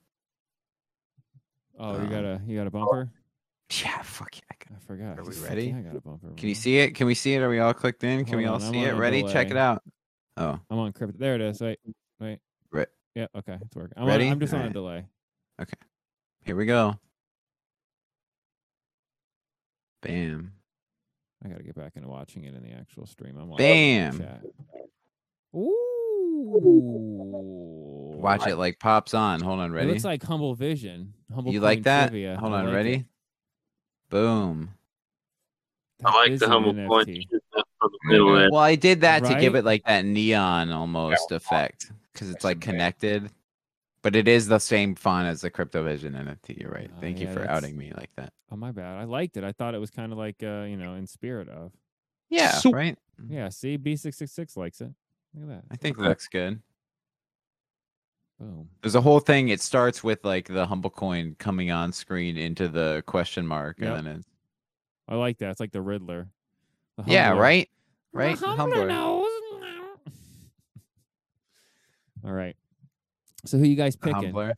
Speaker 5: Oh, you got a you got a bumper.
Speaker 2: um Yeah, fuck yeah.
Speaker 5: I forgot.
Speaker 2: Are
Speaker 5: Fuck
Speaker 2: we
Speaker 5: yeah,
Speaker 2: ready?
Speaker 5: I got a bumper.
Speaker 2: Can you see it? Can we see it? Are we all clicked in? Can we all
Speaker 5: Hold on, I'm
Speaker 2: see
Speaker 5: on
Speaker 2: it?
Speaker 5: a
Speaker 2: Ready? Check it
Speaker 5: delay.
Speaker 2: out. Oh,
Speaker 5: I'm on crypto. There it is. Wait, wait.
Speaker 2: Re-
Speaker 5: Yeah. Okay, it's working. I'm, on,
Speaker 2: Ready?
Speaker 5: I'm just on a
Speaker 2: Alright.
Speaker 5: delay.
Speaker 2: okay. Here we go. Bam.
Speaker 5: I gotta get back into watching it in the actual stream. I'm watching it in
Speaker 2: Bam.
Speaker 5: the chat. Ooh.
Speaker 2: Watch it like pops on. Hold on,
Speaker 5: It
Speaker 2: ready?
Speaker 5: looks like Humble Vision. Humble
Speaker 2: You like
Speaker 5: Coin
Speaker 2: that?
Speaker 5: Trivia.
Speaker 2: Hold
Speaker 5: I
Speaker 2: on,
Speaker 5: like it.
Speaker 2: ready? Boom.
Speaker 5: That
Speaker 9: I like
Speaker 5: is
Speaker 9: the
Speaker 5: an
Speaker 9: humble
Speaker 5: NFT.
Speaker 9: point from the middle end.
Speaker 2: Well, I did that to give
Speaker 5: Right?
Speaker 2: it like that neon almost effect because it's like connected, but it is the same font as the CryptoVision NFT. You're right.
Speaker 5: Oh,
Speaker 2: Thank
Speaker 5: yeah,
Speaker 2: you for
Speaker 5: that's-
Speaker 2: outing me like that.
Speaker 5: Oh my bad. I liked it. I thought it was kind of like uh, you know, in spirit of.
Speaker 2: Yeah,
Speaker 5: So-
Speaker 2: right.
Speaker 5: Yeah, see, B six six six likes it. Look at
Speaker 2: I
Speaker 5: that.
Speaker 2: think it looks good.
Speaker 5: Boom.
Speaker 2: There's a whole thing. It starts with like the humble coin coming on screen into the question mark,
Speaker 5: Yep.
Speaker 2: and then it's
Speaker 5: I like that. It's like the Riddler. The
Speaker 2: yeah,
Speaker 5: Humbler.
Speaker 2: right,
Speaker 5: The
Speaker 2: right. The Humbler.
Speaker 5: Humbler knows. All right. So who you guys
Speaker 2: The
Speaker 5: picking?
Speaker 2: Humbler.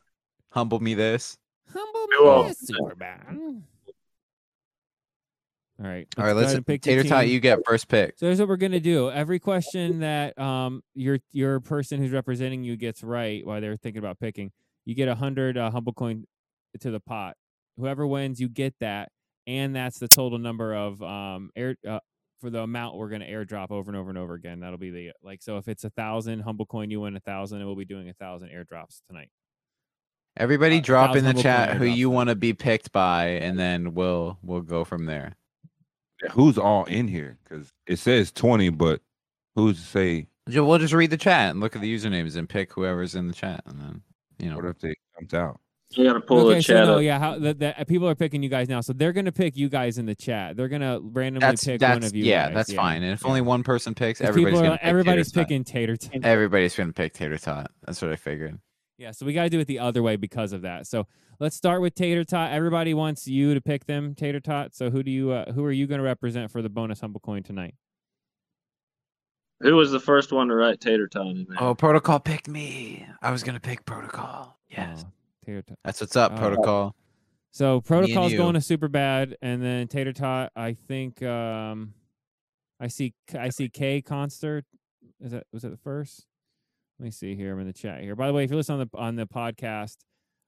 Speaker 2: Humble me this.
Speaker 14: Humble
Speaker 2: me Well- this,
Speaker 14: Superman.
Speaker 5: All right.
Speaker 2: All right,
Speaker 5: go
Speaker 2: let's
Speaker 5: ahead and pick your
Speaker 2: tater tot.
Speaker 5: team.
Speaker 2: You get first pick.
Speaker 5: So here's what we're gonna do. Every question that um your your person who's representing you gets right while they're thinking about picking, you get a hundred uh, humble coin to the pot. Whoever wins, you get that, and that's the total number of um air uh, for the amount we're gonna airdrop over and over and over again. That'll be the like so if it's a thousand humble coin, you win a thousand, and we'll be doing a thousand airdrops tonight. Uh,
Speaker 2: Everybody, drop in the
Speaker 5: thousand will
Speaker 2: chat
Speaker 5: play,
Speaker 2: who
Speaker 5: drop
Speaker 2: you want to be picked by, and then we'll we'll go from there.
Speaker 6: Who's all in here? Because it says twenty, but who's to say?
Speaker 2: Ju- We'll just read the chat and look at the usernames and pick whoever's in the chat, and then you know. What
Speaker 6: if they comes out?
Speaker 9: You gotta pull
Speaker 5: okay,
Speaker 9: the
Speaker 5: so
Speaker 9: chat
Speaker 5: no,
Speaker 9: up.
Speaker 5: yeah, how, the, the, uh, people are picking you guys now, so they're gonna pick you guys in the chat. They're gonna randomly
Speaker 2: That's
Speaker 5: pick
Speaker 2: that's
Speaker 5: one of you.
Speaker 2: yeah,
Speaker 5: guys.
Speaker 2: that's fine. And if
Speaker 5: yeah.
Speaker 2: only one person picks,
Speaker 5: 'Cause
Speaker 2: everybody's
Speaker 5: people are
Speaker 2: gonna
Speaker 5: like,
Speaker 2: pick
Speaker 5: everybody's
Speaker 2: tater tot.
Speaker 5: picking tater tot.
Speaker 2: Everybody's gonna pick tater tot. That's what I figured.
Speaker 5: Yeah, so we got to do it the other way because of that. So let's start with Tater Tot. Everybody wants you to pick them, Tater Tot. So who do you, uh, who are you going to represent for the bonus humble coin tonight?
Speaker 9: Who was the first one to write Tater Tot in there?
Speaker 2: Oh, protocol picked me. I was gonna pick protocol. Yes,
Speaker 5: Tater Tot.
Speaker 2: that's what's up,
Speaker 5: Uh,
Speaker 2: protocol.
Speaker 5: So protocol's
Speaker 2: you.
Speaker 5: going to super bad, and then Tater Tot. I think um, I see I see K Conster. Is that was that the first? Let me see here. I'm in the chat here. By the way, if you're listening on the on the podcast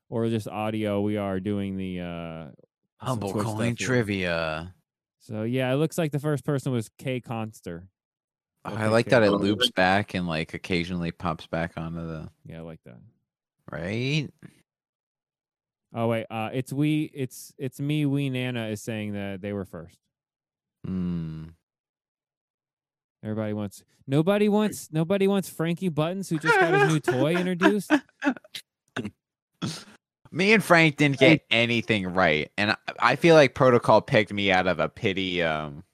Speaker 5: or just audio, we are doing the uh, some
Speaker 2: Humble
Speaker 5: Twitch
Speaker 2: coin
Speaker 5: stuff here.
Speaker 2: trivia.
Speaker 5: So yeah, it looks like the first person was K Conster.
Speaker 2: Oh,
Speaker 5: So
Speaker 2: I
Speaker 5: pick
Speaker 2: like
Speaker 5: K
Speaker 2: that it
Speaker 5: Conster.
Speaker 2: loops back and like occasionally pops back onto the
Speaker 5: Yeah, I like that.
Speaker 2: right.
Speaker 5: Oh wait, uh, it's we, it's it's me. We Nana is saying that they were first.
Speaker 2: Hmm.
Speaker 5: Everybody wants. Nobody wants. Nobody wants Frankie Buttons, who just got his new toy introduced.
Speaker 2: Me and Frank didn't get anything right, and I, I feel like Protocol picked me out of a pity. Um,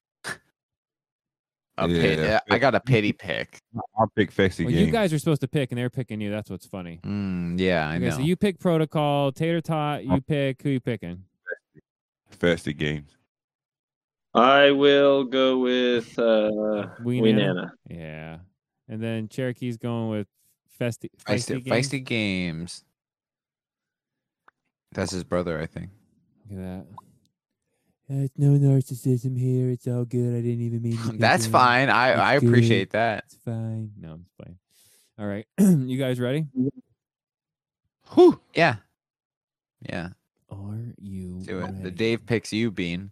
Speaker 2: a pit,
Speaker 6: Yeah.
Speaker 2: I got a pity pick.
Speaker 6: I'll pick Fexy
Speaker 5: Well,
Speaker 6: Game.
Speaker 5: you guys are supposed to pick, and they're picking you. That's what's funny.
Speaker 2: Mm, yeah, I know.
Speaker 5: okay,
Speaker 2: Oh.
Speaker 5: so you pick Protocol, Tater Tot. You pick who you picking?
Speaker 6: Festy Games.
Speaker 9: I will go with uh,
Speaker 5: We
Speaker 9: Wee,
Speaker 5: Nana.
Speaker 9: Nana.
Speaker 5: Yeah, and then Cherokee's going with Festy.
Speaker 2: feisty,
Speaker 5: Feisty Games.
Speaker 2: feisty games. That's his brother, I think.
Speaker 5: Look at
Speaker 14: It's no narcissism here. It's all good. I didn't even mean. To
Speaker 2: That's fine. I I appreciate that.
Speaker 5: It's fine. No, I'm just playing. All right, you guys ready?
Speaker 2: Whew. Yeah. Yeah.
Speaker 5: Are you
Speaker 2: Do it. The
Speaker 5: ready?
Speaker 2: Dave picks you, Bean.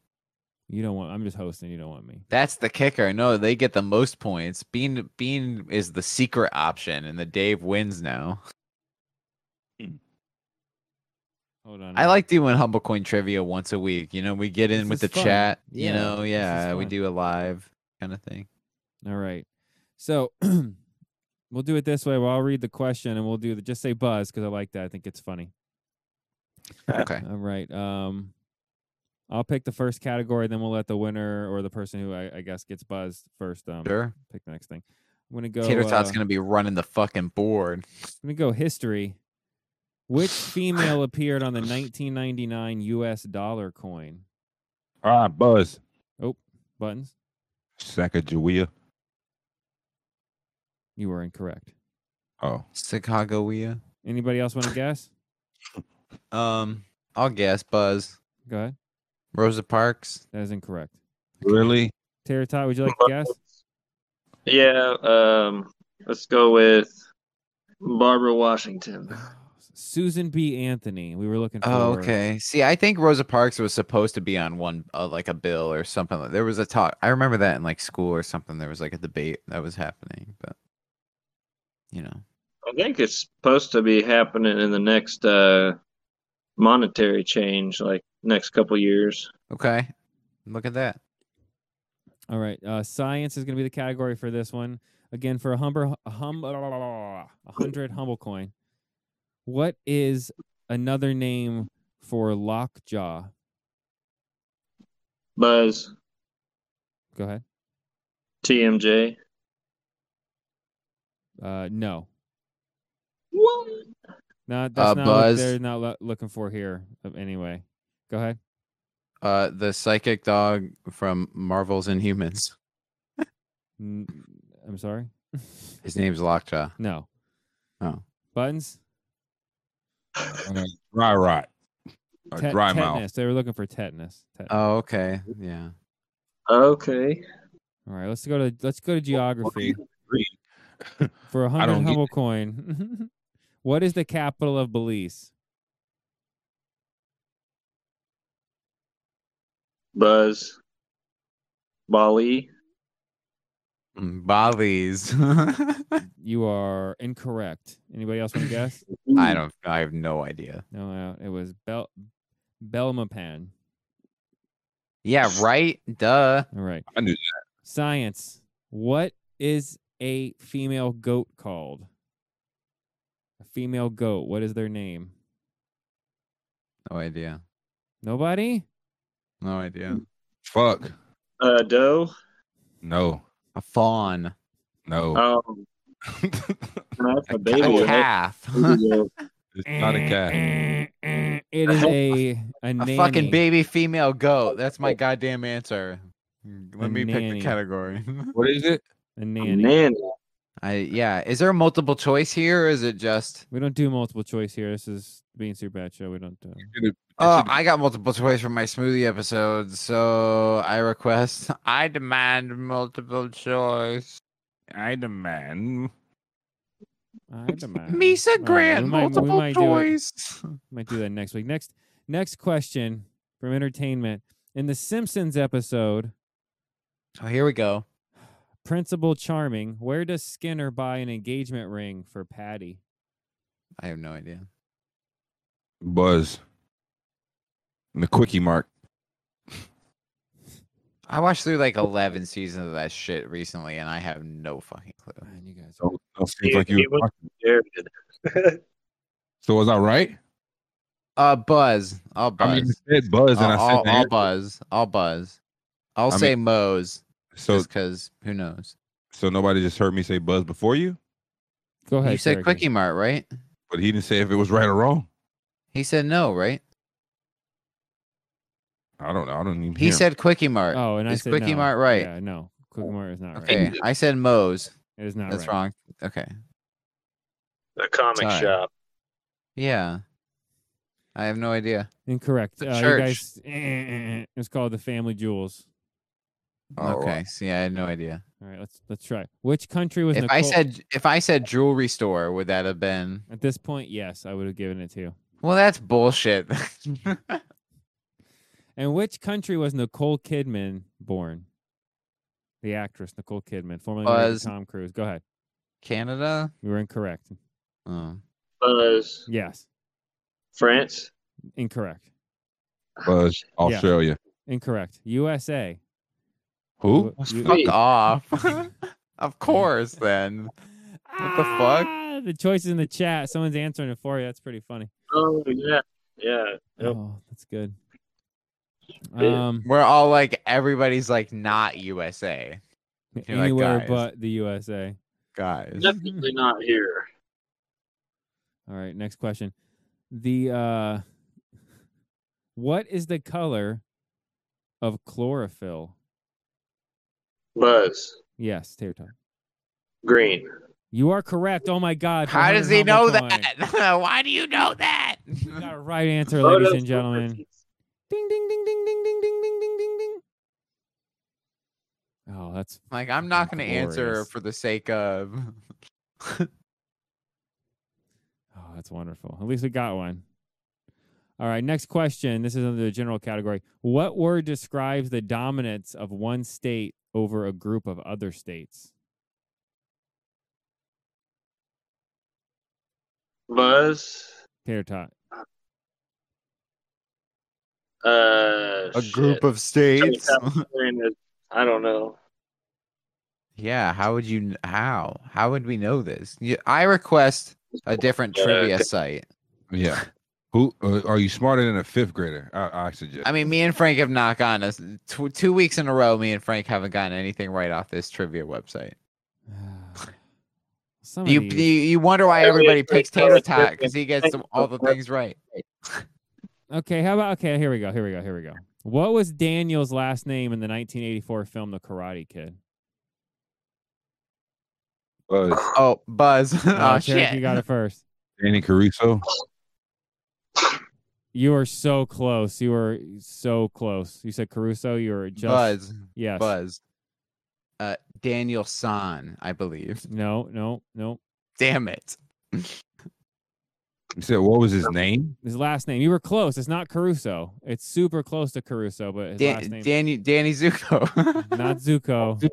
Speaker 5: You don't want. I'm just hosting. You don't want me.
Speaker 2: That's the kicker. No, they get the most points. Bean Bean is the secret option, and the Dave wins now.
Speaker 5: Hold on.
Speaker 2: I like doing humble coin trivia once a week. You know, we get in
Speaker 5: This
Speaker 2: with the
Speaker 5: is fun.
Speaker 2: chat.
Speaker 5: Yeah,
Speaker 2: you know,
Speaker 5: this is
Speaker 2: yeah, we
Speaker 5: fun.
Speaker 2: do a live kind of thing.
Speaker 5: All right. So we'll do it this way. Well, I'll read the question and we'll do the just say buzz because I like that. I think it's funny.
Speaker 2: Okay.
Speaker 5: All right. Um, I'll pick the first category, then we'll let the winner or the person who I, I guess gets buzzed first. Um,
Speaker 2: Sure.
Speaker 5: Pick the next thing. I'm gonna go.
Speaker 2: Tater Tot's
Speaker 5: uh,
Speaker 2: gonna be running the fucking board.
Speaker 5: Let me go history. Which female appeared on the 1999 U.S. dollar coin?
Speaker 6: All right, Buzz.
Speaker 5: Oh, buttons.
Speaker 6: Sacagawea.
Speaker 5: You were incorrect.
Speaker 6: Oh,
Speaker 2: Sacagawea.
Speaker 5: Anybody else want to guess?
Speaker 2: Um, I'll guess Buzz.
Speaker 5: Go ahead.
Speaker 2: Rosa Parks.
Speaker 5: That is incorrect.
Speaker 6: really?
Speaker 5: Tater Tot, would you like to guess?
Speaker 9: Yeah, um, let's go with Barbara Washington.
Speaker 5: Susan B. Anthony. We were looking for.
Speaker 2: Oh, okay. See, I think Rosa Parks was supposed to be on one, uh, like a bill or something. Like, there was a talk. I remember that in like school or something. There was like a debate that was happening, but you know,
Speaker 9: I think it's supposed to be happening in the next uh, monetary change, like next couple years.
Speaker 2: okay. Look at that.
Speaker 5: All right. Uh, science is going to be the category for this one. Again, for a humber, a hum, a hundred humble coin. What is another name for lockjaw?
Speaker 9: Buzz,
Speaker 5: Go ahead.
Speaker 9: TMJ.
Speaker 5: Uh, no.
Speaker 9: What?
Speaker 5: Not that's
Speaker 2: Uh,
Speaker 5: not
Speaker 2: Buzz.
Speaker 5: what they're not lo- looking for here. uh, Anyway, go ahead.
Speaker 2: Uh, the psychic dog from Marvels and Humans.
Speaker 5: N- I'm sorry.
Speaker 2: His name's Lockjaw.
Speaker 5: No.
Speaker 2: Oh,
Speaker 5: Buttons.
Speaker 6: Dry rot. Or
Speaker 5: Tet-
Speaker 6: Uh, dry
Speaker 5: tetanus.
Speaker 6: mouth.
Speaker 5: They were looking for tetanus. tetanus.
Speaker 2: Oh, okay. Yeah.
Speaker 9: Okay.
Speaker 5: All right. Let's go to let's go to geography. For a
Speaker 6: I
Speaker 5: hundred
Speaker 6: don't get
Speaker 5: humble coin, what is the capital of Belize?
Speaker 9: Buzz. Bali.
Speaker 2: Mm, Bali's.
Speaker 9: Um,
Speaker 5: you are incorrect. Anybody else want to guess?
Speaker 2: I don't. I have no idea.
Speaker 5: No, uh, it was Bel Belmopan.
Speaker 2: Yeah. Right. Duh.
Speaker 5: All right.
Speaker 6: I knew that.
Speaker 5: Science. What is a female goat called? A female goat. What is their name?
Speaker 2: No idea.
Speaker 5: Nobody?
Speaker 2: No idea.
Speaker 6: Fuck.
Speaker 9: Uh, doe.
Speaker 6: No.
Speaker 2: A fawn.
Speaker 6: No.
Speaker 12: Oh,
Speaker 9: Um, that's a
Speaker 2: A
Speaker 9: baby.
Speaker 2: calf.
Speaker 6: It's not
Speaker 5: Eh,
Speaker 6: a cat.
Speaker 5: It is a a,
Speaker 2: a
Speaker 5: nanny.
Speaker 2: fucking baby female goat. That's my goddamn answer. Let
Speaker 5: A
Speaker 2: me pick
Speaker 5: nanny.
Speaker 2: the category.
Speaker 6: What is it?
Speaker 5: A nanny.
Speaker 2: I yeah. Is there a multiple choice here, or is it just?
Speaker 5: We don't do multiple choice here. This is being super bad show. We don't uh, do.
Speaker 2: Oh, I got multiple choice for my smoothie episode, so I request. I demand multiple choice.
Speaker 6: I demand.
Speaker 5: I demand.
Speaker 2: Misa
Speaker 5: All right,
Speaker 2: Grant,
Speaker 5: we might- we
Speaker 2: multiple
Speaker 5: might do it-
Speaker 2: choice.
Speaker 5: might do that next week. Next, next question from entertainment in the Simpsons episode.
Speaker 2: Oh, here we go.
Speaker 5: Principal Charming. Where does Skinner buy an engagement ring for Patty?
Speaker 2: I have no idea.
Speaker 6: Buzz. The quickie mark.
Speaker 2: I watched through like eleven seasons of that shit recently, and I have no fucking clue.
Speaker 5: Man, you guys.
Speaker 6: Don't, don't seem
Speaker 9: Yeah,
Speaker 6: like you
Speaker 9: it
Speaker 6: were
Speaker 9: was-
Speaker 6: talking. So was I right?
Speaker 2: Uh, Buzz. I'll buzz.
Speaker 6: I mean, you said Buzz, and
Speaker 2: I'll,
Speaker 6: I said
Speaker 2: I'll,
Speaker 6: the
Speaker 2: I'll
Speaker 6: answer.
Speaker 2: buzz. I'll buzz. I'll
Speaker 6: I
Speaker 2: say
Speaker 6: mean-
Speaker 2: Moe's.
Speaker 6: So-
Speaker 2: because who knows?
Speaker 6: So nobody just heard me say Buzz before you,
Speaker 5: Go ahead.
Speaker 2: you said
Speaker 5: Sergey.
Speaker 2: Quickie Mart, right?
Speaker 6: but he didn't say if it was right or wrong.
Speaker 2: He said no, right?
Speaker 6: I don't know. I don't even.
Speaker 2: He
Speaker 6: hear him.
Speaker 2: said Quickie Mart.
Speaker 5: Oh, and I
Speaker 2: Is
Speaker 5: said
Speaker 2: Quickie
Speaker 5: no.
Speaker 2: Mart right?
Speaker 5: Yeah, no, Quickie Mart is not
Speaker 2: Okay,
Speaker 5: right.
Speaker 2: I said Moe's.
Speaker 5: It is not
Speaker 2: That's
Speaker 5: right.
Speaker 2: wrong. Okay.
Speaker 9: A comic
Speaker 2: Sorry.
Speaker 9: shop.
Speaker 2: Yeah. I have no idea.
Speaker 5: Incorrect.
Speaker 2: The
Speaker 5: Uh, you
Speaker 2: church.
Speaker 5: guys, eh, it's called the Family Jewels.
Speaker 2: okay. See, I had no idea.
Speaker 5: All right, let's let's try. Which country was
Speaker 2: If I
Speaker 5: Nicole-
Speaker 2: said if I said jewelry store, would that have been?
Speaker 5: at this point? Yes, I would have given it to you.
Speaker 2: Well, that's bullshit.
Speaker 5: And which country was Nicole Kidman born? The actress Nicole Kidman, formerly married to
Speaker 2: Was-
Speaker 5: Tom Cruise. Go ahead.
Speaker 2: Canada.
Speaker 5: You were incorrect.
Speaker 2: Oh.
Speaker 9: Buzz.
Speaker 5: Yes,
Speaker 9: France.
Speaker 5: incorrect.
Speaker 6: Buzz Australia.
Speaker 5: Incorrect. USA.
Speaker 6: Who?
Speaker 5: You-
Speaker 2: Fuck off. of course, then. What the fuck?
Speaker 5: Ah, the choices in the chat. Someone's answering it for you. That's pretty funny.
Speaker 9: Oh yeah, yeah. Yep.
Speaker 5: Oh, that's good.
Speaker 9: Yeah.
Speaker 5: Um,
Speaker 2: We're all like, everybody's like, not USA. You're like,
Speaker 5: anywhere
Speaker 2: "Guys,
Speaker 5: but the USA.
Speaker 2: guys.
Speaker 9: Definitely not here.
Speaker 5: All right, next question. The uh what is the color of chlorophyll?
Speaker 9: Buzz.
Speaker 5: Yes, Tater Tot.
Speaker 9: Green.
Speaker 5: You are correct. Oh my god.
Speaker 2: How
Speaker 5: 100
Speaker 2: does he
Speaker 5: humble
Speaker 2: know
Speaker 5: coin.
Speaker 2: that? Why do you know that?
Speaker 5: You got a right answer,
Speaker 9: Oh,
Speaker 5: ladies
Speaker 9: that's
Speaker 5: and gentlemen. Ding ding ding ding ding ding ding ding ding ding ding. Oh, that's
Speaker 2: Like, I'm not going to answer
Speaker 5: Glorious.
Speaker 2: for the sake of.
Speaker 5: Oh, that's wonderful. At least we got one. All right, next question. This is under the general category. What word describes the dominance of one state over a group of other states?
Speaker 9: Buzz.
Speaker 5: Tater tot.
Speaker 9: Uh,
Speaker 2: A
Speaker 9: shit.
Speaker 2: group of states.
Speaker 9: I don't know.
Speaker 2: yeah. How would you? kn- How? How would we know this? You- I request a different
Speaker 9: Uh,
Speaker 2: trivia
Speaker 9: okay.
Speaker 2: site.
Speaker 6: Yeah. Who uh, are you smarter than a fifth grader? I, I suggest.
Speaker 2: I mean, me and Frank have not gotten us tw- two weeks in a row. Me and Frank haven't gotten anything right off this trivia website.
Speaker 5: Some
Speaker 2: You,
Speaker 5: of
Speaker 2: you
Speaker 5: these-
Speaker 2: you wonder why
Speaker 9: Every
Speaker 2: everybody
Speaker 9: Frank
Speaker 2: picks Tater
Speaker 9: has
Speaker 2: Tot
Speaker 9: different
Speaker 2: because he gets them- all the things right.
Speaker 5: Okay, how about okay, here we go. Here we go. Here we go. What was Daniel's last name in the 1984 film The Karate Kid?
Speaker 6: Buzz.
Speaker 2: Oh, Buzz! oh
Speaker 5: Derek,
Speaker 2: shit!
Speaker 5: you got it first.
Speaker 6: Danny Caruso.
Speaker 5: You are so close. You are so close. You said Caruso. You were just
Speaker 2: Buzz.
Speaker 5: Yes.
Speaker 2: Buzz. Uh, Daniel San, I believe.
Speaker 5: No, no, no.
Speaker 2: Damn it.
Speaker 6: You said what was his name?
Speaker 5: His last name. You were close. It's not Caruso. It's super close to Caruso, but his
Speaker 2: Dan-
Speaker 5: last name
Speaker 2: Danny Danny Zuko.
Speaker 5: not Zuko.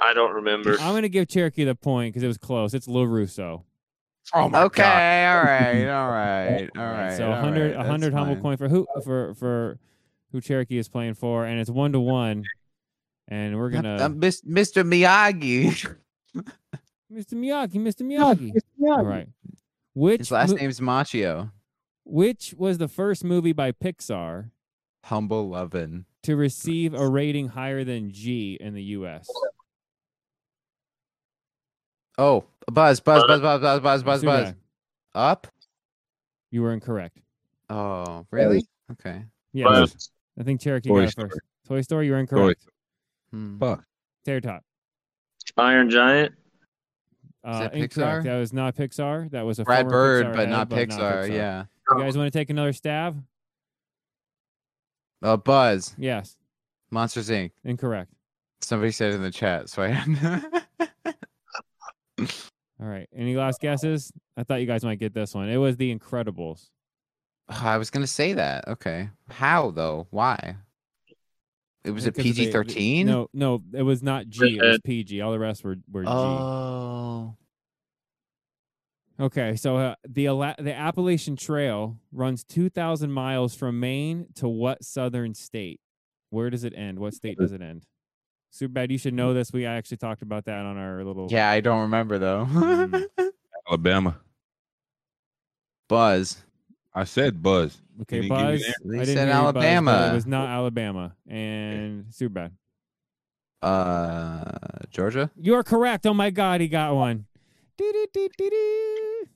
Speaker 9: I don't remember.
Speaker 5: I'm gonna give Cherokee the point because it was close. It's LaRusso.
Speaker 2: Oh my okay, all right, all right, all right.
Speaker 5: So
Speaker 2: all
Speaker 5: 100,
Speaker 2: right,
Speaker 5: 100
Speaker 2: that's
Speaker 5: humble
Speaker 2: fine.
Speaker 5: coin for who for for who Cherokee is playing for, and it's one to one. And we're gonna
Speaker 2: Uh, Mis- Mr. Miyagi.
Speaker 5: Mr. Miyagi, Mr. Miyagi. All right. Which
Speaker 2: His last
Speaker 5: mo-
Speaker 2: name's Machio.
Speaker 5: Which was the first movie by Pixar
Speaker 2: Humble Lovin.
Speaker 5: to receive a rating higher than G in the U.S.?
Speaker 2: Oh, buzz, buzz, buzz, buzz, buzz, buzz, buzz,
Speaker 5: Too
Speaker 2: buzz.
Speaker 5: bad.
Speaker 2: Up.
Speaker 5: You were incorrect.
Speaker 2: Oh, really? Okay.
Speaker 5: Yeah.
Speaker 2: Buzz.
Speaker 5: I think Cherokee
Speaker 2: Toy
Speaker 5: got it
Speaker 2: Story.
Speaker 5: first. Toy Story, you were incorrect.
Speaker 2: Hmm.
Speaker 6: Fuck.
Speaker 5: Tear Tot.
Speaker 9: Iron Giant.
Speaker 5: Uh,
Speaker 9: that Pixar?
Speaker 5: incorrect. That was not Pixar. That was a
Speaker 2: Brad
Speaker 5: former
Speaker 2: Bird,
Speaker 5: Pixar
Speaker 2: but
Speaker 5: ad,
Speaker 2: not Pixar, yeah.
Speaker 5: You guys want to take another stab?
Speaker 2: Uh, buzz.
Speaker 5: Yes.
Speaker 2: Monsters Inc.
Speaker 5: Incorrect.
Speaker 2: Somebody said in the chat, so I
Speaker 5: All right. Any last guesses? I thought you guys might get this one. It was The Incredibles.
Speaker 2: Oh, I was gonna say that. Okay. How though? Why? It was a
Speaker 5: Because of the-
Speaker 2: PG thirteen.
Speaker 5: No, no, it was not G. It was PG. All the rest were were G.
Speaker 2: Oh.
Speaker 5: Okay, so uh, the Ala- the Appalachian Trail runs 2,000 miles from Maine to what southern state? Where does it end? What state does it end? Super bad. You should know this. We actually talked about that on our little.
Speaker 2: Yeah, I don't remember though.
Speaker 5: Mm-hmm.
Speaker 6: Alabama.
Speaker 2: Buzz.
Speaker 6: I said Buzz. You
Speaker 5: Okay,
Speaker 6: didn't give me
Speaker 5: Buzz.
Speaker 6: the
Speaker 5: I
Speaker 6: answer.
Speaker 5: didn't hear you, Buzz, but it was not Alabama, and super bad.
Speaker 2: uh, Georgia.
Speaker 5: You are correct. Oh my God, he got one.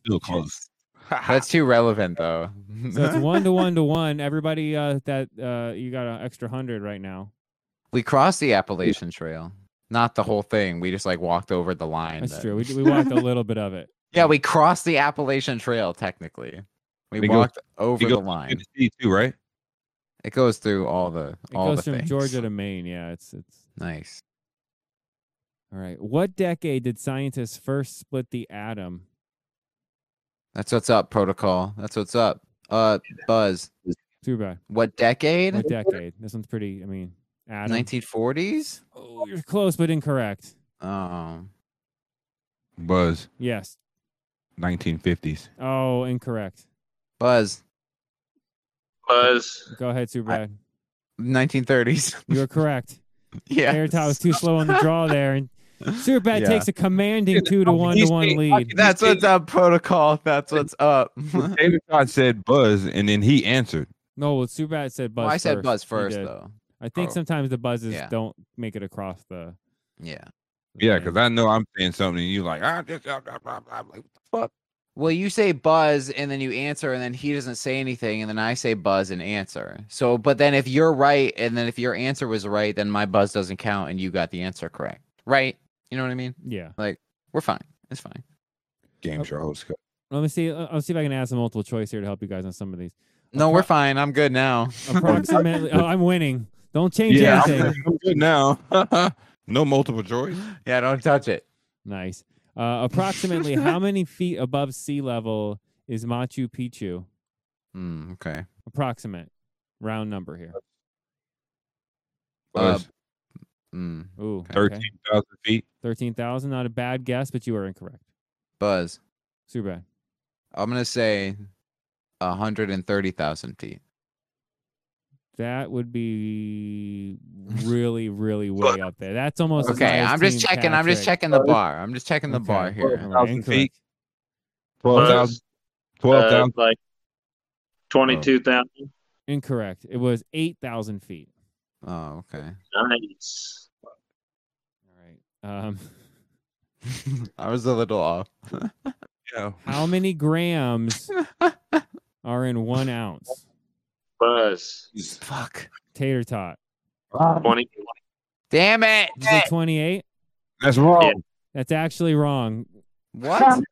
Speaker 6: Still close.
Speaker 2: That's too relevant though.
Speaker 5: So it's one to one to one. Everybody, uh, that uh, you got an extra hundred right now.
Speaker 2: We crossed the Appalachian Trail, not the whole thing. We just like walked over the line.
Speaker 5: That's
Speaker 2: that-
Speaker 5: true. We we walked a little bit of it.
Speaker 2: yeah, we crossed the Appalachian Trail technically. We,
Speaker 6: It goes-
Speaker 2: walked
Speaker 6: it
Speaker 2: over the
Speaker 6: goes
Speaker 2: line.
Speaker 6: Tennessee too, right?
Speaker 2: It goes through all the
Speaker 5: It
Speaker 2: all
Speaker 5: goes
Speaker 2: the
Speaker 5: from
Speaker 2: things.
Speaker 5: Georgia to Maine. Yeah, it's it's
Speaker 2: Nice.
Speaker 5: All right. What decade did scientists first split the atom?
Speaker 2: That's what's up, protocol. That's what's up. Uh, Buzz.
Speaker 5: Too bad.
Speaker 2: What decade?
Speaker 5: What decade? This one's pretty. I mean, atom.
Speaker 2: 1940s.
Speaker 5: Oh, you're close but incorrect.
Speaker 2: Oh.
Speaker 6: Buzz.
Speaker 5: Yes.
Speaker 6: 1950s.
Speaker 5: Oh, incorrect.
Speaker 2: Buzz.
Speaker 9: Buzz.
Speaker 5: Go ahead, Super Brad.
Speaker 2: 1930s.
Speaker 5: You were correct.
Speaker 2: Yeah.
Speaker 5: Airtime was too slow on the draw there, and Super Brad
Speaker 2: Yeah.
Speaker 5: takes a commanding two to one to one lead.
Speaker 2: That's what's up, protocol. That's what's up.
Speaker 6: David Todd said Buzz, and then he answered.
Speaker 5: No, well, Super Brad said buzz.
Speaker 2: Well, I said
Speaker 5: first.
Speaker 2: buzz
Speaker 5: He
Speaker 2: first,
Speaker 5: did.
Speaker 2: though.
Speaker 5: I think
Speaker 2: Oh.
Speaker 5: sometimes the buzzes
Speaker 2: Yeah.
Speaker 5: don't make it across the.
Speaker 2: Yeah.
Speaker 6: Yeah, because I know I'm saying something, and you're like, ah, just, ah, blah, blah, blah. I'm like,
Speaker 2: Well, you say buzz and then you answer, and then he doesn't say anything, and then I say buzz and answer. So, but then if you're right, and then if your answer was right, then my buzz doesn't count, and you got the answer correct. Right? You know what I mean?
Speaker 5: Yeah.
Speaker 2: Like, we're fine. It's fine.
Speaker 6: Game show host.
Speaker 5: Let me see. I'll I'll see if I can add some multiple choice here to help you guys on some of these.
Speaker 2: No, we're fine. I'm good now.
Speaker 5: Approximately. oh, I'm winning. Don't change
Speaker 6: Yeah, I'm,
Speaker 5: anything.
Speaker 6: good- I'm good now. no multiple choice.
Speaker 2: Yeah, don't touch it.
Speaker 5: Nice. Uh, approximately how many feet above sea level is Machu Picchu?
Speaker 2: Mm, okay.
Speaker 5: Approximate round number here.
Speaker 2: Uh,
Speaker 6: Buzz,
Speaker 2: mm,
Speaker 5: Ooh, okay.
Speaker 6: thirteen thousand feet.
Speaker 5: 13,000. Not a bad guess, but you are incorrect.
Speaker 2: buzz.
Speaker 5: Super bad.
Speaker 2: I'm gonna say 130,000 feet.
Speaker 5: That would be really, really way up there. That's almost as
Speaker 2: Okay,
Speaker 5: high as
Speaker 2: I'm just
Speaker 5: Team
Speaker 2: checking. I'm just
Speaker 5: Patrick.
Speaker 2: checking the bar. I'm just checking the
Speaker 5: Okay.
Speaker 2: bar here.
Speaker 5: All right,
Speaker 6: 12,000
Speaker 5: incorrect.
Speaker 6: feet. 12,000.
Speaker 9: Uh,
Speaker 6: 12,000.
Speaker 9: like twenty-two thousand.
Speaker 5: Incorrect. It was 8,000 feet.
Speaker 2: Oh, okay.
Speaker 9: Nice.
Speaker 5: Um,
Speaker 2: I was a little off.
Speaker 6: yeah.
Speaker 5: how many grams are in one ounce?
Speaker 9: Buzz.
Speaker 2: Fuck.
Speaker 5: Tater tot.
Speaker 9: Twenty.
Speaker 2: Damn it!
Speaker 5: Did you say 28?
Speaker 6: That's wrong.
Speaker 5: That's actually wrong.
Speaker 2: What?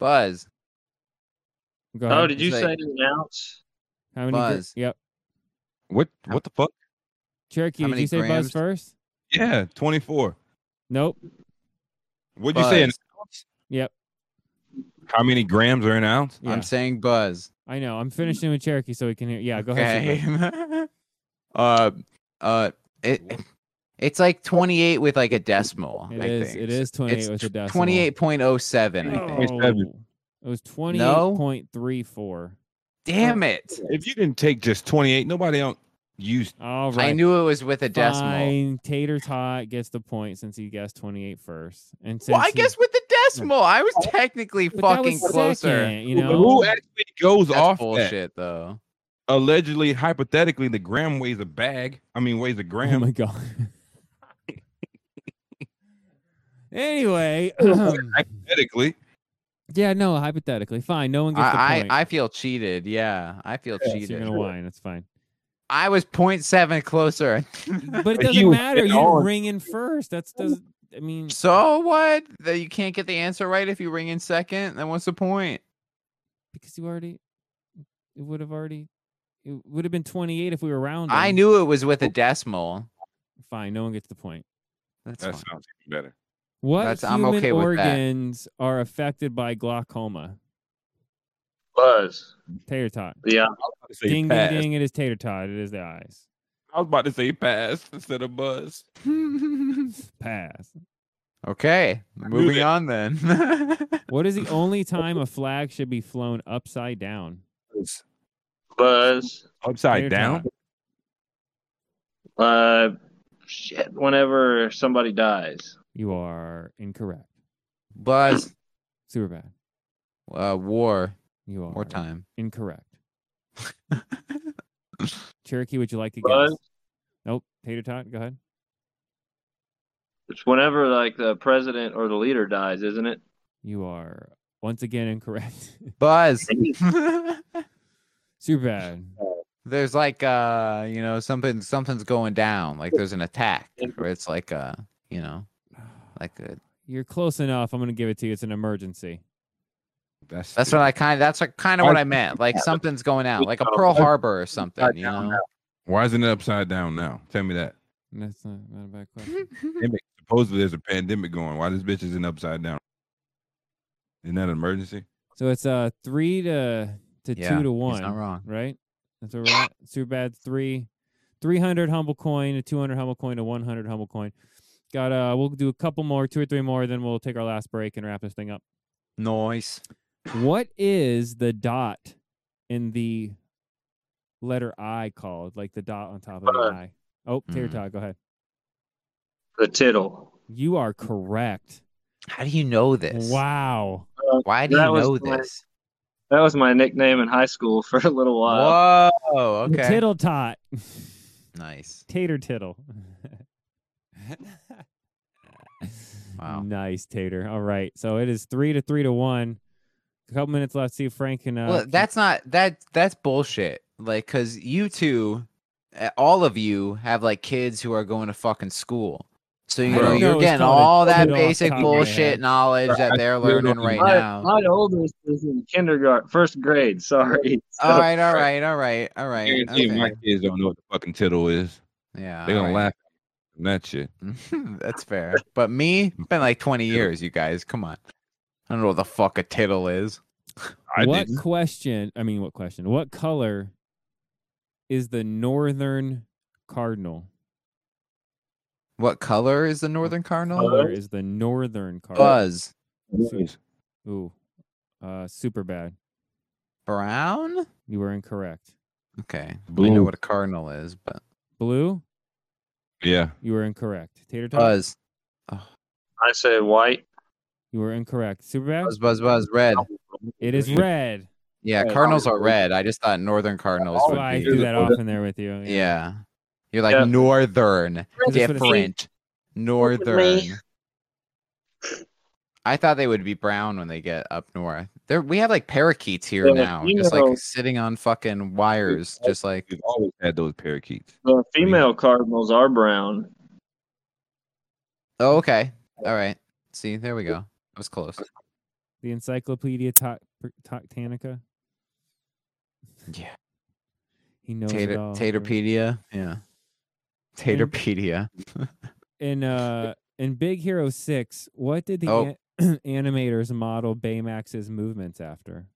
Speaker 2: Buzz.
Speaker 5: Go
Speaker 9: Oh,
Speaker 5: ahead.
Speaker 9: did you
Speaker 5: Say-
Speaker 9: say an ounce?
Speaker 5: How many? gr-
Speaker 9: Buzz.
Speaker 5: Yep.
Speaker 6: What? What the fuck?
Speaker 5: Cherokee,
Speaker 6: How
Speaker 5: did
Speaker 6: many
Speaker 5: you say
Speaker 6: grams?
Speaker 5: Buzz first?
Speaker 6: Yeah, twenty four.
Speaker 5: Nope.
Speaker 6: What'd you say? An,
Speaker 5: Buzz. Yep.
Speaker 6: how many grams are an ounce?
Speaker 5: I'm Yeah.
Speaker 2: saying buzz.
Speaker 5: I know. I'm finishing with Cherokee so he can hear. Yeah, go
Speaker 2: Okay.
Speaker 5: ahead. Superman.
Speaker 2: uh, uh, it, it's like 28 with like a decimal.
Speaker 5: It
Speaker 2: I
Speaker 5: is-
Speaker 2: think.
Speaker 5: it is 28 with a decimal.
Speaker 2: 28.07. I think.
Speaker 5: Oh, it was twenty-eight Oh. point three four.
Speaker 2: Damn it!
Speaker 6: If you didn't take just twenty eight, nobody else used.
Speaker 5: All
Speaker 2: I
Speaker 5: right.
Speaker 2: knew it was with a decimal.
Speaker 5: Fine. Tater Tot gets the point since he guessed 28 first. And since
Speaker 2: Well, I
Speaker 5: he-
Speaker 2: guess with the decimal, I was technically
Speaker 5: But that
Speaker 2: fucking
Speaker 5: was
Speaker 2: closer.
Speaker 5: second, you know?
Speaker 6: Who actually goes off
Speaker 2: bullshit, though?
Speaker 6: Allegedly, hypothetically, the gram weighs a bag. I mean, weighs a gram.
Speaker 5: Oh my god. Anyway,
Speaker 6: hypothetically,
Speaker 5: yeah, no, hypothetically, fine. No one gets the
Speaker 2: I,
Speaker 5: point.
Speaker 2: I, I feel cheated. Yeah, I feel
Speaker 5: Yeah, so
Speaker 2: cheated.
Speaker 5: you're gonna whine. It's fine.
Speaker 2: I was 0.7 closer.
Speaker 5: but it doesn't matter. You didn't ring in first. That's does. I mean,
Speaker 2: So what? That you can't get the answer right if you ring in second. Then what's the point?
Speaker 5: because you already, it would have already, it would have been 28 if we were rounding.
Speaker 2: I knew it was with a decimal.
Speaker 5: Oh. Fine. No one gets the point.
Speaker 2: That's
Speaker 6: that
Speaker 2: fine.
Speaker 6: sounds even better.
Speaker 5: What
Speaker 2: That's- I'm
Speaker 5: human
Speaker 2: okay with that.
Speaker 5: organs are affected by glaucoma?
Speaker 9: Buzz.
Speaker 5: Tater tot.
Speaker 9: Yeah.
Speaker 6: say
Speaker 5: Ding
Speaker 6: pass.
Speaker 5: ding ding! It is tater tot. It is the eyes.
Speaker 6: I was about to say pass instead of buzz.
Speaker 5: Pass.
Speaker 2: Okay, moving
Speaker 6: that.
Speaker 2: on then.
Speaker 5: What is the only time a flag should be flown upside down?
Speaker 9: Buzz.
Speaker 6: Upside down.
Speaker 9: Uh, shit. Whenever somebody dies.
Speaker 5: You are incorrect.
Speaker 2: Buzz.
Speaker 5: Super bad.
Speaker 2: Uh, war.
Speaker 5: You are.
Speaker 2: More time.
Speaker 5: Incorrect. Cherokee, would you like to
Speaker 9: Buzz?
Speaker 5: guess? Nope. Tater tot. Go ahead.
Speaker 9: It's whenever like the president or the leader dies, isn't it?
Speaker 5: You are once again incorrect.
Speaker 2: Buzz.
Speaker 5: Super bad.
Speaker 2: There's like uh, you know, something something's going down. Like there's an attack, or it's like uh, you know, like a,
Speaker 5: You're close enough. I'm gonna give it to you. It's an emergency.
Speaker 6: That's
Speaker 2: that's what I kind of that's what, kind of what I meant. Like something's going out, like a Pearl Harbor or something. You know,
Speaker 6: Why isn't it upside down now? Tell me that.
Speaker 5: That's not, not a bad question.
Speaker 6: Pandemic. Supposedly there's a pandemic going. Why this bitch isn't upside down? Isn't that an emergency?
Speaker 5: So it's uh three to to
Speaker 6: Yeah,
Speaker 5: two to
Speaker 6: he's
Speaker 5: one.
Speaker 2: not wrong.
Speaker 5: right? That's a right. Super bad three, three hundred humble coin, a two hundred humble coin, a one hundred humble coin. Got uh, we'll do a couple more, two or three more, then we'll take our last break and wrap this thing up.
Speaker 2: noise.
Speaker 5: What is the dot in the letter I called? Like the dot on top of the
Speaker 9: Uh,
Speaker 5: I. Oh,
Speaker 2: Hmm.
Speaker 5: Tater Tot, go ahead.
Speaker 9: The tittle.
Speaker 5: You are correct.
Speaker 2: How do you know this?
Speaker 5: Wow.
Speaker 2: Why do you
Speaker 9: That was
Speaker 2: know
Speaker 9: my-
Speaker 2: this?
Speaker 9: That was my nickname in high school for a little while.
Speaker 2: Whoa.
Speaker 5: The
Speaker 2: Okay.
Speaker 5: Tittle Tot.
Speaker 2: Nice.
Speaker 5: Tater Tittle.
Speaker 2: Wow.
Speaker 5: Nice, Tater. All right. So it is three to three to one. A couple minutes left. See if Frank can. Uh,
Speaker 2: well,
Speaker 5: keep-
Speaker 2: that's not that that's bullshit. Like, cause you two, uh, all of you have like kids who are going to fucking school, so you
Speaker 5: I
Speaker 2: know
Speaker 5: don't know,
Speaker 2: you're
Speaker 5: it's
Speaker 2: getting
Speaker 5: called a
Speaker 2: all that
Speaker 5: tittle off the
Speaker 2: basic
Speaker 5: top of my
Speaker 2: bullshit
Speaker 5: head.
Speaker 2: knowledge that they're learning right
Speaker 9: my,
Speaker 2: now.
Speaker 9: My oldest is in kindergarten, first grade. Sorry.
Speaker 2: All right, all right, all right, all
Speaker 6: I
Speaker 2: right.
Speaker 6: guarantee
Speaker 2: okay.
Speaker 6: my kids don't know what the fucking tittle is.
Speaker 2: Yeah,
Speaker 6: They're gonna
Speaker 2: alright.
Speaker 6: laugh at me. that shit.
Speaker 2: That's fair. But me, been like 20 years, you guys. Come on. I don't know what the fuck a tittle is.
Speaker 5: what question? I mean, what question? What color is the northern cardinal?
Speaker 2: What color is the northern cardinal?
Speaker 5: Color is the northern cardinal.
Speaker 2: Buzz.
Speaker 5: Su- Ooh, uh, super bad.
Speaker 2: Brown?
Speaker 5: You were incorrect.
Speaker 2: Okay. I know
Speaker 6: Blue.
Speaker 2: what a cardinal is, but
Speaker 5: Blue.
Speaker 6: Yeah.
Speaker 5: You were incorrect. Tater tot.
Speaker 2: buzz,
Speaker 9: I say white.
Speaker 5: You were incorrect. Super bad.
Speaker 2: buzz, buzz, buzz, red.
Speaker 5: It is red.
Speaker 2: Yeah,
Speaker 5: Yeah.
Speaker 2: cardinals are red. I just thought northern cardinals
Speaker 5: That's
Speaker 2: would
Speaker 5: why Oh, I
Speaker 2: be-
Speaker 5: threw that off in there with you.
Speaker 2: Yeah. You're like northern,
Speaker 5: That's what it
Speaker 2: different, northern. I thought they would be brown when they get up north. There, we have like parakeets here
Speaker 9: Yeah,
Speaker 2: now,
Speaker 9: you
Speaker 2: just
Speaker 9: know-
Speaker 2: like sitting on fucking wires, just like
Speaker 6: we've always had those parakeets.
Speaker 9: The female cardinals are brown.
Speaker 2: Oh, okay, all right. See, there we go. That was close.
Speaker 5: The Encyclopedia Tot- Toctanica.
Speaker 2: Yeah.
Speaker 5: He knows it
Speaker 2: Tater,
Speaker 5: all, right?
Speaker 2: Taterpedia. Yeah. Taterpedia.
Speaker 5: in uh in Big Hero Six, what did the
Speaker 2: Oh.
Speaker 5: an- animators model Baymax's movements after?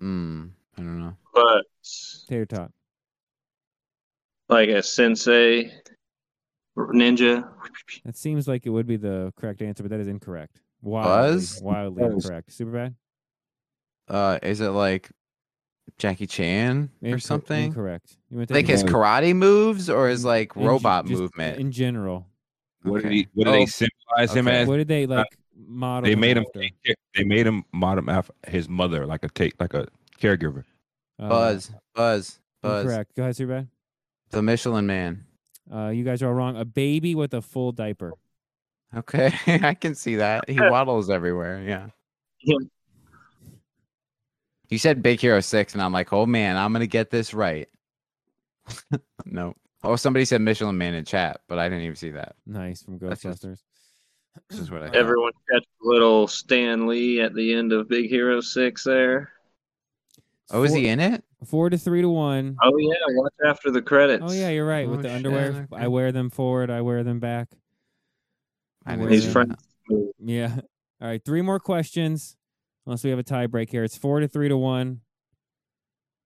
Speaker 2: Mm, I don't know.
Speaker 9: But
Speaker 5: Tater tot.
Speaker 9: like a sensei ninja.
Speaker 5: That seems like it would be the correct answer, but that is incorrect. Wildly,
Speaker 2: Buzz?
Speaker 5: wildly
Speaker 2: Buzz.
Speaker 5: incorrect. Super bad.
Speaker 2: Uh, is it like Jackie Chan or something?
Speaker 5: Incorrect. You wanna take
Speaker 2: Like
Speaker 5: a
Speaker 2: his
Speaker 5: guess?
Speaker 2: karate moves or his like
Speaker 5: In ge-
Speaker 2: robot
Speaker 5: just
Speaker 2: movement?
Speaker 5: in general.
Speaker 6: What did
Speaker 2: Okay.
Speaker 6: he? What did they
Speaker 2: Oh,
Speaker 6: symbolize him
Speaker 2: okay.
Speaker 6: as?
Speaker 5: What did they
Speaker 6: Uh,
Speaker 5: like model?
Speaker 6: They made him.
Speaker 5: after?
Speaker 6: take care- They made him model after his mother, like a take, like a caregiver.
Speaker 5: Uh,
Speaker 2: Buzz, Buzz, Buzz.
Speaker 5: Incorrect. Go ahead, Super bad.
Speaker 2: The Michelin Man.
Speaker 5: Uh, you guys are all wrong. A baby with a full diaper.
Speaker 2: Okay, I can see that. He waddles everywhere. Yeah.
Speaker 9: Yeah.
Speaker 2: You said Big Hero Six, and I'm like, oh man, I'm gonna get this right. no. Oh, somebody said Michelin Man in chat, but I didn't even see that.
Speaker 5: Nice from
Speaker 2: That's just-
Speaker 5: Ghostbusters.
Speaker 2: This is what I. thought.
Speaker 9: Everyone catch little Stan Lee at the end of Big Hero Six there.
Speaker 2: Oh, is he in it?
Speaker 5: Four to three to one.
Speaker 9: Oh yeah, watch after the credits.
Speaker 5: Oh yeah, you're right. With
Speaker 2: Oh,
Speaker 5: the
Speaker 2: shit,
Speaker 5: underwear,
Speaker 2: okay.
Speaker 5: I wear them forward. I wear them back.
Speaker 2: I
Speaker 5: wear
Speaker 2: didn't
Speaker 9: He's
Speaker 5: them-
Speaker 9: friends.
Speaker 5: Yeah. All right. Three more questions. Unless we have a tie break here, it's four to three to one.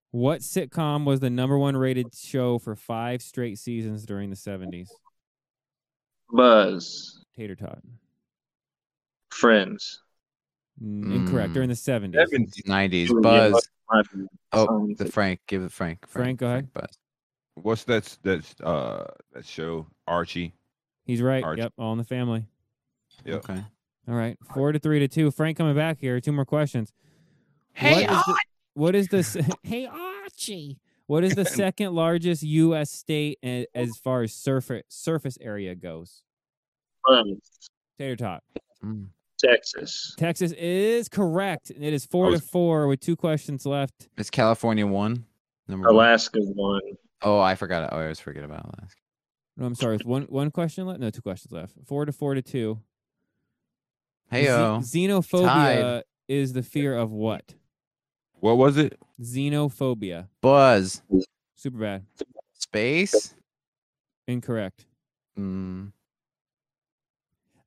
Speaker 5: What sitcom was the number one rated show for five straight seasons during the seventies?
Speaker 9: Buzz.
Speaker 5: Tater tot.
Speaker 9: Friends.
Speaker 5: N- Incorrect.
Speaker 2: Mm.
Speaker 5: During the seventies.
Speaker 2: Nineties
Speaker 9: Yeah,
Speaker 2: Buzz.
Speaker 9: like my-
Speaker 2: Oh, the Frank. Give it Frank.
Speaker 5: Frank, go ahead.
Speaker 2: Buzz.
Speaker 6: What's that's that's uh that show Archie?
Speaker 5: He's right.
Speaker 6: Arch-
Speaker 5: Yep. All in the family.
Speaker 6: Yep.
Speaker 2: Okay.
Speaker 5: All right, four to three to two. Frank coming back here. Two more questions. Hey, what is the, what is the se- hey Archie? What is the second largest U.S. state a-
Speaker 6: Oh.
Speaker 5: as far as surface surface area goes?
Speaker 9: Friends.
Speaker 5: Tater tot.
Speaker 2: Mm.
Speaker 9: Texas.
Speaker 5: Texas is correct, and it is four to four with two questions left.
Speaker 2: Is California one? Number one.
Speaker 9: Alaska's one.
Speaker 2: Oh, I forgot. it. Oh, I always forget about Alaska.
Speaker 5: No, I'm sorry. it's One one question left. No, two questions left. Four to four to two.
Speaker 2: Hey uh, yo.
Speaker 5: Ze- xenophobia is the fear of what?
Speaker 6: What was it?
Speaker 5: Xenophobia.
Speaker 2: Buzz.
Speaker 5: Super bad.
Speaker 2: Space.
Speaker 5: Incorrect.
Speaker 2: Mm.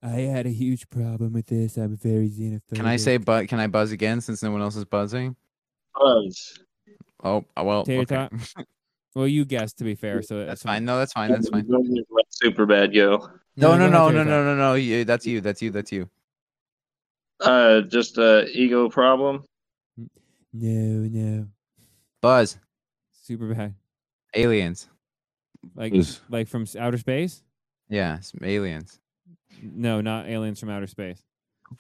Speaker 5: I had a huge problem with this. I'm very xenophobic.
Speaker 2: Can I say but? Can I buzz again since no one else is buzzing?
Speaker 9: Buzz.
Speaker 2: Oh, uh, well.
Speaker 5: Tater
Speaker 2: okay.
Speaker 5: tot. well, you guessed to be fair, so
Speaker 2: That's fine. No, that's fine. That's fine.
Speaker 9: Mm. Super bad, yo.
Speaker 2: No, no, no,
Speaker 5: No, go ahead,
Speaker 2: no,
Speaker 5: Tater
Speaker 2: no, no, no. You, that's you. That's you. That's you.
Speaker 9: Uh, just a ego problem.
Speaker 5: No, no.
Speaker 2: Buzz.
Speaker 5: Super bad.
Speaker 2: Aliens.
Speaker 5: Like
Speaker 6: Yes.
Speaker 5: like from s- outer space?
Speaker 2: Yeah, it's aliens.
Speaker 5: No, not aliens from outer space.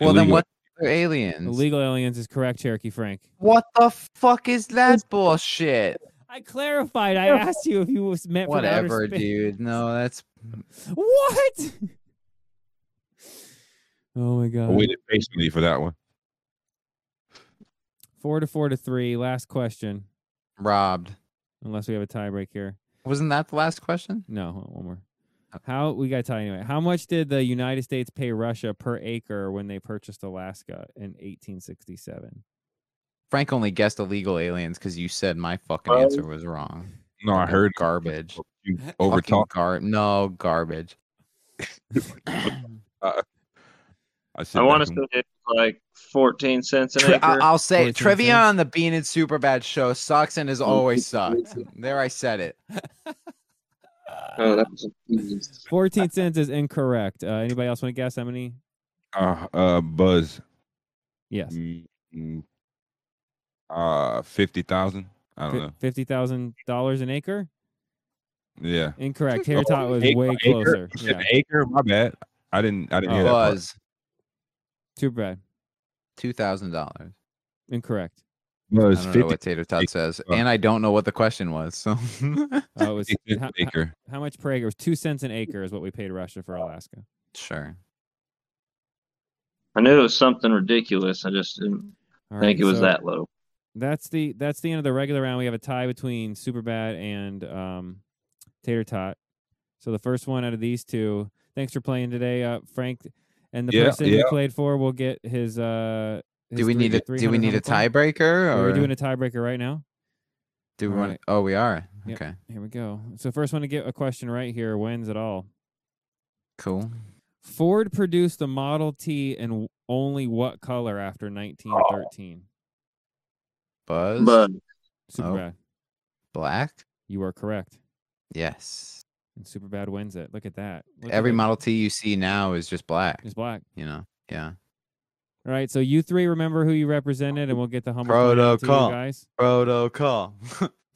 Speaker 2: Well, then
Speaker 6: Illegal.
Speaker 2: what? They're aliens.
Speaker 5: Illegal aliens is correct, Cherokee Frank.
Speaker 2: What the fuck is that bullshit?
Speaker 5: I clarified. I asked you if you was meant from
Speaker 2: Whatever,
Speaker 5: outer space.
Speaker 2: dude. No, that's
Speaker 5: Mm-hmm. What? oh my god.
Speaker 6: I waited patiently for that one.
Speaker 5: Four to four to three. Last question.
Speaker 2: robbed.
Speaker 5: Unless we have a tie break here.
Speaker 2: Wasn't that the last question? Oh.
Speaker 5: No, one more. How we got to tie anyway? How much did the United States pay Russia per acre when they purchased Alaska in 1867?
Speaker 2: Frank only guessed illegal aliens because you said my fucking
Speaker 9: Buzz.
Speaker 2: answer was wrong.
Speaker 6: No, I heard
Speaker 2: garbage.
Speaker 6: you
Speaker 2: Fucking
Speaker 6: overtalk.
Speaker 2: Gar- no garbage.
Speaker 6: Uh, sit
Speaker 9: I
Speaker 6: back
Speaker 9: want to
Speaker 6: and-
Speaker 9: say it's like 14 cents an
Speaker 2: Tri-
Speaker 9: acre.
Speaker 2: I- I'll say it.
Speaker 5: 14
Speaker 2: Trivia
Speaker 5: cents.
Speaker 2: on the Bean and Superbad show sucks and has always sucked. There, I said it.
Speaker 9: oh, that was easy.
Speaker 5: 14 cents is incorrect. Uh, anybody else want to guess how many?
Speaker 6: Uh, uh, Buzz.
Speaker 5: Yes.
Speaker 6: Mm, mm, Uh, fifty thousand. I don't know.
Speaker 5: $50,000 an acre?
Speaker 6: Yeah.
Speaker 5: Incorrect. Tater
Speaker 6: Oh,
Speaker 5: Tot was
Speaker 6: acre-
Speaker 5: way
Speaker 6: acre?
Speaker 5: closer.
Speaker 6: You said
Speaker 5: Yeah.
Speaker 6: acre. My bad. I didn't. I didn't hear that. part.
Speaker 2: Buzz,
Speaker 5: Too bad.
Speaker 2: two thousand dollars.
Speaker 5: Incorrect.
Speaker 2: I
Speaker 6: Buzz
Speaker 2: don't know
Speaker 6: fifty
Speaker 2: what Tater Tot says,
Speaker 6: uh,
Speaker 2: and I don't know what the question was. So
Speaker 5: Oh, it was
Speaker 6: cents
Speaker 5: how,
Speaker 6: an acre.
Speaker 5: how much per acre? It was two cents an acre is what we paid Russia for Alaska.
Speaker 2: sure.
Speaker 9: I knew it was something ridiculous. I just didn't
Speaker 5: All
Speaker 9: think
Speaker 5: right,
Speaker 9: it was
Speaker 5: so-
Speaker 9: that low.
Speaker 5: that's the that's the end of the regular round. We have a tie between Superbad and um, Tater Tot. So the first one out of these two. Thanks for playing today, uh, Frank. And the
Speaker 6: Yeah,
Speaker 5: person you
Speaker 6: yeah.
Speaker 5: played for will get his. Uh, his
Speaker 2: Do we
Speaker 5: three-
Speaker 2: need a Do we
Speaker 5: 300
Speaker 2: need a
Speaker 5: home coin.
Speaker 2: tiebreaker?
Speaker 5: Are
Speaker 2: Or
Speaker 5: we doing a tiebreaker right now?
Speaker 2: Do we
Speaker 5: All
Speaker 2: want?
Speaker 5: right.
Speaker 2: Oh, we are.
Speaker 5: Yep,
Speaker 2: Okay.
Speaker 5: Here we go. So first one to get a question right here wins it all.
Speaker 2: Cool.
Speaker 5: Ford produced the Model T in w- only what color after 1913?
Speaker 2: Buzz.
Speaker 5: Bud. Super
Speaker 2: Oh,
Speaker 5: bad.
Speaker 2: Black.
Speaker 5: You are correct.
Speaker 2: Yes.
Speaker 5: And super bad wins it. Look at that. Look at
Speaker 2: Every
Speaker 5: it.
Speaker 2: Model T you see now is just black.
Speaker 5: It's black.
Speaker 2: You know. Yeah.
Speaker 5: All right. So you three remember who you represented, and we'll get the humble brag out to you
Speaker 2: Protocol.
Speaker 5: guys.
Speaker 2: Protocol.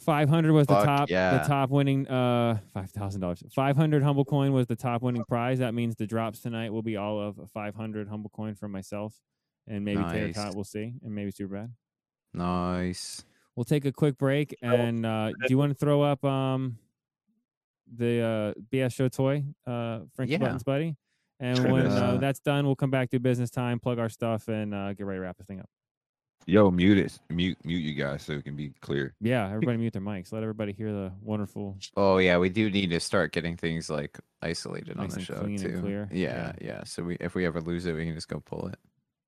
Speaker 5: 500 was the
Speaker 2: Fuck
Speaker 5: top
Speaker 2: yeah.
Speaker 5: the top winning uh $5000 500 humble coin was the top winning prize that means the drops tonight will be all of 500 humble coin for myself and maybe Taylor
Speaker 2: Nice.
Speaker 5: Tot, we'll see and maybe super bad
Speaker 2: Nice.
Speaker 5: we'll take a quick break and uh do you want to throw up um the uh bs show toy uh frankie
Speaker 2: Yeah.
Speaker 5: buttons buddy and
Speaker 6: Sure
Speaker 5: when
Speaker 6: does.
Speaker 5: uh, that's done we'll come back to business time plug our stuff and uh get ready to wrap this thing up
Speaker 6: Yo, mute it. Mute mute you guys so it can be clear.
Speaker 5: yeah everybody mute their mics let everybody hear the wonderful
Speaker 2: Oh yeah, we do need to start getting things like isolated on
Speaker 5: Nice
Speaker 2: the
Speaker 5: and
Speaker 2: show
Speaker 5: clean and
Speaker 2: too.
Speaker 5: clear.
Speaker 2: Yeah, yeah, So we if we ever lose it, we can just go pull it.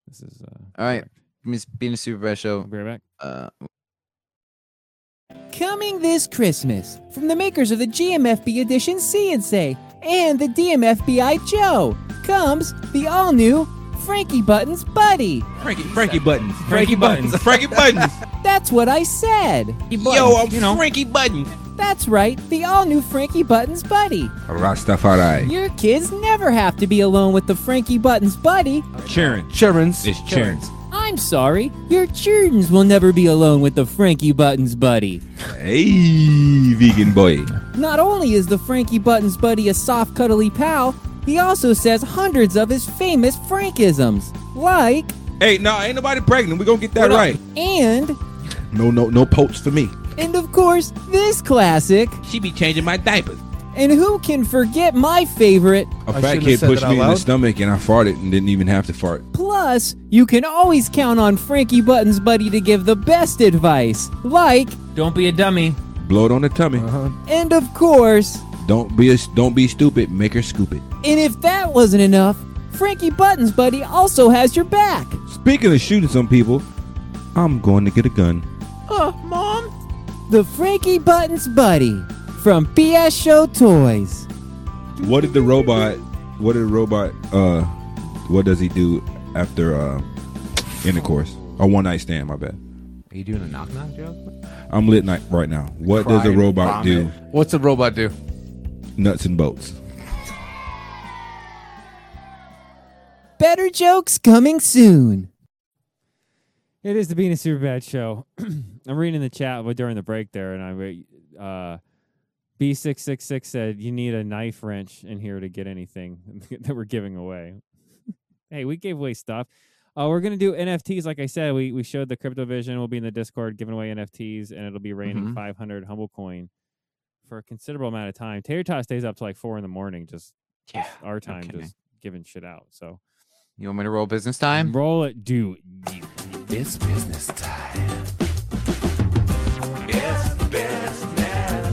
Speaker 5: This is uh,
Speaker 2: all right. Miss being a super best show.
Speaker 5: Be
Speaker 2: back.
Speaker 5: right
Speaker 2: Uh,
Speaker 14: Coming this Christmas from the makers of the GMFB edition C and Say and the DMFBI Joe comes the all new Frankie Buttons Buddy.
Speaker 15: Frankie, Frankie Buttons.
Speaker 14: Frankie
Speaker 15: Frankie Buttons. Frankie Buttons.
Speaker 14: That's what I said.
Speaker 15: Yo, I'm Frankie Buttons.
Speaker 14: That's right, the all new Frankie Buttons Buddy.
Speaker 6: Rastafari.
Speaker 14: Your kids never have to be alone with the Frankie Buttons Buddy.
Speaker 6: Sharon.
Speaker 14: Chirrins.
Speaker 6: It's Sharon.
Speaker 14: I'm sorry, your childrens will never be alone with the Frankie Buttons Buddy.
Speaker 6: Hey, vegan boy.
Speaker 14: Not only is the Frankie Buttons buddy a soft, cuddly pal, he also says hundreds of his famous Frankisms, like
Speaker 6: Hey, no, ain't nobody pregnant. We gonna get that right.
Speaker 14: and
Speaker 6: No, no, no poach for me.
Speaker 14: and of course this classic.
Speaker 15: She be changing my diapers.
Speaker 14: And who can forget my favorite?
Speaker 6: A fat kid pushed me in the stomach and I farted and didn't even have to fart.
Speaker 14: Plus, you can always count on Frankie Buttons buddy to give the best advice, like
Speaker 15: Don't be a dummy.
Speaker 6: Blow it on the tummy.
Speaker 2: Uh-huh.
Speaker 14: and of course.
Speaker 6: Don't be a, don't be stupid. Make her scoop it.
Speaker 14: And if that wasn't enough, Frankie Buttons buddy also has your back.
Speaker 6: Speaking of shooting some people, I'm going to get a gun.
Speaker 14: Oh, Mom? The Frankie Buttons Buddy from BS Show Toys.
Speaker 6: What did the robot? What did the robot? Uh, what does he do after uh, intercourse or one night stand? My bad.
Speaker 10: Are you doing a knock knock joke?
Speaker 6: I'm lit night right now. What
Speaker 10: Cry
Speaker 6: does a
Speaker 10: and
Speaker 6: robot do?
Speaker 10: vomit.
Speaker 11: What's a robot do?
Speaker 6: Nuts and bolts.
Speaker 14: Better jokes coming soon.
Speaker 5: It is the Being a Super Bad show. I'm reading the chat wa- during the break there, and I re- uh, B666 said, You need a knife wrench in here to get anything that we're giving away. hey, we gave away stuff. Uh, we're going to do NFTs. Like I said, we, we showed the Crypto Vision. We'll be in the Discord giving away NFTs, and it'll be raining
Speaker 2: Mhm.
Speaker 5: 500 Humble Coin for a considerable amount of time. Tater Tot stays up till like four in the morning, just,
Speaker 2: Yeah,
Speaker 5: just our time,
Speaker 2: kidding.
Speaker 5: just giving shit out. So
Speaker 2: you want me to roll business time?
Speaker 5: Roll it, dude.
Speaker 2: It's business time.
Speaker 12: It's business.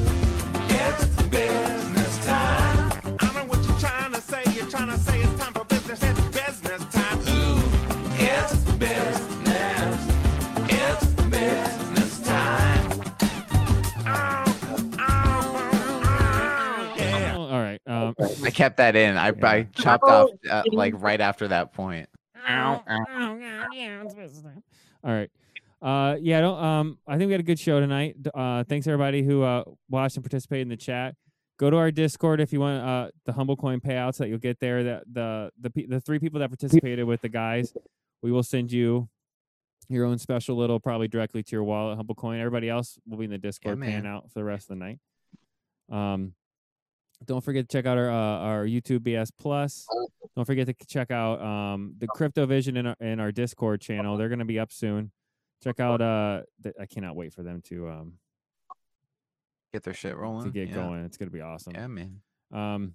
Speaker 12: It's business time. I know what you're trying to say. You're trying to say it's time for business. It's business time. Ooh, it's business. It's business time.
Speaker 5: All right. Um,
Speaker 2: I kept that in. I, I chopped off uh, like right after that point.
Speaker 5: All right. Uh, yeah, I don't, um, I think we had a good show tonight. D- Uh, thanks everybody who uh, watched and participated in the chat. Go to our Discord if you want uh, the humble coin payouts that you'll get there. That the the pe- the three people that participated with the guys, we will send you your own special little probably directly to your wallet humble coin. Everybody else will be in the Discord paying
Speaker 2: man.
Speaker 5: out for the rest of the night. Um, don't forget to check out our uh, our YouTube BS Plus. Don't forget to check out um, the Crypto Vision in our, in our Discord channel. They're going to be up soon. Check out. Uh, th- I cannot wait for them to um,
Speaker 2: Get their shit
Speaker 5: to
Speaker 2: rolling.
Speaker 5: get
Speaker 2: yeah.
Speaker 5: going. It's going to be awesome.
Speaker 2: Yeah, man.
Speaker 5: Um,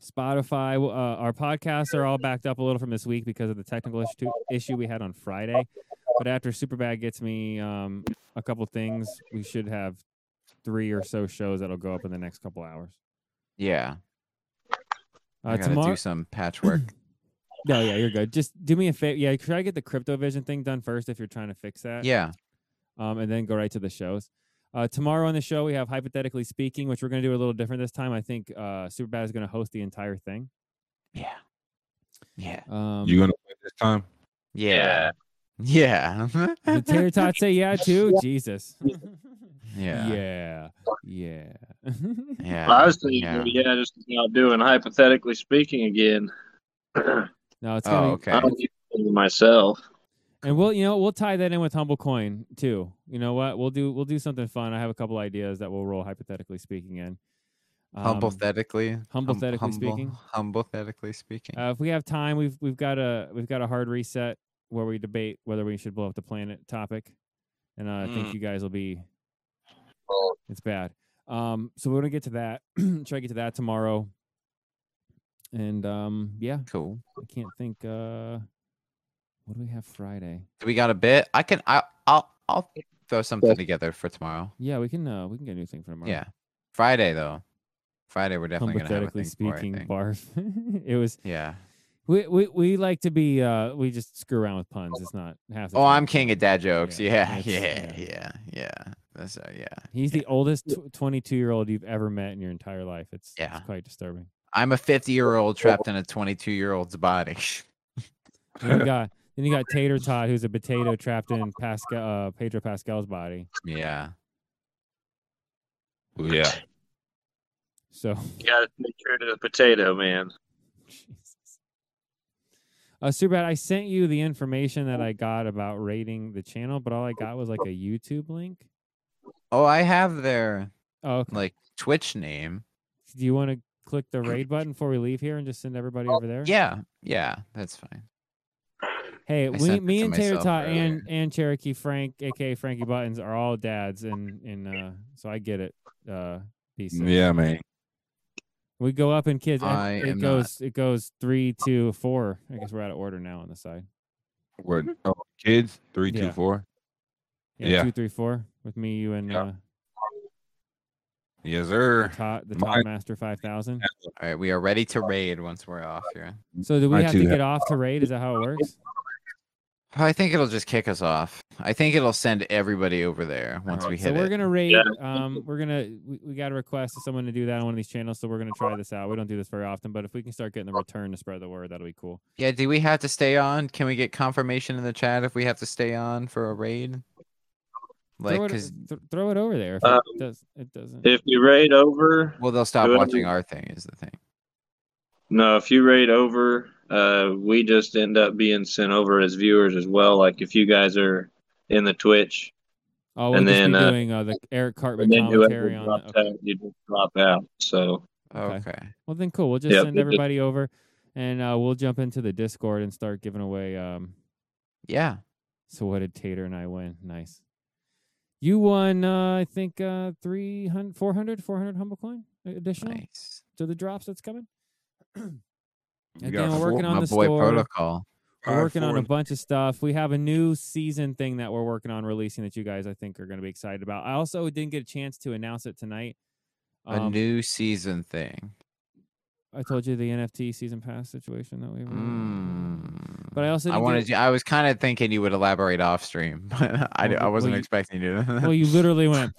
Speaker 5: Spotify. w- Uh, our podcasts are all backed up a little from this week because of the technical issue, issue we had on Friday. But after Superbad gets me um, a couple things, we should have three or so shows that'll go up in the next couple hours.
Speaker 2: Yeah.
Speaker 5: Uh,
Speaker 2: I gotta
Speaker 5: tomorrow-
Speaker 2: do some patchwork.
Speaker 5: No, yeah, you're good. Just do me a favor. Yeah, try to get the crypto vision thing done first if you're trying to fix that.
Speaker 2: Yeah.
Speaker 5: Um, and then go right to the shows. Uh, tomorrow on the show, we have Hypothetically Speaking, which we're going to do a little different this time. I think uh, Superbad is going to host the entire thing.
Speaker 2: Yeah. Yeah.
Speaker 5: Um,
Speaker 6: you gonna win this time?
Speaker 2: Yeah. Yeah.
Speaker 5: Did Tater Tot say yeah too? Jesus.
Speaker 2: Yeah.
Speaker 5: Yeah. Yeah.
Speaker 2: Yeah.
Speaker 9: I was thinking,
Speaker 2: yeah.
Speaker 9: yeah, just about doing hypothetically speaking again.
Speaker 5: No, it's gonna
Speaker 9: oh,
Speaker 5: be-
Speaker 9: okay. I don't even myself.
Speaker 5: And we'll you know we'll tie that in with humble coin too. You know what? We'll do we'll do something fun. I have a couple ideas that we'll roll hypothetically speaking in.
Speaker 2: Hypothetically.
Speaker 5: Um, Hypothetically
Speaker 2: humble-
Speaker 5: speaking.
Speaker 2: Hypothetically speaking.
Speaker 5: Uh, if we have time, we've we've got a we've got a hard reset where we debate whether we should blow up the planet topic, and uh, I think
Speaker 15: Mm.
Speaker 5: you guys will be.
Speaker 2: Oh.
Speaker 5: It's bad. Um, so we're gonna get to that. try to get to that tomorrow. And um, yeah,
Speaker 2: cool.
Speaker 5: I can't think. Uh, what do we have Friday?
Speaker 2: Do we got a bit? I can. I, I'll. I'll throw something together for tomorrow.
Speaker 5: Yeah, we can. Uh, we can get a new thing for tomorrow.
Speaker 2: Yeah. Friday though. Friday we're definitely gonna have a
Speaker 5: Hypothetically
Speaker 2: thing for, I
Speaker 5: speaking,
Speaker 2: think.
Speaker 5: barf. it was.
Speaker 2: Yeah.
Speaker 5: We, we we like to be. Uh, we just screw around with puns. It's not half. The
Speaker 2: Oh,
Speaker 5: time.
Speaker 2: I'm king of dad jokes. Yeah.
Speaker 5: it's-
Speaker 2: Yeah. Yeah. Yeah. That's uh, yeah.
Speaker 5: He's the oldest tw- 22 year old you've ever met in your entire life. It's, yeah.
Speaker 2: Yeah.
Speaker 5: quite disturbing.
Speaker 2: I'm a 50 year
Speaker 6: Oh,
Speaker 2: old trapped in a 22 year old's body.
Speaker 5: Then you got then you got Tater Tot, who's a potato trapped in Pascal, uh, Pedro Pascal's body.
Speaker 2: yeah.
Speaker 6: Yeah.
Speaker 5: So,
Speaker 9: You got to make sure to the potato, man.
Speaker 5: uh, super bad. I sent you the information that I got about rating the channel, but all I got was like a YouTube link.
Speaker 2: Oh, I have their
Speaker 5: oh,
Speaker 2: like Twitch name.
Speaker 5: Do you want to click the raid button before we leave here and just send everybody over there?
Speaker 2: Oh, Yeah. Yeah. That's fine.
Speaker 5: Hey,
Speaker 2: I
Speaker 5: we,
Speaker 2: sent it
Speaker 5: me
Speaker 2: to
Speaker 5: and Tater
Speaker 2: myself
Speaker 5: Tot and, and Cherokee Frank, aka Frankie Buttons, are all dads, and and uh, so I get it. Uh, piece
Speaker 6: Yeah, man.
Speaker 5: We go up in kids.
Speaker 6: I
Speaker 5: it
Speaker 6: am not.
Speaker 5: goes. It goes three, two, four. I guess we're out of order now on the side.
Speaker 6: What?
Speaker 2: Hmm?
Speaker 6: Oh, kids. Three, two,
Speaker 5: Yeah.
Speaker 6: four.
Speaker 5: Yeah,
Speaker 6: Yeah.
Speaker 5: two, three, four with me, you, and uh,
Speaker 6: Yes, sir.
Speaker 5: Tot, the
Speaker 6: My-
Speaker 5: Tot Master Five Thousand.
Speaker 2: All right. We are ready to raid once we're off here.
Speaker 5: So do we
Speaker 6: I
Speaker 5: have
Speaker 6: do
Speaker 5: to
Speaker 6: have-
Speaker 5: get off to raid? Is that how it works?
Speaker 2: I think it'll just kick us off. I think it'll send everybody over there once we hit
Speaker 5: so
Speaker 2: it.
Speaker 5: we're gonna raid. Um, we're gonna we, we got a request of someone to do that on one of these channels. So we're gonna try this out. We don't do this very often, but if we can start getting the return to spread the word, that'll be cool.
Speaker 2: Yeah, do we have to stay on? Can we get confirmation in the chat if we have to stay on for a raid? Like,
Speaker 5: throw, it,
Speaker 2: because
Speaker 5: th- throw it over there. If
Speaker 9: Um,
Speaker 5: it, does, it doesn't.
Speaker 9: If you raid over,
Speaker 2: well, they'll stop
Speaker 9: do it-
Speaker 2: watching our thing. Is the thing.
Speaker 9: No, if you raid over, uh, we just end up being sent over as viewers as well. Like if you guys are in the Twitch,
Speaker 5: Oh, we'll
Speaker 9: and
Speaker 5: just
Speaker 9: then
Speaker 5: be
Speaker 9: uh,
Speaker 5: doing uh, the Eric Cartman
Speaker 9: and then whoever
Speaker 5: commentary on.
Speaker 9: drops out, you just drop out. So
Speaker 2: Okay.
Speaker 5: Well, then cool. We'll just
Speaker 9: Yeah, we'll
Speaker 5: send
Speaker 9: just-
Speaker 5: everybody over, and uh, we'll jump into the Discord and start giving away. Um,
Speaker 2: yeah.
Speaker 5: So what did Tater and I win? Nice. You won, uh, I think, uh, 300, 400, 400 humble coin additional to the drops that's coming. And then
Speaker 2: got
Speaker 5: we're working
Speaker 2: four-
Speaker 5: on
Speaker 2: my
Speaker 5: the
Speaker 2: boy
Speaker 5: store.
Speaker 2: Protocol.
Speaker 5: We're
Speaker 2: Alright,
Speaker 5: working on
Speaker 2: four
Speaker 5: a
Speaker 2: and-
Speaker 5: bunch of stuff. We have a new season thing that we're working on releasing that you guys, I think, are going to be excited about. I also didn't get a chance to announce it tonight. Um,
Speaker 2: a new season thing.
Speaker 5: I told you the NFT season pass situation that we were. But I also
Speaker 2: Hmm. I
Speaker 5: didn't get-
Speaker 2: wanted. You, I was kind of thinking you would elaborate off stream, but I, d-
Speaker 5: Well,
Speaker 2: I
Speaker 5: well,
Speaker 2: wasn't
Speaker 5: you-
Speaker 2: expecting you to.
Speaker 5: well, you literally went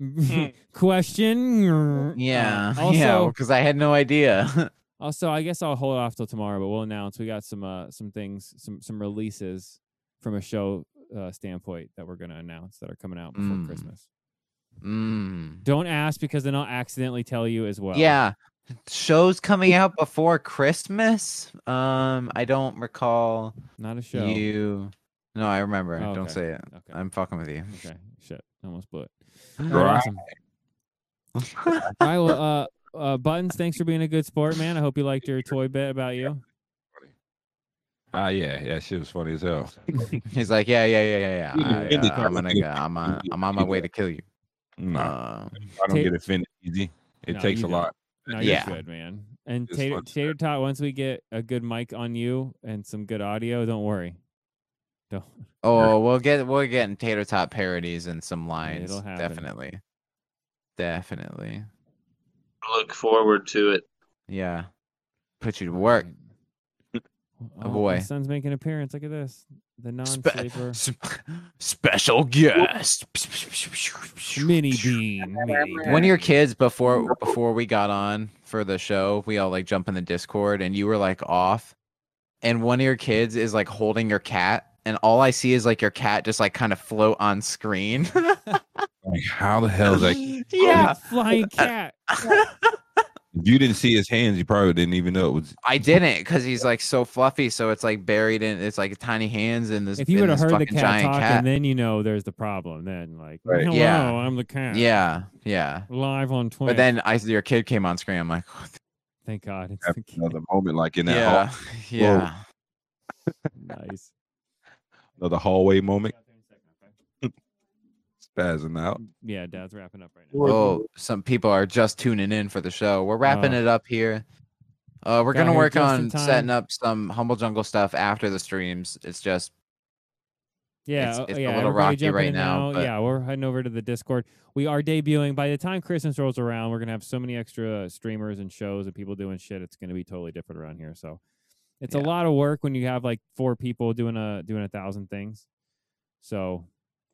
Speaker 5: question.
Speaker 2: yeah.
Speaker 5: Uh, also,
Speaker 2: yeah. Because I had no idea.
Speaker 5: also, I guess I'll hold off till tomorrow, but we'll announce. We got some uh, some things, some some releases from a show uh, standpoint that we're going to announce that are coming out before
Speaker 2: Mm.
Speaker 5: Christmas.
Speaker 2: mm.
Speaker 5: Don't ask because then I'll accidentally tell you as well.
Speaker 2: Yeah. Shows coming out before Christmas. Um, I don't recall.
Speaker 5: Not a show.
Speaker 2: You. No, I remember.
Speaker 5: Oh,
Speaker 2: Don't
Speaker 5: okay.
Speaker 2: say it.
Speaker 5: Okay.
Speaker 2: I'm fucking with you.
Speaker 5: Okay. Shit. Almost blew it.
Speaker 2: Right.
Speaker 5: Alright, awesome. All right. Well, uh, uh, Buttons, thanks for being a good sport, man. I hope you liked your toy bit about you.
Speaker 6: Ah, yeah, yeah. Shit was funny as hell.
Speaker 2: He's like, yeah, yeah, yeah, yeah,
Speaker 6: You
Speaker 2: yeah.
Speaker 6: do
Speaker 2: I,
Speaker 6: IndyCar
Speaker 2: am gonna,
Speaker 6: review.
Speaker 2: go- I'm on, I'm on my way to kill you.
Speaker 6: Nah.
Speaker 2: Um,
Speaker 6: I don't
Speaker 5: Ta-
Speaker 6: get offended easy. It
Speaker 5: No,
Speaker 6: takes
Speaker 5: you
Speaker 6: a
Speaker 5: don't.
Speaker 6: lot.
Speaker 5: No,
Speaker 2: Yeah.
Speaker 5: you're good, man. And
Speaker 6: It's
Speaker 5: Tater,
Speaker 6: fun.
Speaker 5: Tater Tot, once we get a good mic on you and some good audio, don't worry. Don't.
Speaker 2: oh, we'll get, we're getting tater tot parodies and some lines.
Speaker 5: It'll happen.
Speaker 2: Definitely, definitely.
Speaker 9: look forward to it.
Speaker 2: Yeah, put you to work. Oh,
Speaker 5: Oh,
Speaker 2: boy.
Speaker 5: My son's making an appearance. Look at this. the non-sleeper
Speaker 2: special guest.
Speaker 5: mini bean. Mini.
Speaker 2: One of your kids before before we got on for the show, we all like jump in the Discord and you were like off. And one of your kids is like holding your cat, and all I see is like your cat just like kind of float on screen.
Speaker 6: Like, how the hell is that?
Speaker 2: yeah.
Speaker 5: flying cat.
Speaker 6: If you didn't see his hands, you probably didn't even know it was.
Speaker 2: I didn't because he's like so fluffy, so it's like buried in it's like tiny hands in this.
Speaker 5: If you
Speaker 2: in
Speaker 5: would have
Speaker 2: this
Speaker 5: heard the
Speaker 2: fucking
Speaker 5: cat
Speaker 2: giant
Speaker 5: talking,
Speaker 2: cat.
Speaker 5: then you know there's the problem. Then like,
Speaker 2: Right.
Speaker 5: hello,
Speaker 2: Yeah.
Speaker 5: I'm the cat.
Speaker 2: Yeah, yeah.
Speaker 5: Live on Twitch.
Speaker 2: But then I your kid came on screen. I'm like,
Speaker 5: thank God, it's
Speaker 6: After another moment, like in that
Speaker 2: yeah,
Speaker 6: hall-
Speaker 2: yeah.
Speaker 5: nice.
Speaker 6: another hallway moment. Spazzing out.
Speaker 5: Yeah, Dad's wrapping up right now.
Speaker 2: Oh, some people are just tuning in for the show. We're wrapping
Speaker 5: Oh.
Speaker 2: it up here. Uh, we're
Speaker 5: Got
Speaker 2: gonna
Speaker 5: here
Speaker 2: work
Speaker 5: just in
Speaker 2: on
Speaker 5: time.
Speaker 2: setting up some humble jungle stuff after the streams. It's just
Speaker 5: Yeah,
Speaker 2: it's,
Speaker 5: uh,
Speaker 2: it's
Speaker 5: yeah,
Speaker 2: a little
Speaker 5: everybody
Speaker 2: rocky
Speaker 5: jumping
Speaker 2: right
Speaker 5: in
Speaker 2: now. but
Speaker 5: yeah, we're heading over to the Discord. We are debuting. By the time Christmas rolls around, we're gonna have so many extra streamers and shows and people doing shit. It's gonna be totally different around here. So it's a lot of work when you have like four people doing a doing a thousand things. So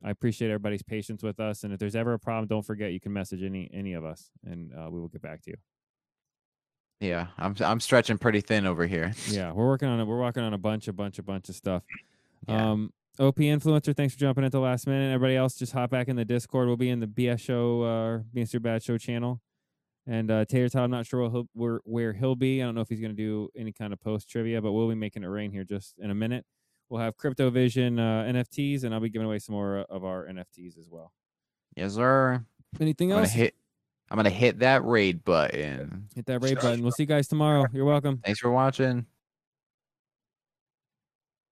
Speaker 5: I appreciate everybody's patience with us. And if there's ever a problem, don't forget you can message any any of us, and uh, we will get back to you.
Speaker 2: yeah, I'm I'm stretching pretty thin over here.
Speaker 5: Yeah, we're working on it. We're working on a bunch, a bunch, a bunch of stuff. Um, OP influencer, thanks for jumping at the last minute. Everybody else, just hop back in the Discord. We'll be in the BS show, uh, BS Your Bad Show channel. And uh, Tater Todd, I'm not sure what he'll, where where he'll be. I don't know if he's going to do any kind of post trivia, but we'll be making it rain here just in a minute. We'll have Crypto Vision uh, NFTs, and I'll be giving away some more uh, of our NFTs as well.
Speaker 2: Yes, sir.
Speaker 5: Anything
Speaker 2: I'm gonna
Speaker 5: else?
Speaker 2: hit, I'm gonna hit that raid button.
Speaker 5: Hit that rate button. We'll see you guys tomorrow. You're welcome.
Speaker 2: Thanks for watching.